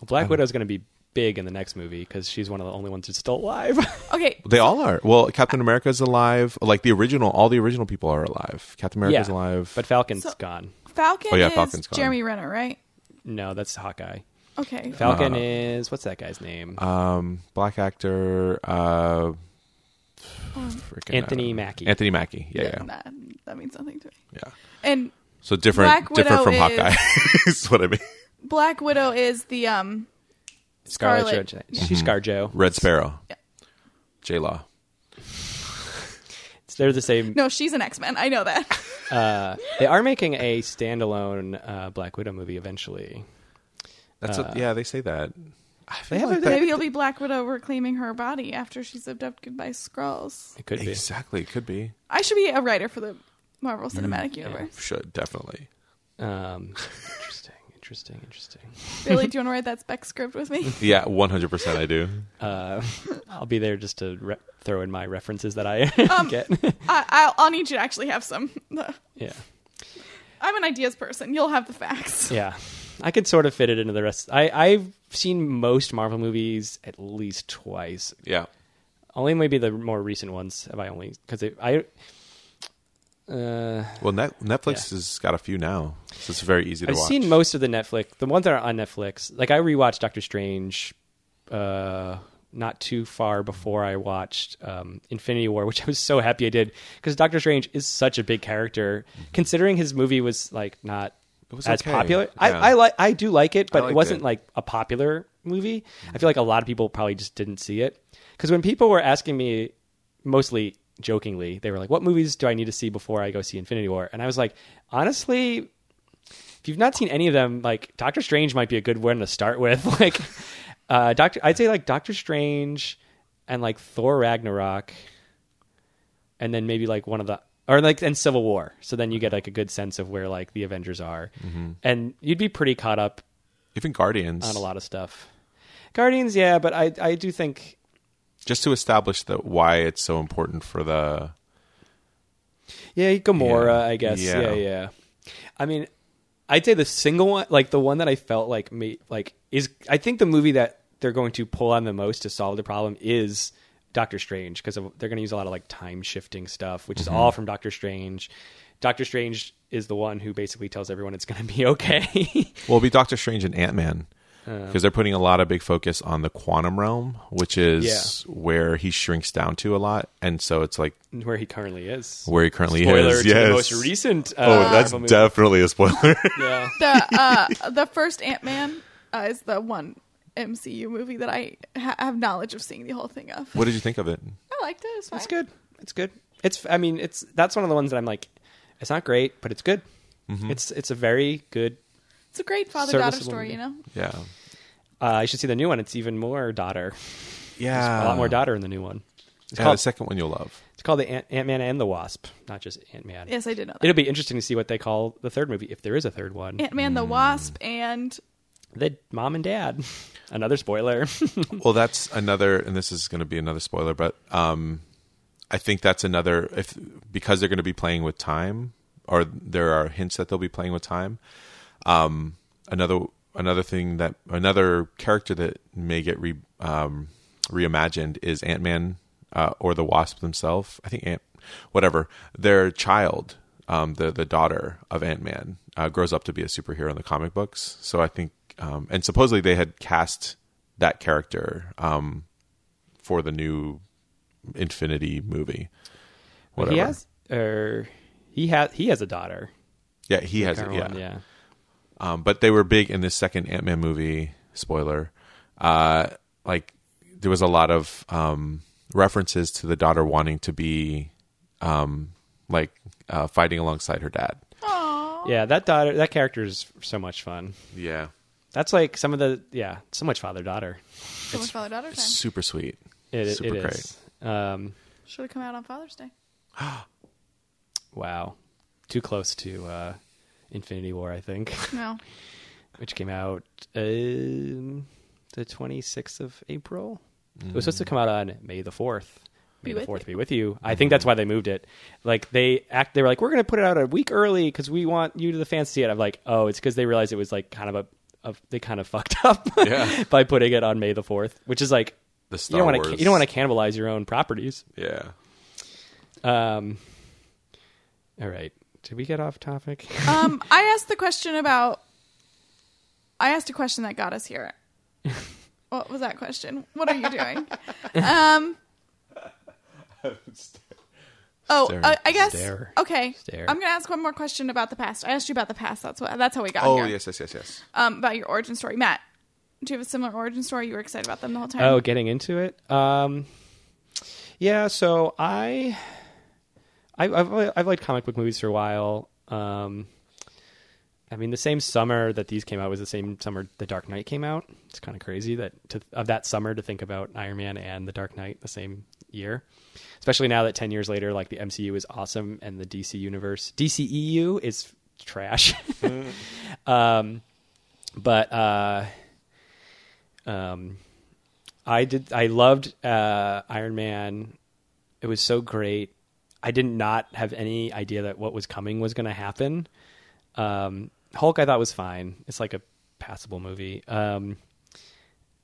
S1: Well, Black Widow's going to be big in the next movie because she's one of the only ones who's still alive.
S2: Okay,
S3: They all are. Well, Captain America's alive. Like the original, all the original people are alive. Captain America's
S1: Yeah.
S3: alive.
S1: but Falcon's
S2: So-
S1: gone.
S2: Falcon
S3: Oh, yeah,
S2: is
S3: Falcon's gone.
S2: Jeremy Renner, right?
S1: No, that's Hawkeye.
S3: Uh,
S2: Okay.
S1: Falcon is what's that guy's name?
S3: um, black actor uh,
S2: Um,
S3: freaking,
S1: Anthony
S3: uh,
S1: Mackie.
S3: Anthony Mackie. Yeah, yeah, yeah.
S2: That, that means nothing to me. And
S3: So different,
S2: Black
S3: different
S2: Widow
S3: from
S2: is-
S3: Hawkeye. is what I mean.
S2: Black Widow is the um Scarlet.
S1: Jo-
S3: Mm-hmm.
S1: She's Scarjo.
S3: Red Sparrow.
S2: Yeah.
S3: J Law.
S1: It's- They're the same.
S2: no, she's an X Men. I know that.
S1: Uh, they are making a standalone uh, Black Widow movie eventually.
S3: That's what, yeah. They say that. I feel
S1: Uh, have a-
S3: that-
S2: Maybe it'll be Black Widow reclaiming her body after she's abducted by Skrulls.
S1: It could be.
S3: exactly. It could be.
S2: I should be a writer for the Marvel
S3: Mm,
S2: Cinematic Universe.
S3: Should definitely.
S1: Um, interesting, interesting, interesting.
S2: Billy, do you want to write that spec script with me?
S3: Yeah, one hundred percent. I do.
S1: Uh, I'll be there just to re- throw in my references that I
S2: Um,
S1: get.
S2: I, I'll, I'll need you to actually have some.
S1: yeah,
S2: I'm an ideas person. You'll have the facts.
S1: yeah. I could sort of fit it into the rest. I I've seen most Marvel movies at least twice.
S3: Yeah.
S1: Only maybe the more recent ones have I only because I. Uh,
S3: Well, Net- Netflix has got a few now, so it's very easy to
S1: I've
S3: watch.
S1: seen most of the Netflix. The ones that are on Netflix, like I rewatched Doctor Strange, uh, not too far before I watched um, Infinity War, which I was so happy I did because Doctor Strange is such a big character. Considering his movie was like not
S3: Mm-hmm. It was
S1: as
S3: okay.
S1: popular,
S3: Yeah.
S1: I, I like I do like it, but
S3: liked
S1: it Mm-hmm. wasn't
S3: it.
S1: like a popular movie. I feel like a lot of people probably just didn't see it because when people were asking me, mostly jokingly, they were like, "What movies do I need to see before I go see Infinity War?" And I was like, honestly if you've not seen any of them, like Doctor Strange might be a good one to start with. Like, uh, Doctor, I'd say like Doctor Strange and like Thor Ragnarok, and then maybe like one of the or like and Civil War. So then you get like a good sense of where like the Avengers are, and you'd be pretty caught up
S3: even Guardians
S1: on a lot of stuff. Guardians, yeah, but I I do think
S3: just to establish that why it's so important for the
S1: Yeah, Gamora,
S3: Yeah.
S1: I guess. Yeah.
S3: Yeah.
S1: yeah, I mean, I'd say the single one, like the one that I felt like me, like is I think the movie that they're going to pull on the most to solve the problem is Doctor Strange because they're going to use a lot of like time shifting stuff, which is
S3: Mm-hmm.
S1: all from Doctor Strange. Doctor Strange is the one who basically tells everyone it's going to be okay.
S3: well, it'll be Doctor Strange and Ant Man
S1: Uh.
S3: because they're putting a lot of big focus on the quantum realm, which is where he shrinks down to a lot, and so it's like
S1: where he currently is.
S3: where he currently
S1: Spoiler
S3: is.
S1: to
S3: yes.
S1: the most recent. Uh,
S3: oh, that's
S1: Marvel movie.
S3: definitely a spoiler.
S1: Yeah.
S2: The uh, the first Ant Man uh, is the one MCU movie that I ha- have knowledge of seeing the whole thing of.
S3: what did you think of it?
S2: I liked it. It's fine.
S1: It's good. It's good. It's. I mean, it's. That's one of the ones that I'm like. It's not great, but it's good.
S3: Mm-hmm.
S1: It's. It's a very good.
S2: It's a great father daughter
S1: Serviceable
S2: story,
S1: movie.
S2: you know.
S3: Yeah,
S1: Uh, you should see the new one. It's even more daughter.
S3: yeah,
S1: a lot more daughter in the new one. It's
S3: Yeah, the
S1: called.
S3: second one you'll love.
S1: It's called the Ant Man and the Wasp, not just Ant Man.
S2: Yes, I did know that.
S1: It'll be interesting to see what they call the third movie, if there is a third one.
S2: Ant Man, the Wasp, and
S1: The mom and dad. Another spoiler.
S3: Well, that's another, and this is going to be another spoiler, but um, I think that's another if because they're going to be playing with time, or there are hints that they'll be playing with time. Um, another another thing that another character that may get re um, reimagined is Ant Man uh, or the Wasp themselves. I think Ant, whatever their child. Um, the the daughter of Ant Man uh, grows up to be a superhero in the comic books, so I think, um, and supposedly they had cast that character um, for the new Infinity movie. Whatever.
S1: He has. Or he has. He has a daughter.
S3: yeah, he has.
S1: Current
S3: Yeah.
S1: one, yeah.
S3: Um, but they were big in this second Ant Man movie. Spoiler. Uh, like there was a lot of um, references to the daughter wanting to be um, like uh, fighting alongside her dad.
S2: oh,
S1: Yeah. That daughter. That character is so much fun.
S3: Yeah,
S1: That's like some of the yeah, so much father daughter.
S2: so much father daughter
S3: it's
S2: time.
S3: super sweet.
S1: It, it
S3: Super great.
S1: is. Um,
S2: Should have come out on Father's Day.
S1: wow, too close to uh, Infinity War, I think,
S2: No,
S1: which came out um, the twenty sixth of April. It was supposed to come out on May the fourth. May
S2: Be
S1: the
S2: with
S1: fourth
S2: you.
S1: be with you. I think that's why they moved it. Like they act, they were like, we're going to put it out a week early because we want you to the fans to see it. I'm like, oh, it's because they realized it was like kind of a of they kind of fucked up
S3: Yeah.
S1: by putting it on May the fourth, which is like
S3: The
S1: you
S3: Star
S1: don't want to
S3: Wars.
S1: you don't want to cannibalize your own properties.
S3: Yeah.
S1: Um, all right, did we get off topic?
S2: Um, I asked the question about. I asked a question that got us here. What was that question? What are you doing? Um. Oh,
S3: Stare.
S2: uh, I guess.
S1: Stare.
S2: Okay.
S1: Stare.
S2: I'm gonna ask one more question about the past. I asked you about the past. That's what. That's how we got
S3: Oh
S2: here.
S3: yes, yes, yes, yes.
S2: Um, about your origin story, Matt. Do you have a similar origin story? You were excited about them the whole time.
S1: Oh, getting into it. Um, yeah. So I, I I've, I've liked comic book movies for a while. Um, I mean, the same summer that these came out was the same summer The Dark Knight came out. It's kind of crazy that to, of that summer to think about Iron Man and The Dark Knight the same year, especially now that ten years later, like the MCU is awesome and the DC universe DCEU is trash. um, but uh, um, I did. I loved uh, Iron Man. It was so great. I did not have any idea that what was coming was going to happen. Um, Hulk, I thought was fine. It's like a passable movie. Um,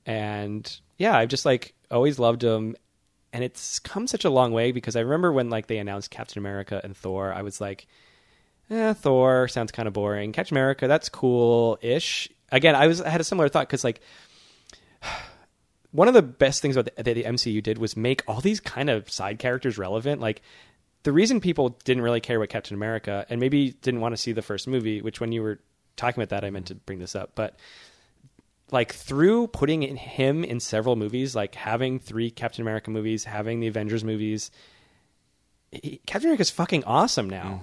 S1: and yeah, I've just like always loved him. And it's come such a long way because I remember when like they announced Captain America and Thor, I was like, eh, Thor sounds kind of boring. Captain America, that's cool ish. Again, I was I had a similar thought because like one of the best things about the, that the MCU did was make all these kind of side characters relevant. Like the reason people didn't really care about Captain America and maybe didn't want to see the first movie, which when you were talking about that, I meant to bring this up, but like through putting in him in several movies, like having three Captain America movies, having the Avengers movies, he- Captain America's fucking awesome now.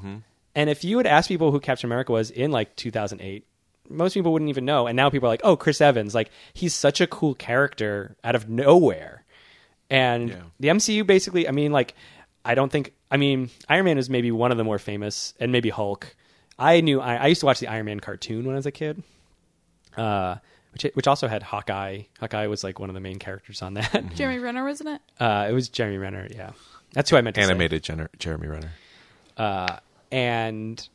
S1: And if you had asked people who Captain America was in like 2008, most people wouldn't even know. And now people are like, "Oh, Chris Evans, like he's such a cool character out of nowhere." And
S3: Yeah.
S1: the MCU basically, I mean, like I don't think I mean, Iron Man is maybe one of the more famous and maybe Hulk. I knew I, I used to watch the Iron Man cartoon when I was a kid uh, which which also had Hawkeye. Hawkeye was like one of the main characters on that.
S2: Jeremy Renner, wasn't it?
S1: uh, it was Jeremy Renner. Yeah, that's who I meant to say
S3: Animated Jenner- Jeremy Renner.
S1: uh, and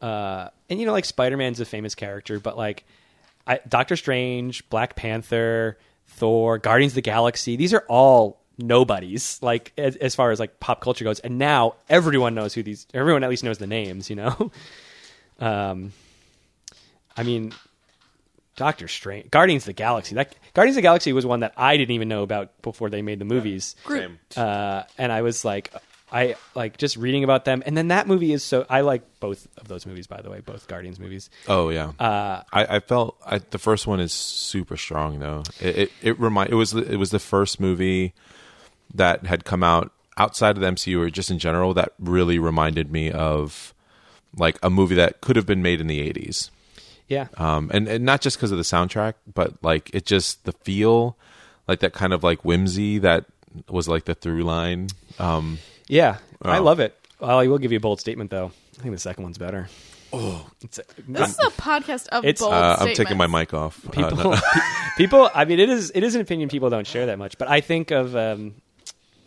S1: uh, and you know like spider-man's a famous character but like I, doctor strange black panther thor guardians of the galaxy these are all nobodies like as, as far as like pop culture goes and now everyone knows who these everyone at least knows the names you know um i mean doctor strange guardians of the galaxy that guardians of the galaxy was one that i didn't even know about before they made the movies
S2: Groot.
S1: uh, and I was like, I like just reading about them, and then that movie is so. I like both of those movies, by the way, both Guardians movies.
S3: Oh yeah. Uh, I, I felt I, the first one is super strong though. It it, it remind it was the- it was the first movie that had come out outside of the MCU or just in general that really reminded me of like a movie that could have been made in the 80s.
S1: Yeah,
S3: Um and, and not just because of the soundtrack, but like it just the feel like that kind of like whimsy that was like the through line. Um
S1: yeah, I
S3: Oh.
S1: love it. Well, I will give you a bold statement though. I think the second one's better. Oh, it's,
S2: This is a podcast of
S1: It's-
S2: bold
S3: uh, I'm taking my
S2: statements.
S3: mic off. Uh,
S1: people,
S3: no-
S1: people. I mean, it is it is an opinion people don't share that much, but I think of um,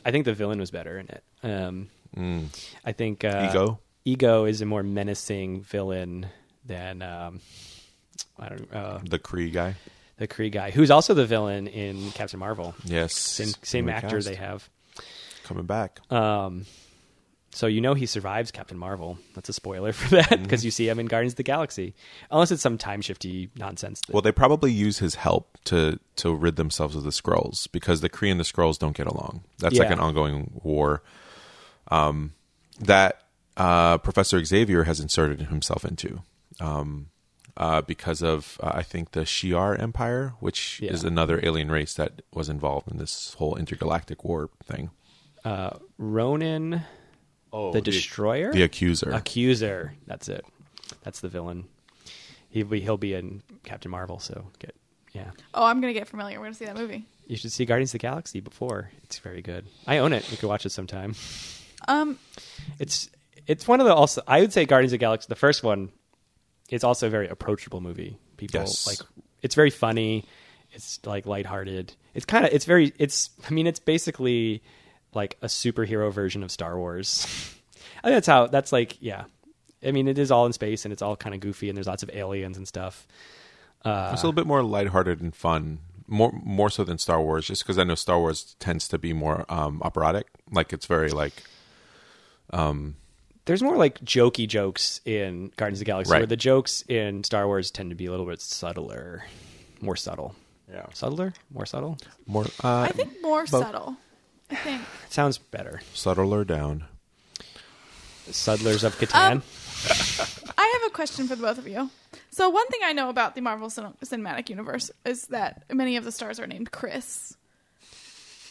S1: I think the villain was better in it. Um, I think uh,
S3: Mm. Ego?
S1: Ego is a more menacing villain than um, I don't uh,
S3: the Cree guy.
S1: the Kree guy, who's also the villain in Captain Marvel.
S3: Yes.
S1: Same same
S3: New
S1: actor
S3: cast.
S1: they have.
S3: coming back.
S1: Um, so you know he survives Captain Marvel. That's a spoiler for that
S3: Mm-hmm.
S1: because you see him in Guardians of the Galaxy, unless it's some time shifty nonsense. that-
S3: Well, they probably use his help to to rid themselves of the scrolls because the Kree and the scrolls don't get along. That's like
S1: Yeah.
S3: an ongoing war um, that uh, Professor Xavier has inserted himself into um, uh, because of uh, I think the Shi'ar Empire, which
S1: Yeah.
S3: is another alien race that was involved in this whole intergalactic war thing.
S1: Ronan,
S3: Oh,
S1: the Destroyer,
S3: the Accuser.
S1: Accuser. That's it. That's the villain. He'll be he'll be in Captain Marvel. So get yeah.
S2: Oh, I'm gonna get familiar. We're gonna see that movie.
S1: You should see Guardians of the Galaxy before. It's very good. I own it. You could watch it sometime.
S2: Um,
S1: It's it's one of the also I would say Guardians of the Galaxy the first one is also a very approachable movie. People
S3: Yes.
S1: like it's very funny. It's like lighthearted. It's kind of it's very it's I mean it's basically like a superhero version of Star Wars. I think that's how that's like yeah. I mean it is all in space and it's all kind of goofy and there's lots of aliens and stuff.
S3: it's a little bit more lighthearted and fun, more more so than Star Wars, just because I know Star Wars tends to be more um, operatic. Like it's very like
S1: There's more like jokey jokes in Guardians of the Galaxy,
S3: Right.
S1: where the jokes in Star Wars tend to be a little bit subtler, more subtle,
S3: yeah,
S1: subtler, more subtle.
S3: more uh,
S2: I think more subtle. I think.
S1: It sounds better.
S3: subtler down.
S1: Suddlers of Catan.
S2: Um, I have a question for the both of you. So one thing I know about the Marvel Cin- Cinematic Universe is that many of the stars are named Chris.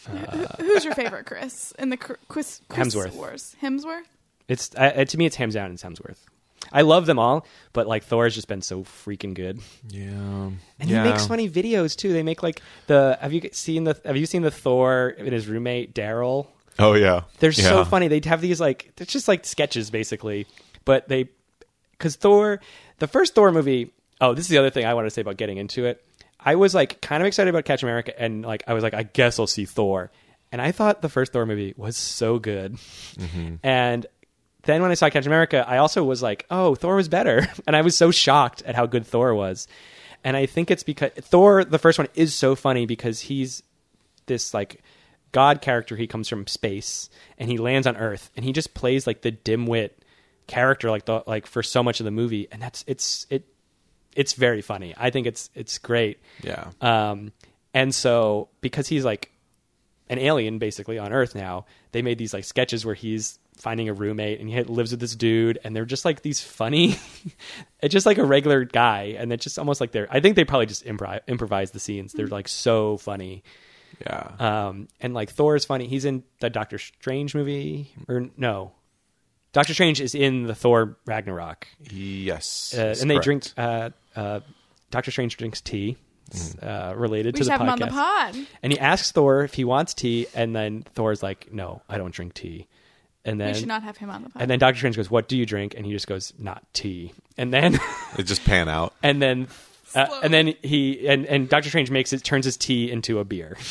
S2: Who- Who's your favorite Chris in the Cr- Chris, Chris
S1: Uh, Hemsworth.
S2: Wars? Hemsworth.
S1: it's I, I- to me, it's Hams Down and Hemsworth. I love them all, but like Thor has just been so freaking good,
S3: Yeah,
S1: and
S3: yeah.
S1: he makes funny videos too. They make like the Have you seen the Have you seen the Thor and his roommate Daryl?
S3: Oh yeah,
S1: They're so
S3: Yeah.
S1: funny. They'd have these like it's just like sketches basically, but they because Thor, the first Thor movie. Oh, this is the other thing I want to say about getting into it. I was like kind of excited about Catch America, and like I was like, I guess I'll see Thor, and I thought the first Thor movie was so good, and then when I saw Catch America, I also was like, oh, Thor was better, and I was so shocked at how good Thor was, and I think it's because Thor, the first one, is so funny because he's this like god character he comes from space and he lands on earth and he just plays like the dimwit character like the like for so much of the movie and that's it's it it's very funny i think it's it's great
S3: Yeah,
S1: um and so because he's like an alien basically on earth now they made these like sketches where he's finding a roommate and he lives with this dude and they're just like these funny it's just like a regular guy and it's just almost like they're i think they probably just improv- improvise the scenes they're like so funny
S3: yeah.
S1: um, and like Thor is funny. He's in the Doctor Strange movie, or no, Doctor Strange is in the Thor Ragnarok,
S3: yes,
S1: uh,
S3: that's
S1: and they
S3: correct.
S1: drink. Uh, uh, Doctor Strange drinks tea. It's,
S3: Mm.
S1: uh, related to
S2: We should
S1: the
S2: have
S1: podcast,
S2: him on the pod.
S1: and he asks Thor if he wants tea, and then Thor's like, "No, I don't drink tea." And
S2: we should
S1: then,
S2: not have him on the pod.
S1: and then Doctor Strange goes, "What do you drink?" And he just goes, "Not tea." And then,
S3: They just pan out.
S1: and then, uh,
S2: Slow.
S1: and then he and and Doctor Strange makes it turns his tea into a beer.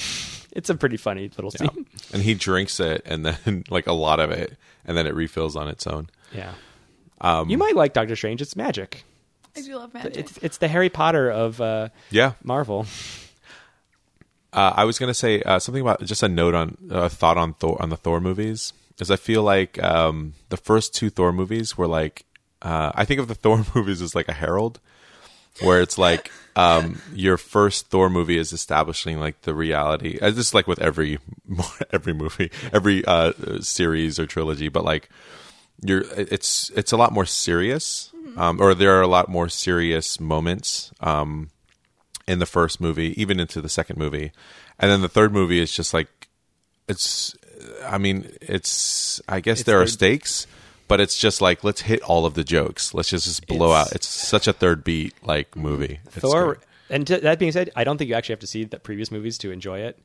S1: It's a pretty funny little
S3: Yeah.
S1: scene.
S3: and he drinks it, and then like a lot of it, and then it refills on its own.
S1: Yeah.
S3: Um,
S1: you might like Doctor Strange. It's magic.
S2: I do love magic.
S1: It's, it's the Harry Potter of uh,
S3: Yeah,
S1: Marvel.
S3: Uh, I was gonna say uh, something about just a note on a thought on Thor on the Thor movies is I feel like um, the first two Thor movies were like uh, I think of the Thor movies as like a herald where it's like um, your first Thor movie is establishing like the reality. uh, This is like with every every movie, every uh, series or trilogy, but like you're it's it's a lot more serious,
S1: Mm-hmm.
S3: um, or there are a lot more serious moments. Um, in the first movie, even into the second movie, and then the third movie is just like it's. I mean, it's. I guess there are
S1: third-
S3: stakes, but it's just like let's hit all of the jokes. Let's just, just blow
S1: It's-
S3: out. It's such a third beat like movie. It's
S1: Thor.
S3: good.
S1: And to, that being said, I don't think you actually have to see the previous movies to enjoy it.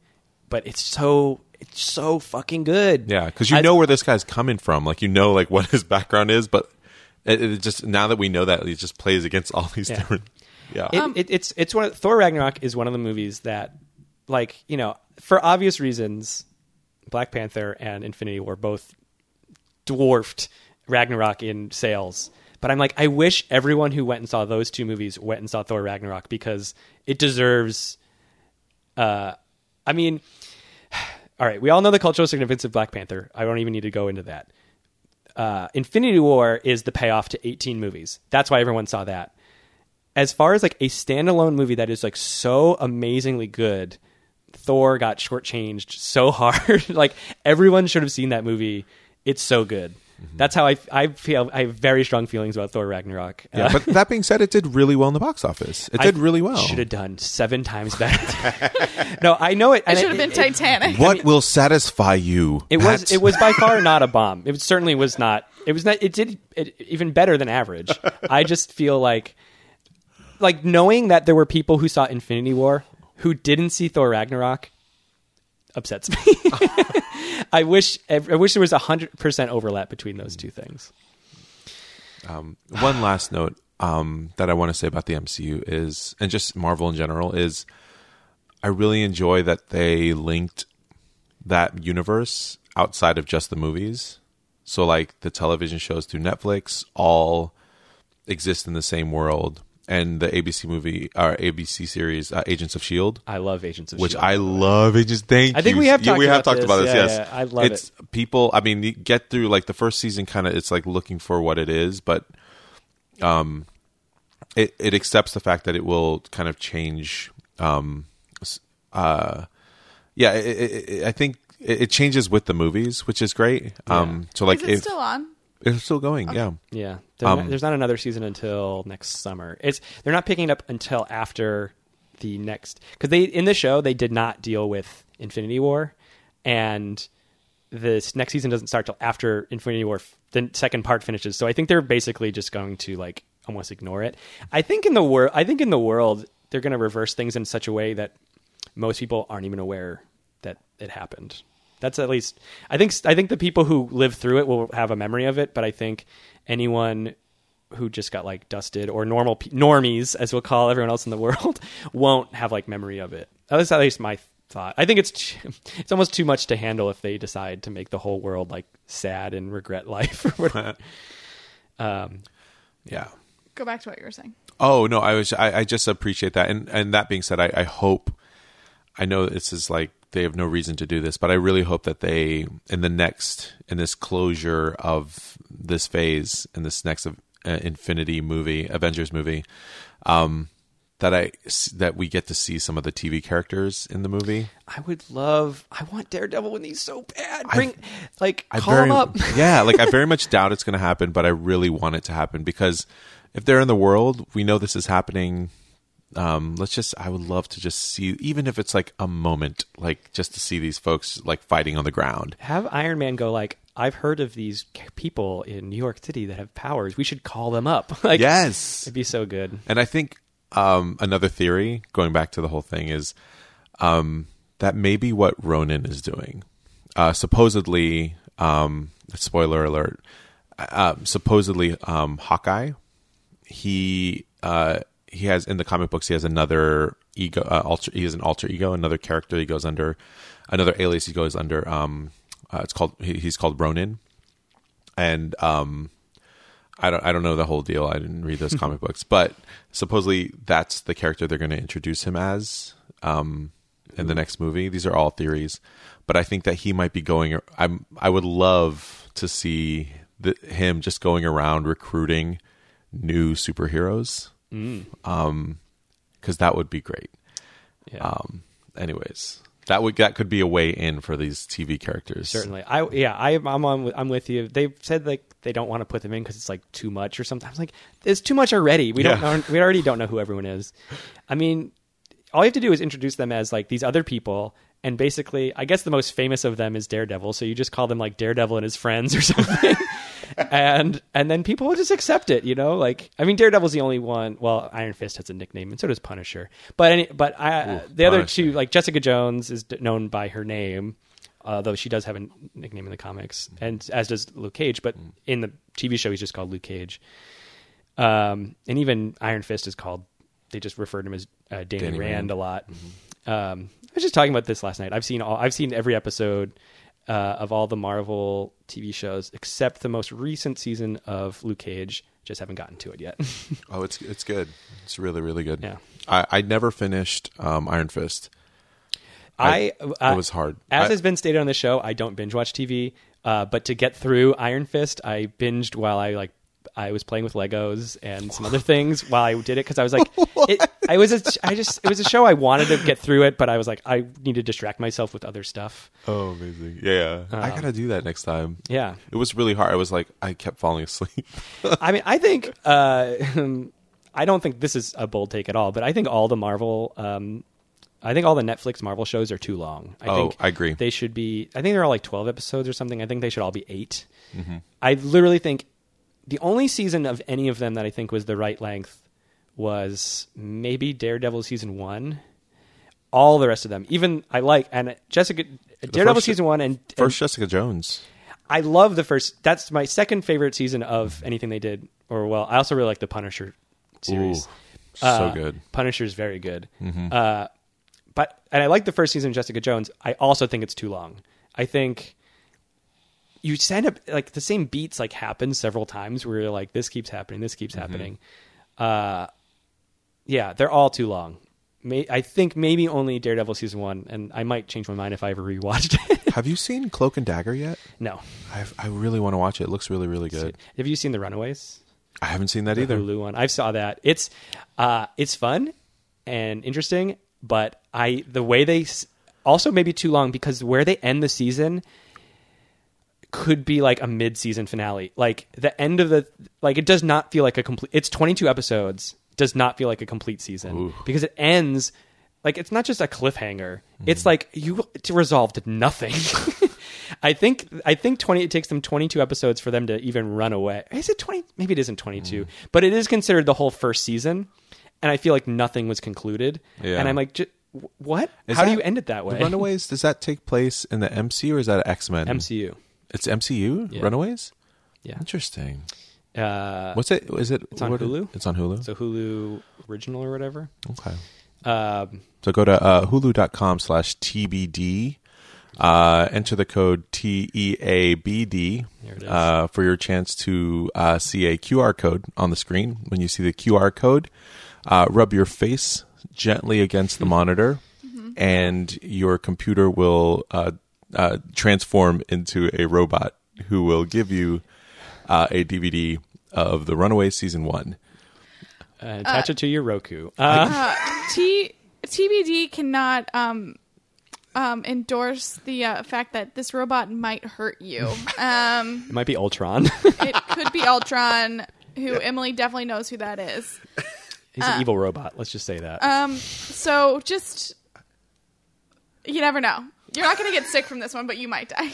S1: But it's so it's so fucking good.
S3: Yeah, because you
S1: I-
S3: know where this guy's coming from. Like you know like what his background is, but it, it just now that we know that it just plays against all these
S1: Yeah.
S3: different. Yeah.
S1: It, it, it's it's one. Of, Thor Ragnarok is one of the movies that, like you know, for obvious reasons, Black Panther and Infinity War both dwarfed Ragnarok in sales. But I'm like, I wish everyone who went and saw those two movies went and saw Thor Ragnarok because it deserves. Uh, I mean, all right, we all know the cultural significance of Black Panther. I don't even need to go into that uh, Infinity War is the payoff to 18 movies. That's why everyone saw that. As far as like a standalone movie that is like so amazingly good, Thor got shortchanged so hard. like everyone should have seen that movie. It's so good.
S3: Mm-hmm.
S1: That's how I, I feel. I have very strong feelings about Thor Ragnarok. Uh,
S3: yeah, but that being said, it did really well in the box office. It did really well.
S1: Should have done seven times better. no, I know it.
S2: it
S1: and
S2: should have been
S1: it-
S2: Titanic.
S3: What will satisfy you?
S1: It
S3: Pat?
S1: was it was by far not a bomb. It certainly was not. It was not. It did it, even better than average. I just feel like like knowing that there were people who saw Infinity War who didn't see Thor Ragnarok upsets me. I wish ev- I wish there was a hundred percent overlap between those two things.
S3: one last note um, that I want to say about the MCU is, and just Marvel in general, is I really enjoy that they linked that universe outside of just the movies. So, like the television shows through Netflix all exist in the same world. and the ABC movie or ABC series uh, Agents of Shield,
S1: I E love Agents of
S3: which
S1: Shield.
S3: I love. Agents. Thank
S1: I think
S3: you.
S1: we have
S3: Yeah,
S1: talked
S3: we have
S1: about
S3: talked
S1: this.
S3: about
S1: Yeah,
S3: this. yes,
S1: yeah, I love
S3: it's people. I mean, you get through like the first season, kind of. It's like looking for what it is, but um, it, it accepts the fact that it will kind of change um s- uh yeah i i i i think it it changes with the movies which is great um so like
S2: Is it
S3: if-
S2: still Oh. on?
S3: it's still going yeah
S1: Yeah, They're
S3: Um,
S1: not- there's not another season until next summer. It's they're not picking it up until after the next because they in the show they did not deal with Infinity War, and this next season doesn't start till after Infinity War f- the second part finishes. So I think they're basically just going to like almost ignore it. I think in the world, I think in the world they're going to reverse things in such a way that most people aren't even aware that it happened. That's at least I think I think the people who live through it will have a memory of it, but I think anyone who just got like dusted or normal pe- normies as we'll call everyone else in the world won't have like memory of it. At least, at least my thought. I think it's t- it's almost too much to handle if they decide to make the whole world like sad and regret life or whatever. um,
S3: yeah
S2: Go back to what you were saying.
S3: oh no i was i, I just appreciate that and and that being said I, I hope i know this is like they have no reason to do this but i really hope that they in the next in this closure of this phase in this next of- uh, infinity movie avengers movie um that i s- that we get to see some of the tv characters in the movie
S1: I would love. I want Daredevil in these so bad.
S3: I-
S1: Bring like
S3: I
S1: call
S3: very,
S1: him up.
S3: yeah, like I very much doubt it's going to happen, but I really want it to happen because if they're in the world, we know this is happening. Um, let's just, I would love to just see, even if it's like a moment, like just to see these folks like fighting on the ground.
S1: Have Iron Man go like. I've heard of these c- people in New York City that have powers. We should call them up. like,
S3: yes.
S1: it'd be so good.
S3: And I think um, another theory, going back to the whole thing, is um, that maybe what Ronan is doing. Uh, supposedly, um, spoiler alert. Uh, supposedly, um, Hawkeye. He uh, he has in the comic books. He has another ego. Uh, alter. He has an alter ego. Another character. He goes under. Another alias. He goes under. Um, uh, it's called. He, he's called Ronan. And um, I don't I don't know the whole deal. I didn't read
S1: Mm-hmm.
S3: those comic books, but supposedly that's the character they're going to introduce him as um, in the next movie. These are all theories, but I think that he might be going. I'm I would love to see the, him just going around recruiting new superheroes, because
S1: Mm.
S3: that would be great.
S1: Yeah.
S3: Um, anyways, that would that could be a way in for these TV characters.
S1: Certainly, I yeah, I, I'm on. with- I'm with you. They said like they don't want to put them in because it's like too much or something. I was like, it's too much already. We don't.
S3: Yeah.
S1: Know, we already don't know who everyone is. I mean, all you have to do is introduce them as like these other people, and basically, I guess the most famous of them is Daredevil. So you just call them like Daredevil and his friends or something, and and then people will just accept it. You know, like I mean, Daredevil's the only one. Well, Iron Fist has a nickname, and so does Punisher. But any, but I, the other
S3: Punisher.
S1: two, like Jessica Jones, is d- known by her name uh, though she does have a n- nickname in the comics, and as does Luke Cage. But in the TV show, he's just called Luke Cage. Um, and even Iron Fist is called. They just referred to him as uh, Danny,
S3: Danny
S1: Rand,
S3: Rand.
S1: a lot. Um, I was just talking about this last night. I've seen all. I've seen every episode uh, of all the Marvel TV shows except the most recent season of Luke Cage. Just haven't gotten to it yet.
S3: Oh, it's it's good. It's really really good.
S1: Yeah.
S3: I, I never finished um, Iron Fist.
S1: I, uh,
S3: it was hard.
S1: As
S3: I-
S1: has been stated on the show, I don't binge watch TV. Uh, but to get through Iron Fist, I binged while I like I was playing with Legos and some other things while I did it because I was like, it, I was a, I just it was a show I wanted to get through it, but I was like I need to distract myself with other stuff.
S3: Oh, amazing! Yeah, I
S1: Uh-huh.
S3: gotta do that next time.
S1: Yeah,
S3: It was really hard. I was like, I kept falling asleep.
S1: I mean, I think uh, I don't think this is a bold take at all, but I think all the Marvel, um, I think all the Netflix Marvel shows are too long. I
S3: Oh,
S1: think
S3: I agree.
S1: They should be. I think they're all like twelve episodes or something. I think they should all be 8
S3: Mm-hmm.
S1: I literally think the only season of any of them that I think was the right length was maybe Daredevil season one. All the rest of them, even I like and Jessica Daredevil
S3: first-
S1: season one and, and
S3: First, Jessica Jones.
S1: I love the first. That's my second favorite season of anything they did. Or well, I also really like the Punisher series.
S3: Ooh,
S1: Uh,
S3: so good. Mm-hmm.
S1: Punisher's very good. Uh, but and I like the first season of Jessica Jones. I also think it's too long. I think you stand up like the same
S3: Mm-hmm.
S1: beats like happen several times where you're like this keeps happening, this keeps happening. Uh, yeah, they're all too long. May, I think maybe only Daredevil season one, and I might change my mind if I ever rewatched it.
S3: Have you seen Cloak and Dagger yet?
S1: no,
S3: I've, I really want to watch it. It looks really, really good.
S1: have you seen the Runaways?
S3: I haven't seen that
S1: The
S3: either.
S1: Hulu one. I saw that. It's uh, it's fun and interesting, but I the way they s- also maybe too long because where they end the season could be like a mid-season finale. Like the end of the like it does not feel like a complete it's 22 episodes does not feel like a complete season because it ends like it's not just a cliffhanger.
S3: Mm-hmm.
S1: It's like you t- resolved nothing. I think I think 20 it takes them 22 episodes for them to even run away. Is it 20 maybe it isn't 22,
S3: Mm-hmm.
S1: but it is considered the whole first season and I feel like nothing was concluded.
S3: Yeah.
S1: And I'm like "J- wh- what?
S3: Is
S1: How do
S3: that-
S1: you end it that way?
S3: The Runaways, does that take place in the MCU or is that X Men?
S1: MCU.
S3: It's MCU?
S1: Yeah.
S3: Runaways?
S1: Yeah.
S3: Interesting.
S1: Uh,
S3: What's it? Is it? It's
S1: on Hulu.
S3: It's on Hulu.
S1: it's a Hulu original or whatever.
S3: okay.
S1: Um,
S3: So go to uh, hulu.com slash TBD. Uh, enter the code E TEABD
S1: There it is.
S3: uh, for your chance to uh, see a QR code on the screen. When you see the QR code, uh, rub your face gently against the monitor, and your computer will uh, uh, transform into a robot who will give you uh, a DVD of The Runaway Season 1.
S1: uh, attach it to your Roku. Uh,
S2: T- TBD cannot um, um, endorse the uh, fact that this robot might hurt you. Um,
S1: it Uh, might be Ultron.
S2: it could be Ultron, who Emily definitely knows who that is.
S1: He's an evil robot. Let's just say that.
S2: Um, so just you never know. You're not going to get sick from this one, but you might die.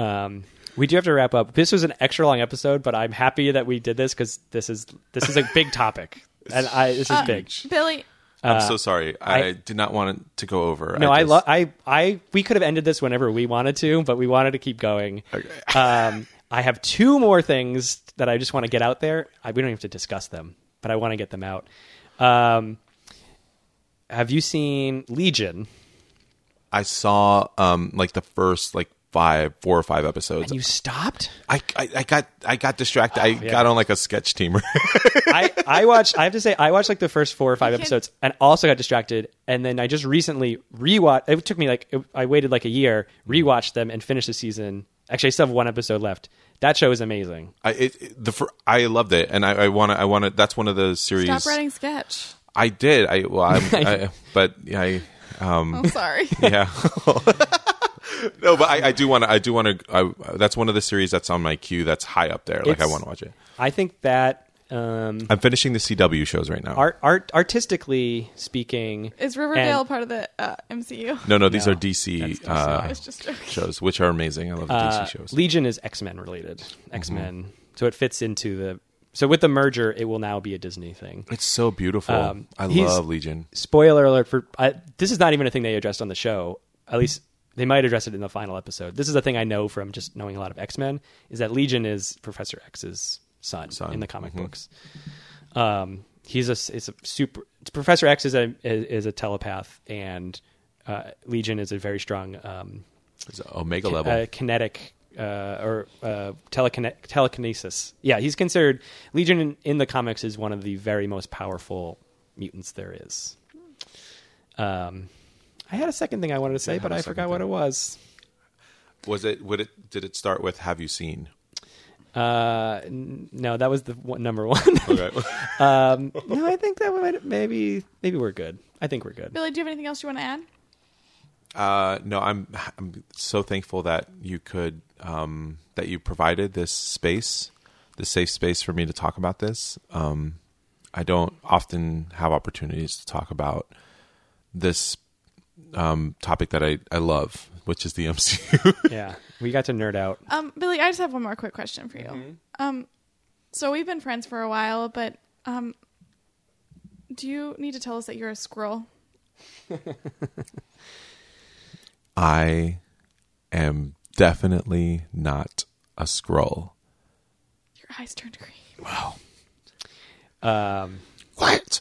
S1: um, we do have to wrap up. This was an extra long episode, but I'm happy that we did this because this is this is a big topic, and I this is
S2: Uh.
S1: big.
S2: Billy,
S3: I'm so sorry. I,
S1: Uh, I-
S3: did not want it to go over.
S1: No, I
S3: just-
S1: love I I we could have ended this whenever we wanted to, but we wanted to keep going. um, I have two more things that I just want to get out there. I, we don't have to discuss them, but I want to get them out. Um, have you seen Legion?
S3: I saw um like the first like five, four or five episodes.
S1: You stopped.
S3: I, I I got I got distracted. I got on like a sketch teamer.
S1: I, I watched I have to say I watched like the first four or five
S2: can't-
S1: episodes and also got distracted and then I just recently rewatched it took me like it, I waited like a year rewatched them and finished the season actually I still have one episode left that show is amazing
S3: I it, it- the fir- I loved it, and I, I want to I want to. That's one of the series
S2: stop writing sketch.
S3: I did. I well, I'm, I, but I Um.
S2: Oh, sorry.
S3: yeah. no, but I, I do want to. I do want to. That's one of the series that's on my queue. That's high up there. Like I
S1: It's-
S3: want to watch it.
S1: I think that um,
S3: I'm finishing the CW shows right now.
S1: art art artistically speaking
S2: Is Riverdale
S1: and-
S2: part of the uh, MCU?
S3: no, no, these
S1: No,
S3: are DC,
S1: that's
S2: I
S3: uh,
S2: was just joking.
S3: shows, which are amazing. I love the
S1: uh,
S3: DC shows.
S1: Legion is X Men related X Men so it fits into the so with the merger it will now be a Disney thing
S3: It's so beautiful.
S1: Um,
S3: I
S1: he's-
S3: love Legion.
S1: spoiler alert for I, this is not even a thing they addressed on the show at least they might address it in the final episode this is a thing i know from just knowing a lot of x-men is that legion is professor x's son,
S3: Son,
S1: in the comic books um, he's a it's a super professor x is a is a telepath and uh, legion is a very strong um,
S3: It's Omega level.
S1: uh, kinetic uh, or uh, telekine- telekinesis. Yeah, he's considered Legion in, in the comics is one of the very most powerful mutants there is. Um, I had a second thing I wanted to say,
S3: have
S1: but
S3: a
S1: I
S3: second
S1: forgot what
S3: thing.
S1: it was.
S3: Was it? Would it? Did it start with "Have you seen"?
S1: Uh, n- no, that was the one, number one.
S3: Okay.
S1: um, no, I think that might, maybe maybe we're good. I think we're good.
S2: Billy, do you have anything else you want to add?
S3: uh, no, I'm. I'm so thankful that you could. Um, that you provided this space, this safe space for me to talk about this. Um, I don't often have opportunities to talk about this um, topic that I, I love, which is the MCU.
S1: yeah, we got to nerd out.
S2: Um, Billy, I just have one more quick question for you.
S3: Mm-hmm.
S2: Um, so we've been friends for a while, but um, do you need to tell us that you're a squirrel?
S3: I am definitely not a scroll.
S2: Your eyes turned green.
S1: Um,
S3: What?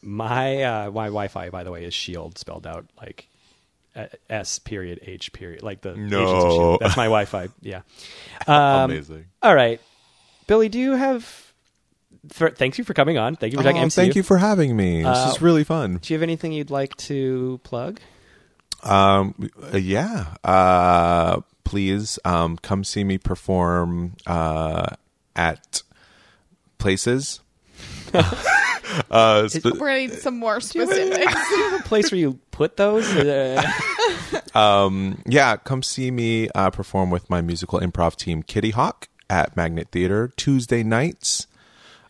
S1: My uh, my Wi-Fi, by the way, is Shield E spelled out like uh, S period H period, like the
S3: No.
S1: Agents of Shield. That's my Wi-Fi. Yeah. Um,
S3: Amazing.
S1: All right, Billy, do you have for, thank you for coming on. Thank you for talking
S3: Oh,
S1: MCU.
S3: thank you for having me.
S1: Uh,
S3: this is really fun.
S1: Do you have anything you'd like to plug?
S3: Um, uh, yeah. Uh, please um, come see me perform uh, at places. uh, sp-
S2: We're gonna need some more specifics.
S1: A place where you put those? Uh,
S3: um, yeah, come see me uh, perform with my musical improv team, Kitty Hawk, at Magnet Theater Tuesday nights.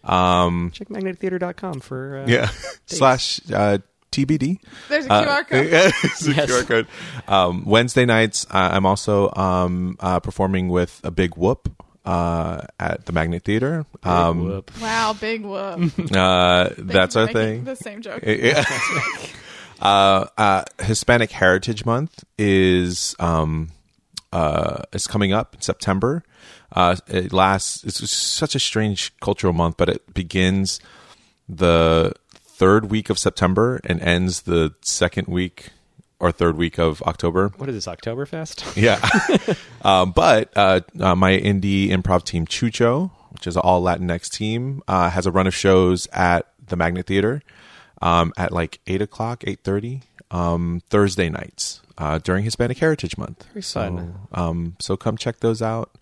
S3: Um,
S1: check magnettheater.com for. Uh,
S3: yeah, slash uh, TBD.
S2: There's a
S3: Uh,
S2: QR code.
S3: it's a
S1: Yes.
S3: QR code. Um, Wednesday nights, uh, I'm also um, uh, performing with a big whoop uh, at the Magnet Theater. Um,
S1: Whoop.
S2: Wow, big whoop. Thank
S3: uh,
S2: you
S3: that's
S2: for
S3: our
S2: making
S3: thing.
S2: The same joke.
S3: Yeah. uh, uh, Hispanic Heritage Month is um, uh, is coming up in September. Uh, it lasts. It's just such a strange cultural month, but it begins the third week of September and ends the second week or third week of October.
S1: What is this, Oktoberfest?
S3: Yeah. um, but uh, uh, my indie improv team, Chucho, which is an all Latinx team, uh, has a run of shows at the Magnet Theater um, at like eight o'clock, eight thirty um, Thursday nights uh, during Hispanic Heritage Month.
S1: Very fun.
S3: So, um, so come check those out.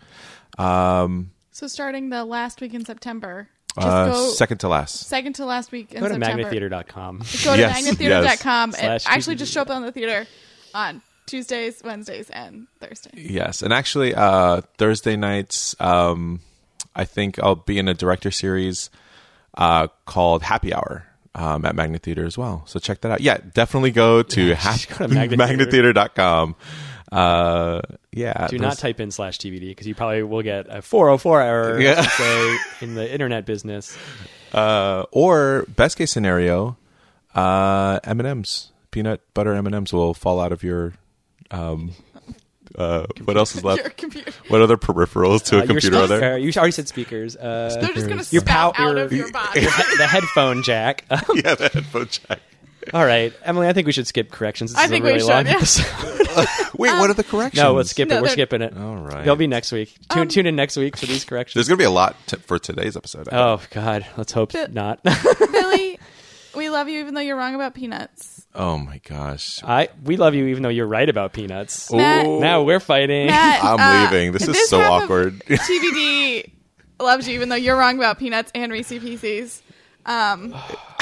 S3: Um,
S2: So starting the last week in September, just
S3: uh,
S2: go
S3: second to last.
S2: second to last week in
S1: Go to
S2: September.
S1: magnettheater.com.
S2: Go to
S3: Yes,
S2: magnettheater.com
S1: yes.
S2: and
S1: Slash
S2: actually
S1: TBD.
S2: just show up on the theater on Tuesdays, Wednesdays, and Thursdays.
S3: Yes, and actually uh, Thursday nights, um, I think I'll be in a director series uh, called Happy Hour um, at Magnet Theater as well. So check that out. Yeah, definitely go to, hap-
S1: go to Magnet Theater.
S3: magnettheater.com. Uh, yeah,
S1: Do
S3: those-
S1: not type in slash TBD because you probably will get a 404 error
S3: Yeah.
S1: as they say, in the internet business.
S3: uh, or best case scenario, uh, M and M's, peanut butter M and M's will fall out of your. Um, uh, what else is
S2: Your
S3: left?
S2: computer.
S3: What other peripherals to
S1: Uh,
S3: a
S1: your
S3: computer are
S1: speak-
S3: there?
S1: uh, you already said speakers. Uh,
S2: They're just gonna
S1: Your
S2: spout
S1: pow-
S2: out
S1: your-
S2: of your body.
S1: the headphone jack.
S3: yeah, the headphone jack.
S1: All right, Emily. I think we should skip corrections. This
S2: I
S1: is
S2: think
S1: a
S2: we
S1: really
S2: should,
S1: long
S2: yeah.
S1: episode.
S3: Wait, what are
S2: Um,
S3: the corrections?
S1: No, let's skip
S2: No,
S1: it. We're
S2: they're-
S1: skipping it.
S3: All right.
S1: They'll be next week. Tune,
S2: Um,
S1: tune in next week for these corrections.
S3: There's going to be a lot t- for today's episode. I think.
S1: Oh God, let's hope
S2: The-
S1: not.
S2: Billy, we love you even though you're wrong about peanuts.
S3: Oh my gosh.
S1: I we love you even though you're right about peanuts.
S3: Oh.
S2: Matt-
S3: Ooh.
S1: Now we're fighting.
S2: Matt,
S3: I'm
S2: uh,
S3: leaving. This is so
S2: half of
S3: awkward.
S2: TBD loves you even though you're wrong about peanuts and Reese Pieces. Um,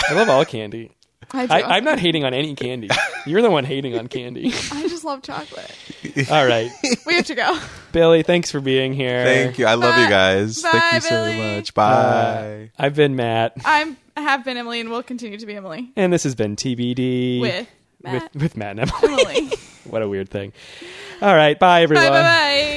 S1: I love all candy.
S2: I, do.
S1: I, I'm not hating on any candy. You're the one hating on candy.
S2: I just love chocolate.
S1: All right,
S2: We have to go.
S1: Billy. Thanks for being here.
S3: Thank you. I love you
S2: Bye.
S3: guys. Thank
S2: Bye,
S3: you so
S2: Billy.
S3: much.
S1: Uh,
S3: Bye.
S1: I've been Matt,
S2: I'm I have been Emily and will continue to be Emily
S1: and this has been TBD
S2: with Matt.
S1: with, with Matt and Emily.
S2: Emily.
S1: what a weird thing. All right, bye
S2: bye
S1: everyone.
S2: bye bye.